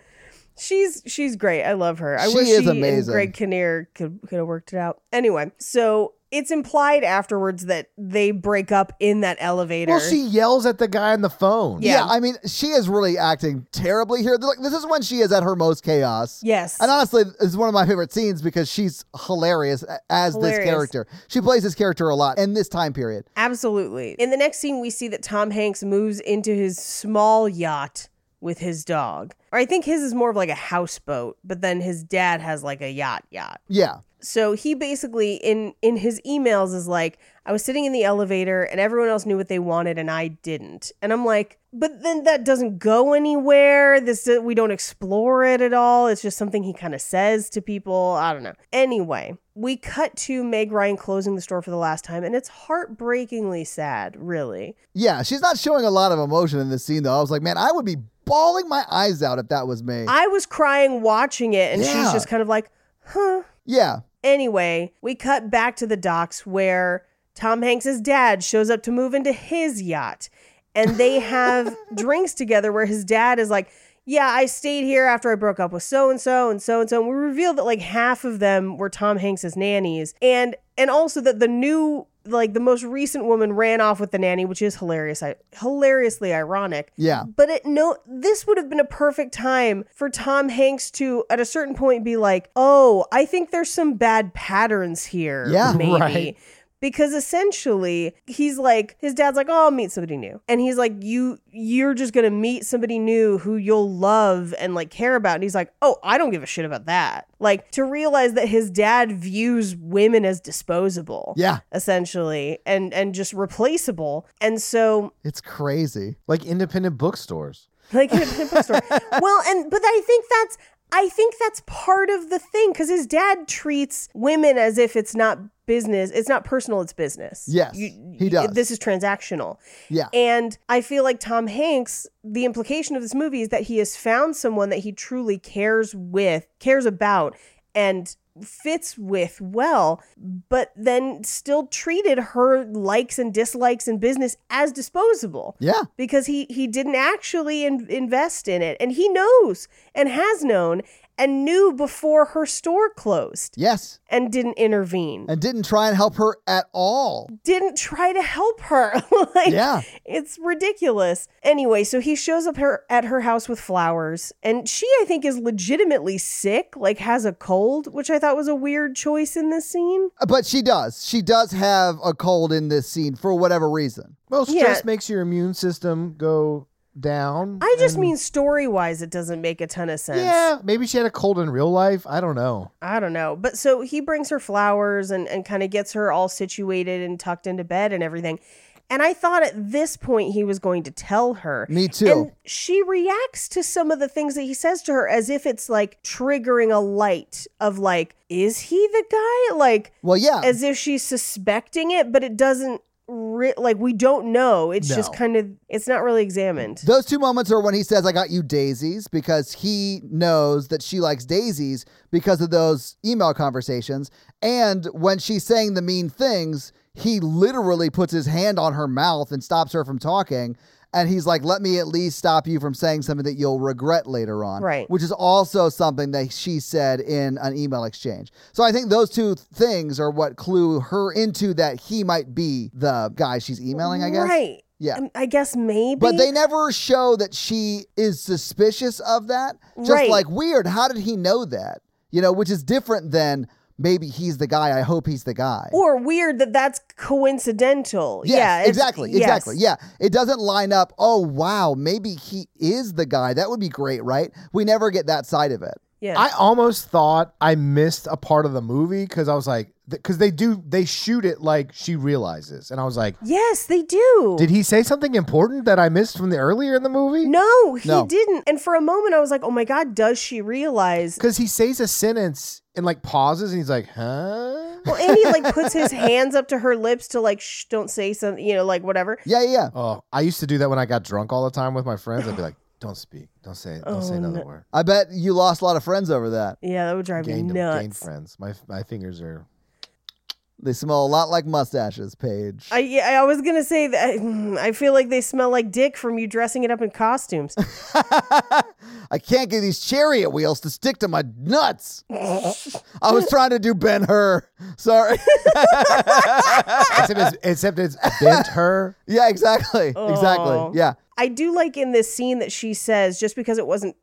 Speaker 3: She's she's great. I love her. I
Speaker 5: She
Speaker 3: wish
Speaker 5: is
Speaker 3: she
Speaker 5: amazing.
Speaker 3: and Greg Kinnear could could have worked it out. Anyway, so it's implied afterwards that they break up in that elevator.
Speaker 4: well, she yells at the guy on the phone.
Speaker 3: Yeah.
Speaker 5: yeah. I mean, she is really acting terribly here. Like, this is when she is at her most chaos.
Speaker 3: yes.
Speaker 5: And honestly, it's one of my favorite scenes because she's hilarious a- as this
Speaker 3: Hilarious.
Speaker 5: character. She plays this character a lot in this time period.
Speaker 3: Absolutely. In the next scene, we see that Tom Hanks moves into his small yacht with his dog. Or I think his is more of like a houseboat, but then his dad has like a yacht yacht.
Speaker 5: Yeah.
Speaker 3: so he basically in in his emails is like i was sitting in the elevator and everyone else knew what they wanted and i didn't and i'm like but then that doesn't go anywhere this uh, we don't explore it at all it's just something he kind of says to people i don't know anyway we cut to meg ryan closing the store for the last time and it's heartbreakingly sad really
Speaker 5: Yeah, she's not showing a lot of emotion in this scene, though. I was like, man, I would be bawling my eyes out if that was me.
Speaker 3: i was crying watching it and
Speaker 5: Yeah.
Speaker 3: she's just kind of like huh
Speaker 5: yeah,
Speaker 3: Anyway, we cut back to the docks where Tom Hanks's dad shows up to move into his yacht and they have drinks together where his dad is like, "Yeah, I stayed here after I broke up with so and so and so and so." And we reveal that like half of them were Tom Hanks's nannies and and also that the new like the most recent woman ran off with the nanny, which is hilarious, I, hilariously ironic.
Speaker 5: Yeah.
Speaker 3: But it no, this would have been a perfect time for Tom Hanks to, at a certain point, be like, "Oh, I think there's some bad patterns here."
Speaker 5: Yeah,
Speaker 3: maybe.
Speaker 4: right.
Speaker 3: Because essentially, he's like, his dad's like, "Oh, I'll meet somebody new," and he's like, "You, you're just gonna meet somebody new who you'll love and like care about," and he's like, "Oh, I don't give a shit about that." Like to realize that his dad views women as disposable
Speaker 5: Yeah.
Speaker 3: essentially and and just replaceable and so
Speaker 5: It's crazy.
Speaker 4: like independent bookstores.
Speaker 3: like in a bookstore well and but i think that's i think that's part of the thing because his dad treats women as if it's not business it's not personal it's business
Speaker 5: Yes, he does.
Speaker 3: this is transactional
Speaker 5: Yeah.
Speaker 3: and I feel like Tom Hanks, the implication of this movie is that he has found someone that he truly cares with, cares about, and fits with well, but then still treated her likes and dislikes in business as disposable
Speaker 5: Yeah.
Speaker 3: because he he didn't actually in, invest in it and he knows and has known and knew before her store closed
Speaker 5: Yes.
Speaker 3: and didn't intervene
Speaker 5: And didn't try and help her at all.
Speaker 3: didn't try to help her. like,
Speaker 5: Yeah.
Speaker 3: it's ridiculous. Anyway, so he shows up her at her house with flowers, and she, I think, is legitimately sick, like has a cold, which I thought was a weird choice in this scene.
Speaker 5: But she does. She does have a cold in this scene for whatever reason.
Speaker 4: Well,
Speaker 3: Yeah.
Speaker 4: stress makes your immune system go down.
Speaker 3: I just
Speaker 5: Um,
Speaker 4: and-
Speaker 3: mean story wise, it doesn't make a ton of sense.
Speaker 4: yeah, maybe she had a cold in real life. I don't know.
Speaker 3: I don't know. But so he brings her flowers and, and kind of gets her all situated and tucked into bed and everything. And I thought at this point he was going to tell her.
Speaker 5: Me too.
Speaker 3: And she reacts to some of the things that he says to her as if it's like triggering a light of like, is he the guy? Like,
Speaker 5: Well, yeah.
Speaker 3: as if she's suspecting it, but it doesn't. Re- like we don't know. It's just
Speaker 5: No.
Speaker 3: kind of. It's not really examined.
Speaker 5: Those two moments are when he says, I got you daisies, because he knows that she likes daisies because of those email conversations. And when she's saying the mean things, he literally puts his hand on her mouth and stops her from talking. And he's like, let me at least stop you from saying something that you'll regret later on.
Speaker 3: Right.
Speaker 5: Which is also something that she said in an email exchange. So I think those two things are what clue her into that he might be the guy she's emailing, I guess.
Speaker 3: Right.
Speaker 5: Yeah.
Speaker 3: Um, I guess maybe.
Speaker 5: But they never show that she is suspicious of that. Just
Speaker 3: Right.
Speaker 5: like weird. How did he know that? You know, which is different than maybe he's the guy. I hope he's the guy.
Speaker 3: or weird that that's coincidental.
Speaker 5: Yes,
Speaker 3: yeah, it's-
Speaker 5: exactly,
Speaker 3: yes.
Speaker 5: exactly. Yeah, it doesn't line up. Oh wow, maybe he is the guy. That would be great, right? We never get that side of it.
Speaker 3: Yeah.
Speaker 4: I almost thought I missed a part of the movie because I was like, because they do, they shoot it like she realizes. And I was like,
Speaker 3: yes, they do.
Speaker 4: did he say something important that I missed from the earlier in the movie?
Speaker 3: No, he
Speaker 5: No.
Speaker 3: didn't. And for a moment, I was like, "Oh my god, does she realize?"
Speaker 4: Because he says a sentence and like pauses and he's like, huh?
Speaker 3: Well, and he like puts his hands up to her lips to like, "Shh, don't say something," you know, like whatever.
Speaker 5: Yeah, yeah, yeah.
Speaker 4: Oh, I used to do that when I got drunk all the time with my friends. I'd be like, don't speak. Don't say, don't
Speaker 3: Oh,
Speaker 4: say another word.
Speaker 5: I bet you lost a lot of friends over that.
Speaker 3: Yeah, that would drive
Speaker 4: Gained,
Speaker 3: me
Speaker 4: gained
Speaker 3: nuts.
Speaker 4: friends. My, my fingers are
Speaker 5: They smell a lot like mustaches, Paige.
Speaker 3: I yeah, I was gonna say that mm, I feel like they smell like dick from you dressing it up in costumes.
Speaker 5: I can't get these chariot wheels to stick to my nuts. I was trying to do Ben Hur. Sorry.
Speaker 4: except, it's, except it's bent her.
Speaker 5: yeah, exactly.
Speaker 3: Oh.
Speaker 5: Exactly. Yeah.
Speaker 3: I do like in this scene that she says, just because it wasn't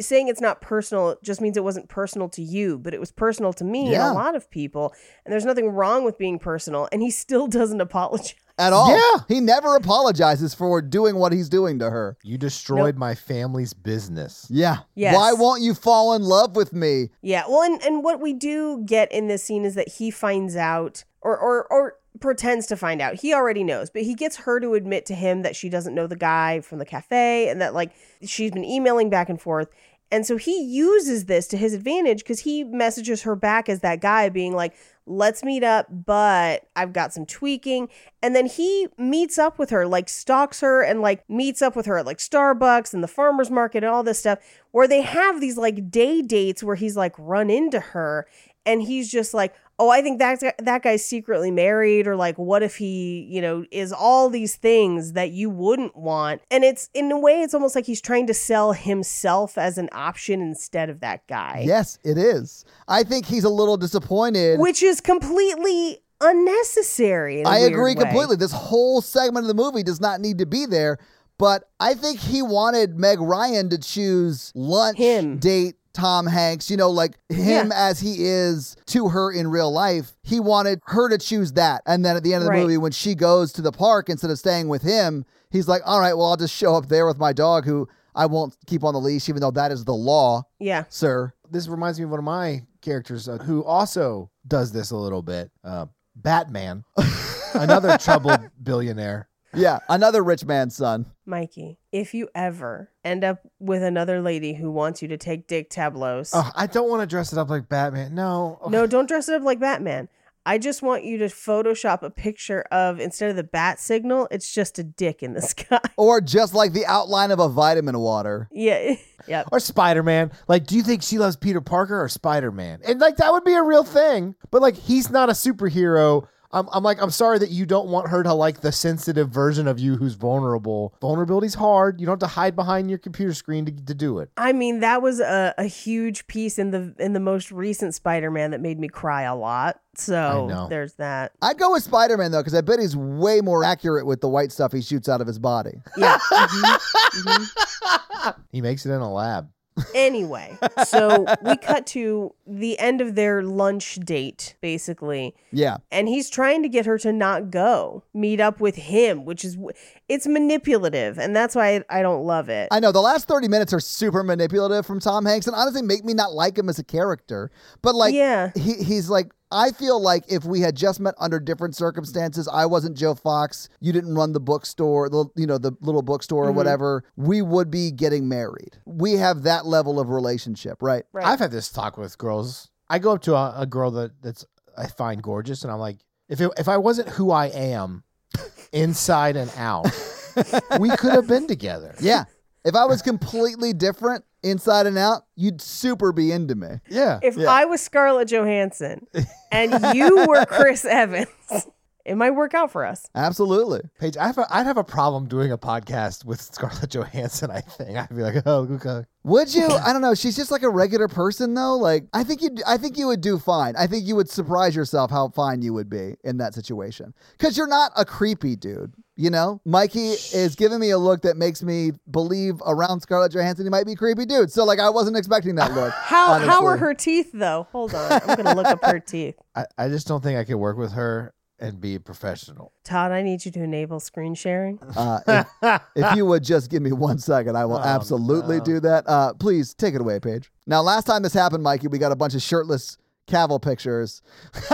Speaker 3: saying it's not personal just means it wasn't personal to you, but it was personal to me
Speaker 5: Yeah.
Speaker 3: and a lot of people. And there's nothing wrong with being personal. And he still doesn't apologize.
Speaker 5: At all.
Speaker 4: Yeah.
Speaker 5: He never apologizes for doing what he's doing to her.
Speaker 4: You destroyed my family's business.
Speaker 5: Yeah.
Speaker 3: Yes.
Speaker 5: Why won't you fall in love with me?
Speaker 3: Yeah. Well, and, and what we do get in this scene is that he finds out or, or, or pretends to find out. He already knows, but he gets her to admit to him that she doesn't know the guy from the cafe and that, like, she's been emailing back and forth. And so he uses this to his advantage because he messages her back as that guy being like, let's meet up, but I've got some tweaking. And then he meets up with her, like stalks her and like meets up with her at like Starbucks and the farmer's market and all this stuff, where they have these like day dates where he's like run into her and he's just like, oh, I think that, that guy's secretly married or like, what if he, you know, is all these things that you wouldn't want. And it's in a way, it's almost like he's trying to sell himself as an option instead of that guy
Speaker 5: Yes, it is. I think he's a little disappointed.
Speaker 3: which is completely unnecessary. in a
Speaker 5: I
Speaker 3: weird
Speaker 5: agree
Speaker 3: way.
Speaker 5: completely. This whole segment of the movie does not need to be there, but I think he wanted Meg Ryan to choose lunch
Speaker 3: Him.
Speaker 5: date Tom Hanks, you know, like him as he is to her in real life. He wanted her to choose that. And then at the end of the
Speaker 3: Right.
Speaker 5: movie, when she goes to the park instead of staying with him, he's like, all right, well, I'll just show up there with my dog who I won't keep on the leash, even though that is the law,
Speaker 3: Yeah.
Speaker 5: sir.
Speaker 4: This reminds me of one of my characters uh, who also does this a little bit. Uh, Batman, another troubled billionaire.
Speaker 5: Yeah, another rich man's son.
Speaker 3: Mikey, if you ever end up with another lady who wants you to take dick tableaus,
Speaker 5: Uh-huh.
Speaker 4: Oh, I don't want to dress it up like Batman. No.
Speaker 3: no, don't dress it up like Batman. I just want you to Photoshop a picture of instead of the bat signal, it's just a dick in the sky.
Speaker 5: Or just like the outline of a vitamin water.
Speaker 3: yeah. Yep.
Speaker 4: or Spider Man. Like, do you think she loves Peter Parker or Spider Man? And like that would be a real thing. But like he's not a superhero. I'm, I'm like, I'm sorry that you don't want her to like the sensitive version of you who's vulnerable. Vulnerability's hard. You don't have to hide behind your computer screen to, to do it.
Speaker 3: I mean, that was a, a huge piece in the in the most recent Spider-Man that made me cry a lot. So
Speaker 4: know.
Speaker 3: there's that.
Speaker 5: I'd go with Spider Man though, because I bet he's way more accurate with the white stuff he shoots out of his body.
Speaker 3: Yeah.
Speaker 4: He makes it in a lab.
Speaker 3: anyway, so we cut to the end of their lunch date, basically.
Speaker 5: Yeah.
Speaker 3: and he's trying to get her to not go meet up with him which is it's manipulative and that's why i, I don't love it
Speaker 5: I know the last 30 minutes are super manipulative from Tom Hanks and honestly make me not like him as a character. But like,
Speaker 3: Yeah.
Speaker 5: he, he's like, I feel like if we had just met under different circumstances, I wasn't Joe Fox, you didn't run the bookstore, the, you know, the little bookstore or whatever, we would be getting married. We have that level of relationship, right?
Speaker 3: right
Speaker 4: I've had this talk with girls. I go up to a, a girl that that's I find gorgeous, and I'm like, if it, if I wasn't who I am, inside and out, we could have been together.
Speaker 5: Yeah. if I was completely different inside and out, you'd super be into me.
Speaker 4: Yeah.
Speaker 3: if i was scarlett johansson and you were chris evans it might work out for us
Speaker 5: Absolutely.
Speaker 4: Paige, I have a, I'd have a problem doing a podcast with Scarlett Johansson. I think I'd be like, oh, okay.
Speaker 5: Would you? I don't know. She's just like a regular person, though. Like, I think you. I think you would do fine. I think you would surprise yourself how fine you would be in that situation because you're not a creepy dude. You know, Mikey is giving me a look that makes me believe around Scarlett Johansson he might be a creepy dude. So, like, I wasn't expecting that look.
Speaker 3: how how are
Speaker 5: honestly.
Speaker 3: her teeth though hold on i'm gonna look up her teeth
Speaker 4: I, I just don't think I could work with her and be professional.
Speaker 3: todd i need you to enable screen sharing
Speaker 5: Uh, if, if you would just give me one second, I will absolutely do that. Uh, please take it away, Paige. Now, last time this happened, Mikey, we got a bunch of shirtless Cavill pictures.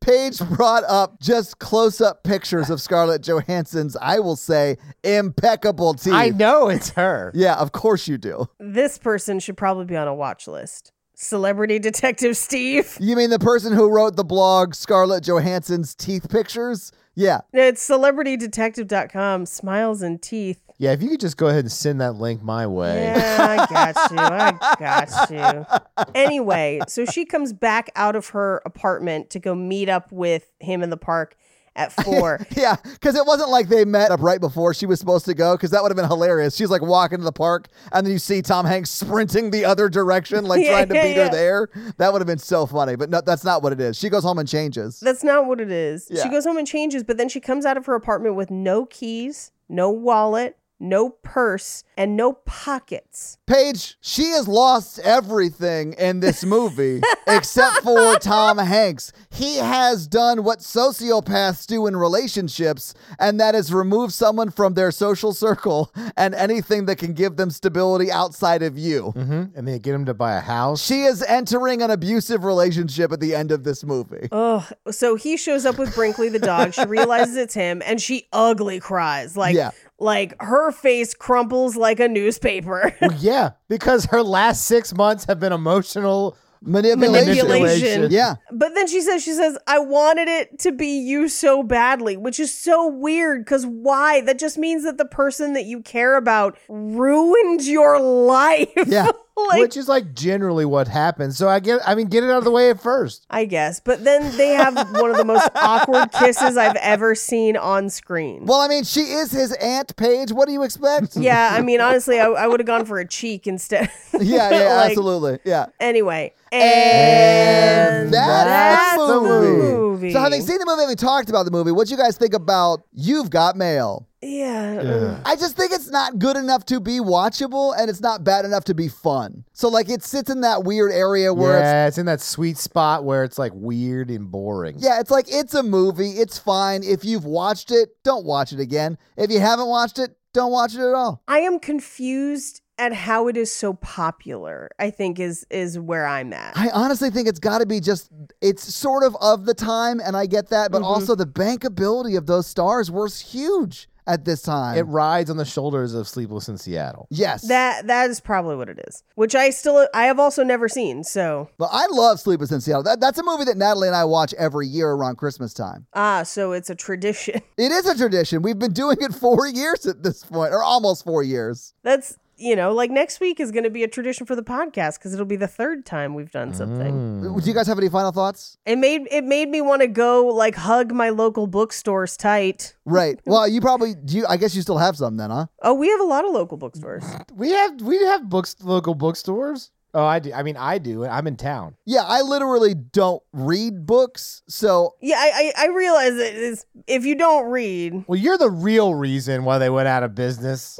Speaker 5: Paige brought up just close up pictures of Scarlett Johansson's, I will say, impeccable teeth.
Speaker 4: I know it's her.
Speaker 5: Yeah, of course you do.
Speaker 3: this person should probably be on a watch list celebrity detective steve
Speaker 5: You mean the person who wrote the blog Scarlett Johansson's teeth pictures? Yeah,
Speaker 3: no, it's celebritydetective.com smiles and teeth
Speaker 4: Yeah, if you could just go ahead and send that link my way.
Speaker 3: Yeah, I got you. I got you. Anyway, so she comes back out of her apartment to go meet up with him in the park at four.
Speaker 5: Yeah, because it wasn't like they met up right before she was supposed to go, because that would have been hilarious. She's like walking to the park, and then you see Tom Hanks sprinting the other direction, like
Speaker 3: Yeah,
Speaker 5: trying to
Speaker 3: yeah,
Speaker 5: beat
Speaker 3: yeah.
Speaker 5: her there. That would have been so funny, but no, that's not what it is. She goes home and changes.
Speaker 3: That's not what it is.
Speaker 5: Yeah.
Speaker 3: She goes home and changes, but then she comes out of her apartment with no keys, no wallet, no purse, and no pockets.
Speaker 5: Paige, she has lost everything in this movie except for Tom Hanks. He has done what sociopaths do in relationships, and that is remove someone from their social circle and anything that can give them stability outside of you.
Speaker 4: hmm And they get him to buy a house.
Speaker 5: She is entering an abusive relationship at the end of this movie.
Speaker 3: Ugh. So he shows up with Brinkley the dog. She realizes it's him and she ugly cries. Like
Speaker 5: Yeah.
Speaker 3: like her face crumples like a newspaper.
Speaker 4: Well, yeah, because her last six months have been emotional.
Speaker 5: Manipulation.
Speaker 3: Manipulation.
Speaker 5: Yeah.
Speaker 3: But then she says, she says, I wanted it to be you so badly, which is so weird because why? That just means that the person that you care about ruined your life.
Speaker 5: Yeah.
Speaker 3: like
Speaker 4: which is like generally what happens. So I get, I mean, get it out of the way at first.
Speaker 3: I guess. But then they have one of the most awkward kisses I've ever seen on screen.
Speaker 5: Well, I mean, she is his aunt, Paige. What do you expect?
Speaker 3: yeah, I mean, honestly, I, I would have gone for a cheek instead.
Speaker 5: yeah, yeah,
Speaker 3: Like,
Speaker 5: absolutely. Yeah.
Speaker 3: Anyway, and,
Speaker 5: And that's, the movie.
Speaker 3: movie.
Speaker 5: So, having seen the movie, having talked about the movie, what you guys think about You've Got Mail?
Speaker 3: yeah,
Speaker 5: I just think it's not good enough to be watchable and it's not bad enough to be fun. So, like, it sits in that weird area where it's
Speaker 4: Yeah, it's in that sweet spot where it's like weird and boring.
Speaker 5: Yeah, it's like it's a movie. It's fine. If you've watched it, don't watch it again. If you haven't watched it, don't watch it at all.
Speaker 3: I am confused at how it is so popular. I think is is where I'm at.
Speaker 5: I honestly think it's got to be just it's sort of of the time and I get that, but also the bankability of those stars was huge at this time.
Speaker 4: It rides on the shoulders of Sleepless in Seattle.
Speaker 5: yes.
Speaker 3: that that is probably what it is, which I still I have also never seen. So
Speaker 5: but I love Sleepers in Seattle. That, that's a movie that Natalie and I watch every year around Christmas time.
Speaker 3: ah, so it's a tradition.
Speaker 5: It is a tradition. We've been doing it 4 years at this point or almost 4 years.
Speaker 3: That's you know like next week is going to be a tradition for the podcast because it'll be the third time we've done
Speaker 4: Mm.
Speaker 3: something.
Speaker 5: Do you guys have any final thoughts?
Speaker 3: It made it made me want to go like hug my local bookstores tight.
Speaker 5: Right. Well, you probably do you, I guess you still have some then, huh?
Speaker 3: Oh, we have a lot of local bookstores.
Speaker 4: We have we have books local bookstores. Oh, I do. I mean, I do. I'm in town.
Speaker 5: Yeah, I literally don't read books, so
Speaker 3: yeah, I, I I realize it is if you don't read.
Speaker 4: Well, you're the real reason why they went out of business.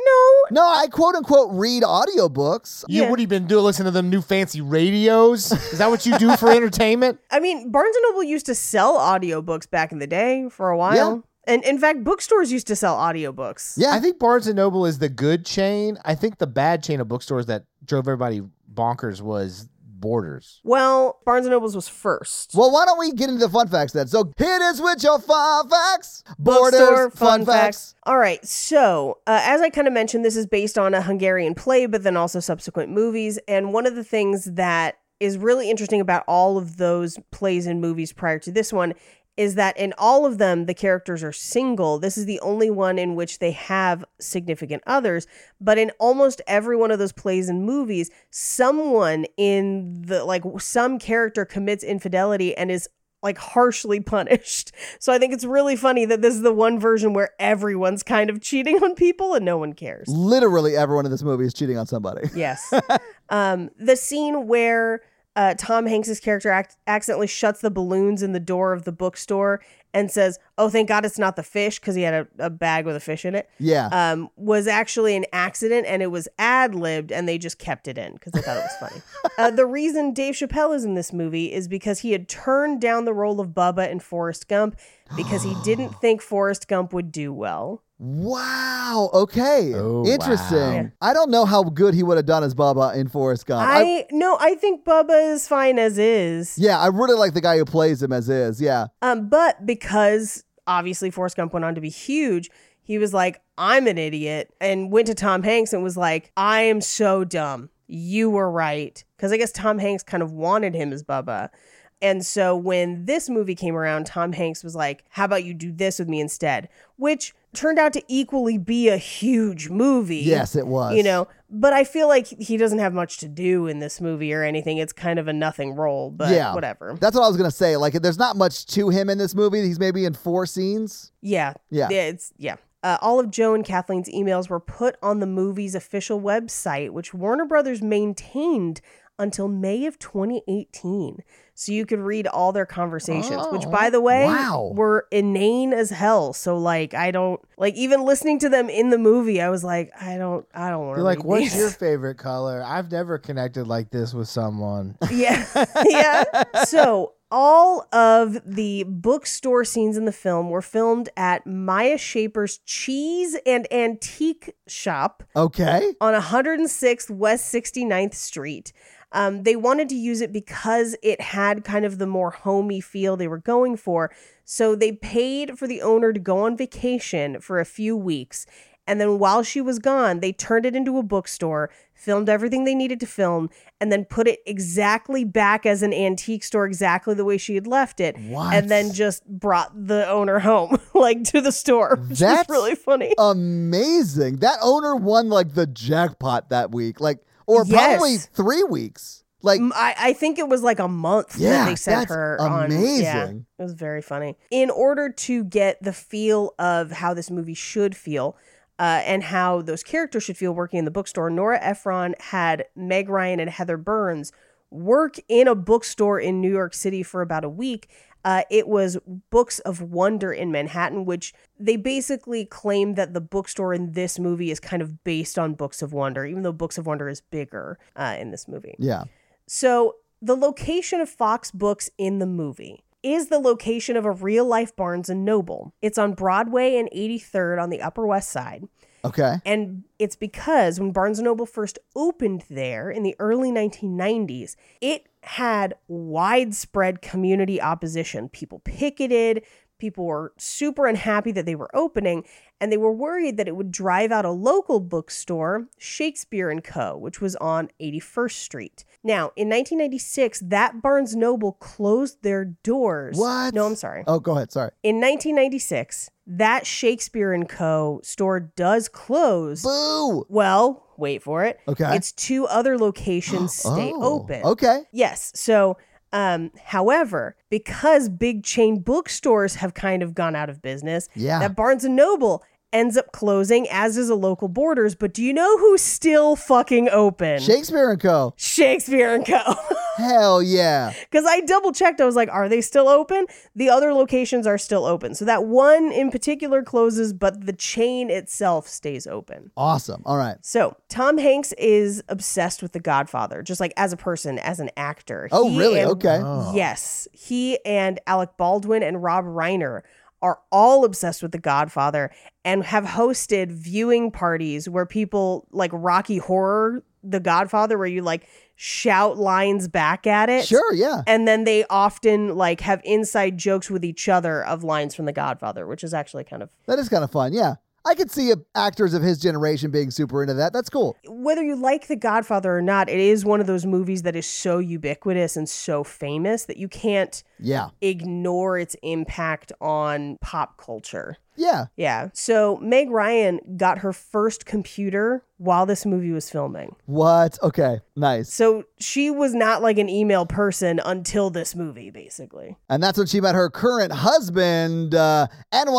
Speaker 3: No,
Speaker 5: no, I quote unquote read audiobooks.
Speaker 4: You what have you been doing? Listen to them new fancy radios? Is that what you do for entertainment?
Speaker 3: I mean, Barnes and Noble used to sell audiobooks back in the day for a while. And in fact, bookstores used to sell audiobooks.
Speaker 5: Yeah.
Speaker 4: I think Barnes and Noble is the good chain. I think the bad chain of bookstores that drove everybody bonkers was Borders.
Speaker 3: Well, Barnes and Noble's was first.
Speaker 5: Well, why don't we get into the fun facts then? So hit us with your fun facts.
Speaker 3: Bookstore fun facts. All right. So, uh, as I kind of mentioned, this is based on a Hungarian play, but then also subsequent movies. And one of the things that is really interesting about all of those plays and movies prior to this one is that in all of them, the characters are single. This is the only one in which they have significant others. But in almost every one of those plays and movies, someone in the, like, some character commits infidelity and is like harshly punished. So I think it's really funny that this is the one version where everyone's kind of cheating on people and no one cares.
Speaker 5: Literally everyone in this movie is cheating on somebody.
Speaker 3: Yes. um, the scene where uh, Tom Hanks's character ac- accidentally shuts the balloons in the door of the bookstore and says, "Oh, thank God it's not the fish," because he had a, a bag with a fish in it.
Speaker 5: Yeah.
Speaker 3: Um, was actually an accident and it was ad libbed, and they just kept it in because they thought it was funny. uh, the reason Dave Chappelle is in this movie is because he had turned down the role of Bubba in Forrest Gump because he didn't think Forrest Gump would do well.
Speaker 5: wow. Okay.
Speaker 4: Oh,
Speaker 5: Interesting.
Speaker 4: wow.
Speaker 3: Yeah.
Speaker 5: I don't know how good he would have done as Bubba in Forrest Gump. Uh, I-
Speaker 3: I no, I think Bubba is fine as is.
Speaker 5: yeah, I really like the guy who plays him as is. Yeah.
Speaker 3: Um, but because obviously Forrest Gump went on to be huge, he was like, I'm an idiot, and went to Tom Hanks and was like, I am so dumb. You were right. Because I guess Tom Hanks kind of wanted him as Bubba. And so when this movie came around, Tom Hanks was like, How about you do this with me instead? Which turned out to equally be a huge movie.
Speaker 5: Yes, it was.
Speaker 3: You know, but I feel like he doesn't have much to do in this movie or anything. It's kind of a nothing role, but
Speaker 5: Yeah.
Speaker 3: whatever.
Speaker 5: That's what I was gonna say. Like, there's not much to him in this movie. He's maybe in four scenes.
Speaker 3: Yeah.
Speaker 5: Yeah.
Speaker 3: It's yeah. Uh, all of Joe and Kathleen's emails were put on the movie's official website, which Warner Brothers maintained until May of 2018. So you could read all their conversations, which,
Speaker 4: Oh,
Speaker 3: by the way,
Speaker 5: wow.
Speaker 3: were inane as hell. So, like, I don't like even listening to them in the movie. I was like, I don't, I don't want to.
Speaker 4: You're like, what's your favorite color? I've never connected like this with someone.
Speaker 3: Yeah. yeah. So all of the bookstore scenes in the film were filmed at Maya Shaper's cheese and antique shop
Speaker 5: Okay.
Speaker 3: on 106th West 69th Street. Um, they wanted to use it because it had kind of the more homey feel they were going for. So they paid for the owner to go on vacation for a few weeks. And then while she was gone, they turned it into a bookstore, filmed everything they needed to film, and then put it exactly back as an antique store, exactly the way she had left it. And then just brought the owner home, like to the store. Which
Speaker 5: That's
Speaker 3: is really funny.
Speaker 5: amazing. That owner won like the jackpot that week. Like or probably
Speaker 3: Yes.
Speaker 5: three weeks. Like,
Speaker 3: M- I, I think it was like a month
Speaker 5: Yeah,
Speaker 3: that they sent
Speaker 5: that's
Speaker 3: her on. Yeah,
Speaker 5: amazing.
Speaker 3: it was very funny. In order to get the feel of how this movie should feel uh, and how those characters should feel working in the bookstore, Nora Ephron had Meg Ryan and Heather Burns work in a bookstore in New York City for about a week. Uh, it was Books of Wonder in Manhattan, which they basically claim that the bookstore in this movie is kind of based on Books of Wonder, even though Books of Wonder is bigger uh, in this movie.
Speaker 5: yeah,
Speaker 3: So, the location of Fox Books in the movie is the location of a real life Barnes and Noble. It's on Broadway and 83rd on the Upper West Side.
Speaker 5: okay,
Speaker 3: And it's because when Barnes and Noble first opened there in the early 1990s, it had widespread community opposition. People picketed, people were super unhappy that they were opening, and they were worried that it would drive out a local bookstore, Shakespeare and Co., which was on 81st Street. Now, in 1996, that Barnes Noble closed their doors.
Speaker 5: What?
Speaker 3: No, I'm sorry.
Speaker 5: Oh, go ahead. Sorry.
Speaker 3: In 1996, that Shakespeare and Co. store does close.
Speaker 5: Boo.
Speaker 3: Well, wait for it.
Speaker 5: Okay.
Speaker 3: It's two other locations stay
Speaker 5: Oh,
Speaker 3: open.
Speaker 5: Okay.
Speaker 3: Yes. So, um, however, because big chain bookstores have kind of gone out of business,
Speaker 5: Yeah.
Speaker 3: that Barnes and Noble ends up closing, as is a local Borders. But do you know who's still fucking open?
Speaker 5: Shakespeare and Co.
Speaker 3: Shakespeare and Co.
Speaker 5: Hell yeah.
Speaker 3: Because I double checked, I was like, are they still open? The other locations are still open. So that one in particular closes, but the chain itself stays open.
Speaker 5: Awesome. All right.
Speaker 3: So Tom Hanks is obsessed with The Godfather, just like as a person, as an actor.
Speaker 5: Oh,
Speaker 3: He
Speaker 5: really?
Speaker 3: and-
Speaker 5: Okay.
Speaker 3: Yes. He and Alec Baldwin and Rob Reiner are all obsessed with The Godfather and have hosted viewing parties where people like Rocky Horror, The Godfather, where you like shout lines back at it
Speaker 5: Sure. Yeah.
Speaker 3: and then they often like have inside jokes with each other of lines from the godfather which is actually kind of
Speaker 5: That is kind of fun. Yeah. I could see uh, actors of his generation being super into that. That's cool.
Speaker 3: whether you like the godfather or not it is one of those movies that is so ubiquitous and so famous that you can't
Speaker 5: Yeah.
Speaker 3: ignore its impact on pop culture
Speaker 5: Yeah.
Speaker 3: yeah so meg ryan got her first computer while this movie was filming
Speaker 5: What? Okay. Nice.
Speaker 3: so she was not like an email person until this movie basically
Speaker 5: And that's when she met her current husband, uh,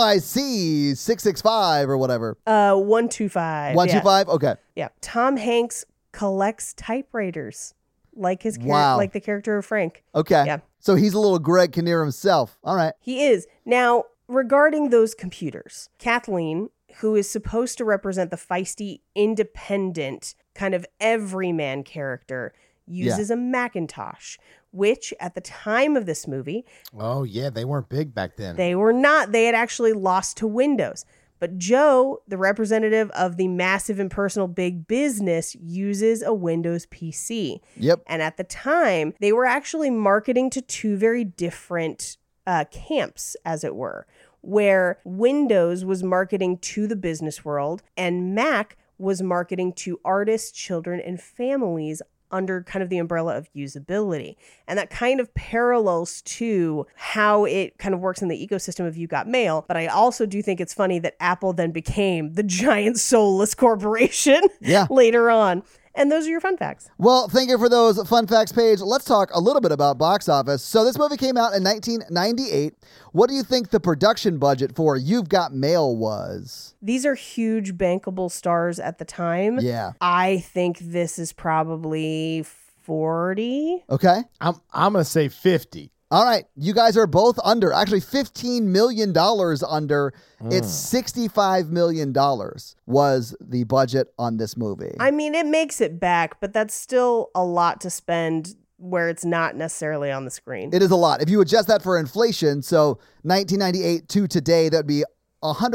Speaker 5: NYC six six five or whatever.
Speaker 3: uh 125
Speaker 5: One
Speaker 3: yeah.
Speaker 5: two five. Okay.
Speaker 3: Yeah. Tom Hanks collects typewriters like his char-
Speaker 5: Wow.
Speaker 3: like the character of Frank.
Speaker 5: Okay.
Speaker 3: Yeah.
Speaker 5: So he's a little Greg Kinnear himself. All right.
Speaker 3: He is. Now, regarding those computers, Kathleen, who is supposed to represent the feisty, independent, kind of everyman character,
Speaker 5: Yeah.
Speaker 3: uses a Macintosh, which at the time of this movie,
Speaker 4: Oh yeah, they weren't big back then.
Speaker 3: They were not. They had actually lost to Windows. But Joe, the representative of the massive impersonal big business, uses a Windows PC.
Speaker 5: Yep.
Speaker 3: And at the time, they were actually marketing to two very different uh, camps, as it were, where Windows was marketing to the business world and Mac was marketing to artists, children, and families under kind of the umbrella of usability. And that kind of parallels to how it kind of works in the ecosystem of You Got Mail. But I also do think it's funny that Apple then became the giant soulless corporation
Speaker 5: Yeah.
Speaker 3: later on. And those are your fun facts.
Speaker 5: Well, thank you for those fun facts, Paige. Let's talk a little bit about box office. So, this movie came out in 1998. What do you think the production budget for You've Got Mail was?
Speaker 3: These are huge bankable stars at the time.
Speaker 5: Yeah.
Speaker 3: I think this is probably 40.
Speaker 5: Okay.
Speaker 4: I'm I'm gonna say fifty.
Speaker 5: All right. You guys are both under. Actually, $15 million under. It's $65 million was the budget on this movie.
Speaker 3: I mean, it makes it back, but that's still a lot to spend where it's not necessarily on the screen.
Speaker 5: It is a lot. If you adjust that for inflation, so 1998 to today, that'd be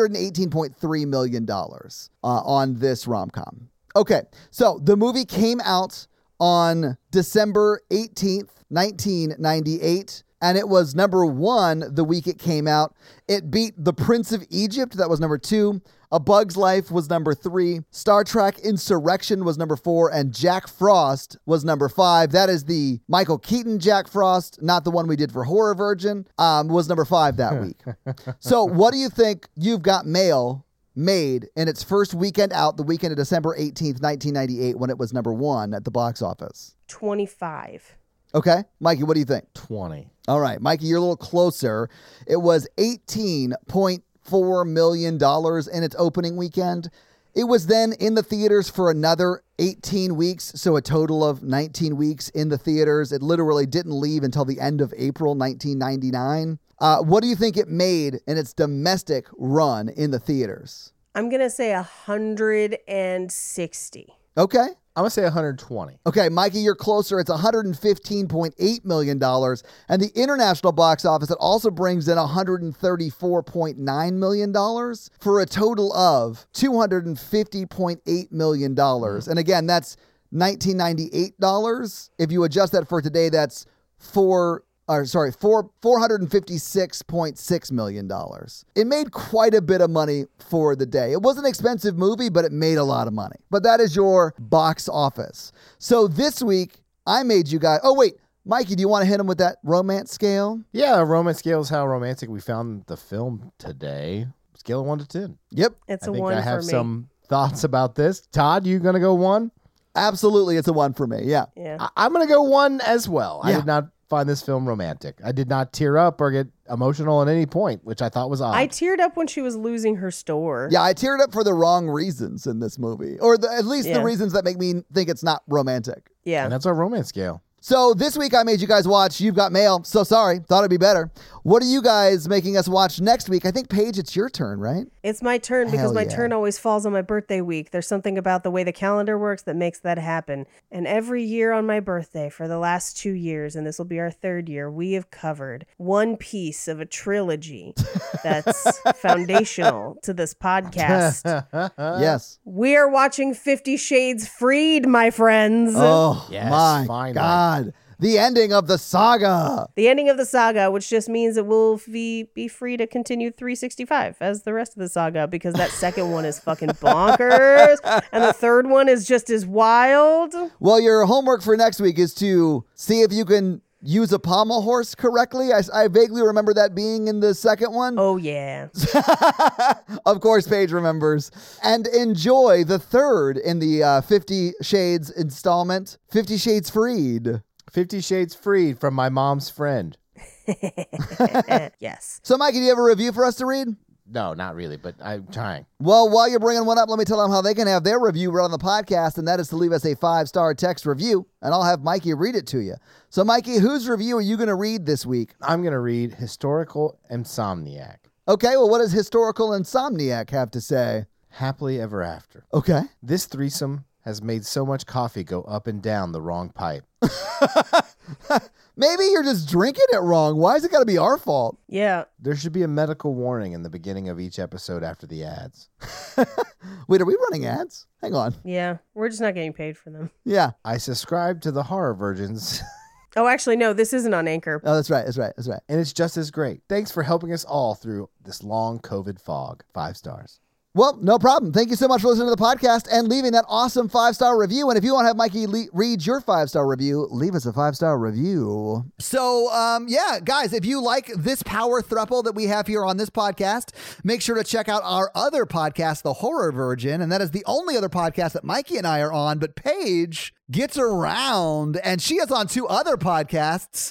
Speaker 5: 118.3 million dollars uh, on this rom com. Okay, so the movie came out on December 18th, 1998. And it was number one the week it came out. It beat The Prince of Egypt, that was number two. A Bug's Life was number three. Star Trek Insurrection was number four. And Jack Frost was number five. That is the Michael Keaton Jack Frost, not the one we did for Horror Virgin, um, was number five that week. so, what do you think You've Got Mail made in its first weekend out, the weekend of December 18th, 1998, when it was number one at the box office.
Speaker 3: 25.
Speaker 5: Okay, Mikey, what do you think?
Speaker 4: 20.
Speaker 5: All right, Mikey, you're a little closer. It was $18.4 million in its opening weekend. It was then in the theaters for another 18 weeks, so a total of 19 weeks in the theaters. It literally didn't leave until the end of April 1999. Uh, what do you think it made in its domestic run in the theaters?
Speaker 3: I'm going to say 160.
Speaker 5: Okay.
Speaker 4: I'm going to say 120.
Speaker 5: Okay, Mikey, you're closer. It's $115.8 million. And the international box office, it also brings in $134.9 million for a total of $250.8 million. And again, that's $1998. If you adjust that for today, that's four. Or sorry, four four hundred and fifty six point six million dollars. It made quite a bit of money for the day. It was an expensive movie, but it made a lot of money. But that is your box office. So this week I made you guys. Oh wait, Mikey, do you want to hit him with that romance scale?
Speaker 4: Yeah, romance scale is how romantic we found the film today. Scale of 1 to 10.
Speaker 5: Yep,
Speaker 3: It's a
Speaker 4: I think
Speaker 3: one
Speaker 4: I have
Speaker 3: for me.
Speaker 4: some thoughts about this. Todd, you going to go 1?
Speaker 5: absolutely, it's a one for me. Yeah.
Speaker 3: yeah.
Speaker 4: I- I'm going to go 1 as well. I
Speaker 5: Yeah.
Speaker 4: did not find this film romantic. I did not tear up or get emotional at any point, which I thought was odd.
Speaker 3: I teared up when she was losing her store.
Speaker 5: Yeah, I teared up for the wrong reasons in this movie, or the, at least the
Speaker 3: Yeah.
Speaker 5: reasons that make me think it's not romantic.
Speaker 3: Yeah.
Speaker 4: and that's our romance scale.
Speaker 5: So this week I made you guys watch You've Got Mail. So sorry, thought it'd be better. What are you guys making us watch next week? I think Paige, it's your turn, right?
Speaker 3: It's my turn
Speaker 5: Hell
Speaker 3: because my
Speaker 5: yeah.
Speaker 3: turn always falls on my birthday week. There's something about the way the calendar works that makes that happen. And every year on my birthday for the last two years, and this will be our third year, we have covered one piece of a trilogy that's foundational to this podcast.
Speaker 4: Uh,
Speaker 5: yes.
Speaker 3: We are watching Fifty Shades Freed, my friends.
Speaker 5: Oh
Speaker 4: Yes,
Speaker 5: my
Speaker 4: finally.
Speaker 5: god, the ending of the saga.
Speaker 3: The ending of the saga, which just means it will be, be free to continue 365 as the rest of the saga because that second one is fucking bonkers. and the third one is just as wild.
Speaker 5: Well, your homework for next week is to see if you can use a pommel horse correctly. I, I vaguely remember that being in the second one.
Speaker 3: Oh, yeah.
Speaker 5: of course, Paige remembers. And enjoy the third in the uh, Fifty Shades installment, Fifty Shades Freed.
Speaker 4: 50 Shades Freed from my mom's friend.
Speaker 3: yes.
Speaker 5: So, Mikey, do you have a review for us to read?
Speaker 4: No, not really, but I'm trying.
Speaker 5: Well, while you're bringing one up, let me tell them how they can have their review read on the podcast, and that is to leave us a five star text review, and I'll have Mikey read it to you. So, Mikey, whose review are you going to read this week?
Speaker 4: I'm going to read Historical Insomniac
Speaker 5: Okay, well, what does Historical Insomniac have to say?
Speaker 4: Happily Ever After.
Speaker 5: Okay.
Speaker 4: This threesome has made so much coffee go up and down the wrong pipe.
Speaker 5: Maybe you're just drinking it wrong. Why is it got to be our fault?
Speaker 3: Yeah.
Speaker 4: There should be a medical warning in the beginning of each episode after the ads.
Speaker 5: Wait, are we running ads? Hang on.
Speaker 3: Yeah. We're just not getting paid for them.
Speaker 5: Yeah.
Speaker 4: I subscribe to the horror virgins,
Speaker 3: Oh, actually, no, this isn't on Anchor.
Speaker 5: Oh, that's right. That's right. That's right.
Speaker 4: and it's just as great. Thanks for helping us all through this long COVID fog. Five stars.
Speaker 5: Well, no problem. Thank you so much for listening to the podcast and leaving that awesome five star review. And if you want to have Mikey le- read your five star review, leave us a five star review. So, um, yeah, guys, if you like this power thruple that we have here on this podcast, make sure to check out our other podcast, The Horror Virgin. And that is the only other podcast that Mikey and I are on. But Paige gets around and she is on two other podcasts.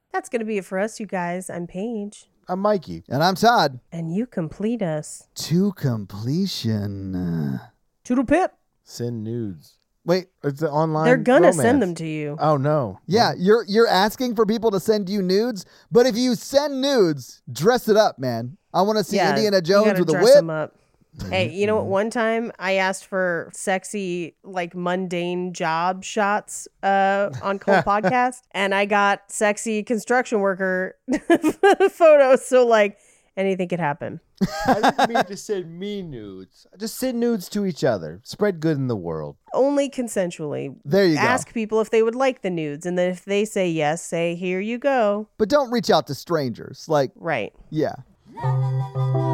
Speaker 3: That's gonna be it for us, you guys. I'm Paige.
Speaker 4: I'm Mikey.
Speaker 5: And I'm Todd.
Speaker 3: And you complete us
Speaker 5: To completion.
Speaker 3: to the pip.
Speaker 4: Send nudes.
Speaker 5: Wait,
Speaker 4: It's the online.
Speaker 3: They're gonna
Speaker 4: romance.
Speaker 3: send them to you.
Speaker 5: Uh,
Speaker 4: Oh no.
Speaker 5: yeah, you're you're asking for people to send you nudes, but if you send nudes, dress it up, man. I want to see
Speaker 3: Yeah,
Speaker 5: Indiana
Speaker 3: you
Speaker 5: Jones
Speaker 3: gotta
Speaker 5: with a
Speaker 3: dress
Speaker 5: whip.
Speaker 3: 'em up. hey, you know what? One time I asked for sexy, like mundane job shots uh, on Cold Podcast, and I got sexy construction worker photos. So, like, anything could happen.
Speaker 4: I didn't mean to send me nudes. Just send nudes to each other. Spread good in the world.
Speaker 3: Only consensually.
Speaker 5: There you
Speaker 3: Ask
Speaker 5: go.
Speaker 3: people if they would like the nudes, and then if they say yes, say, here you go.
Speaker 5: But don't reach out to strangers. Like,
Speaker 3: Right.
Speaker 5: yeah.
Speaker 2: La, la, la, la, la.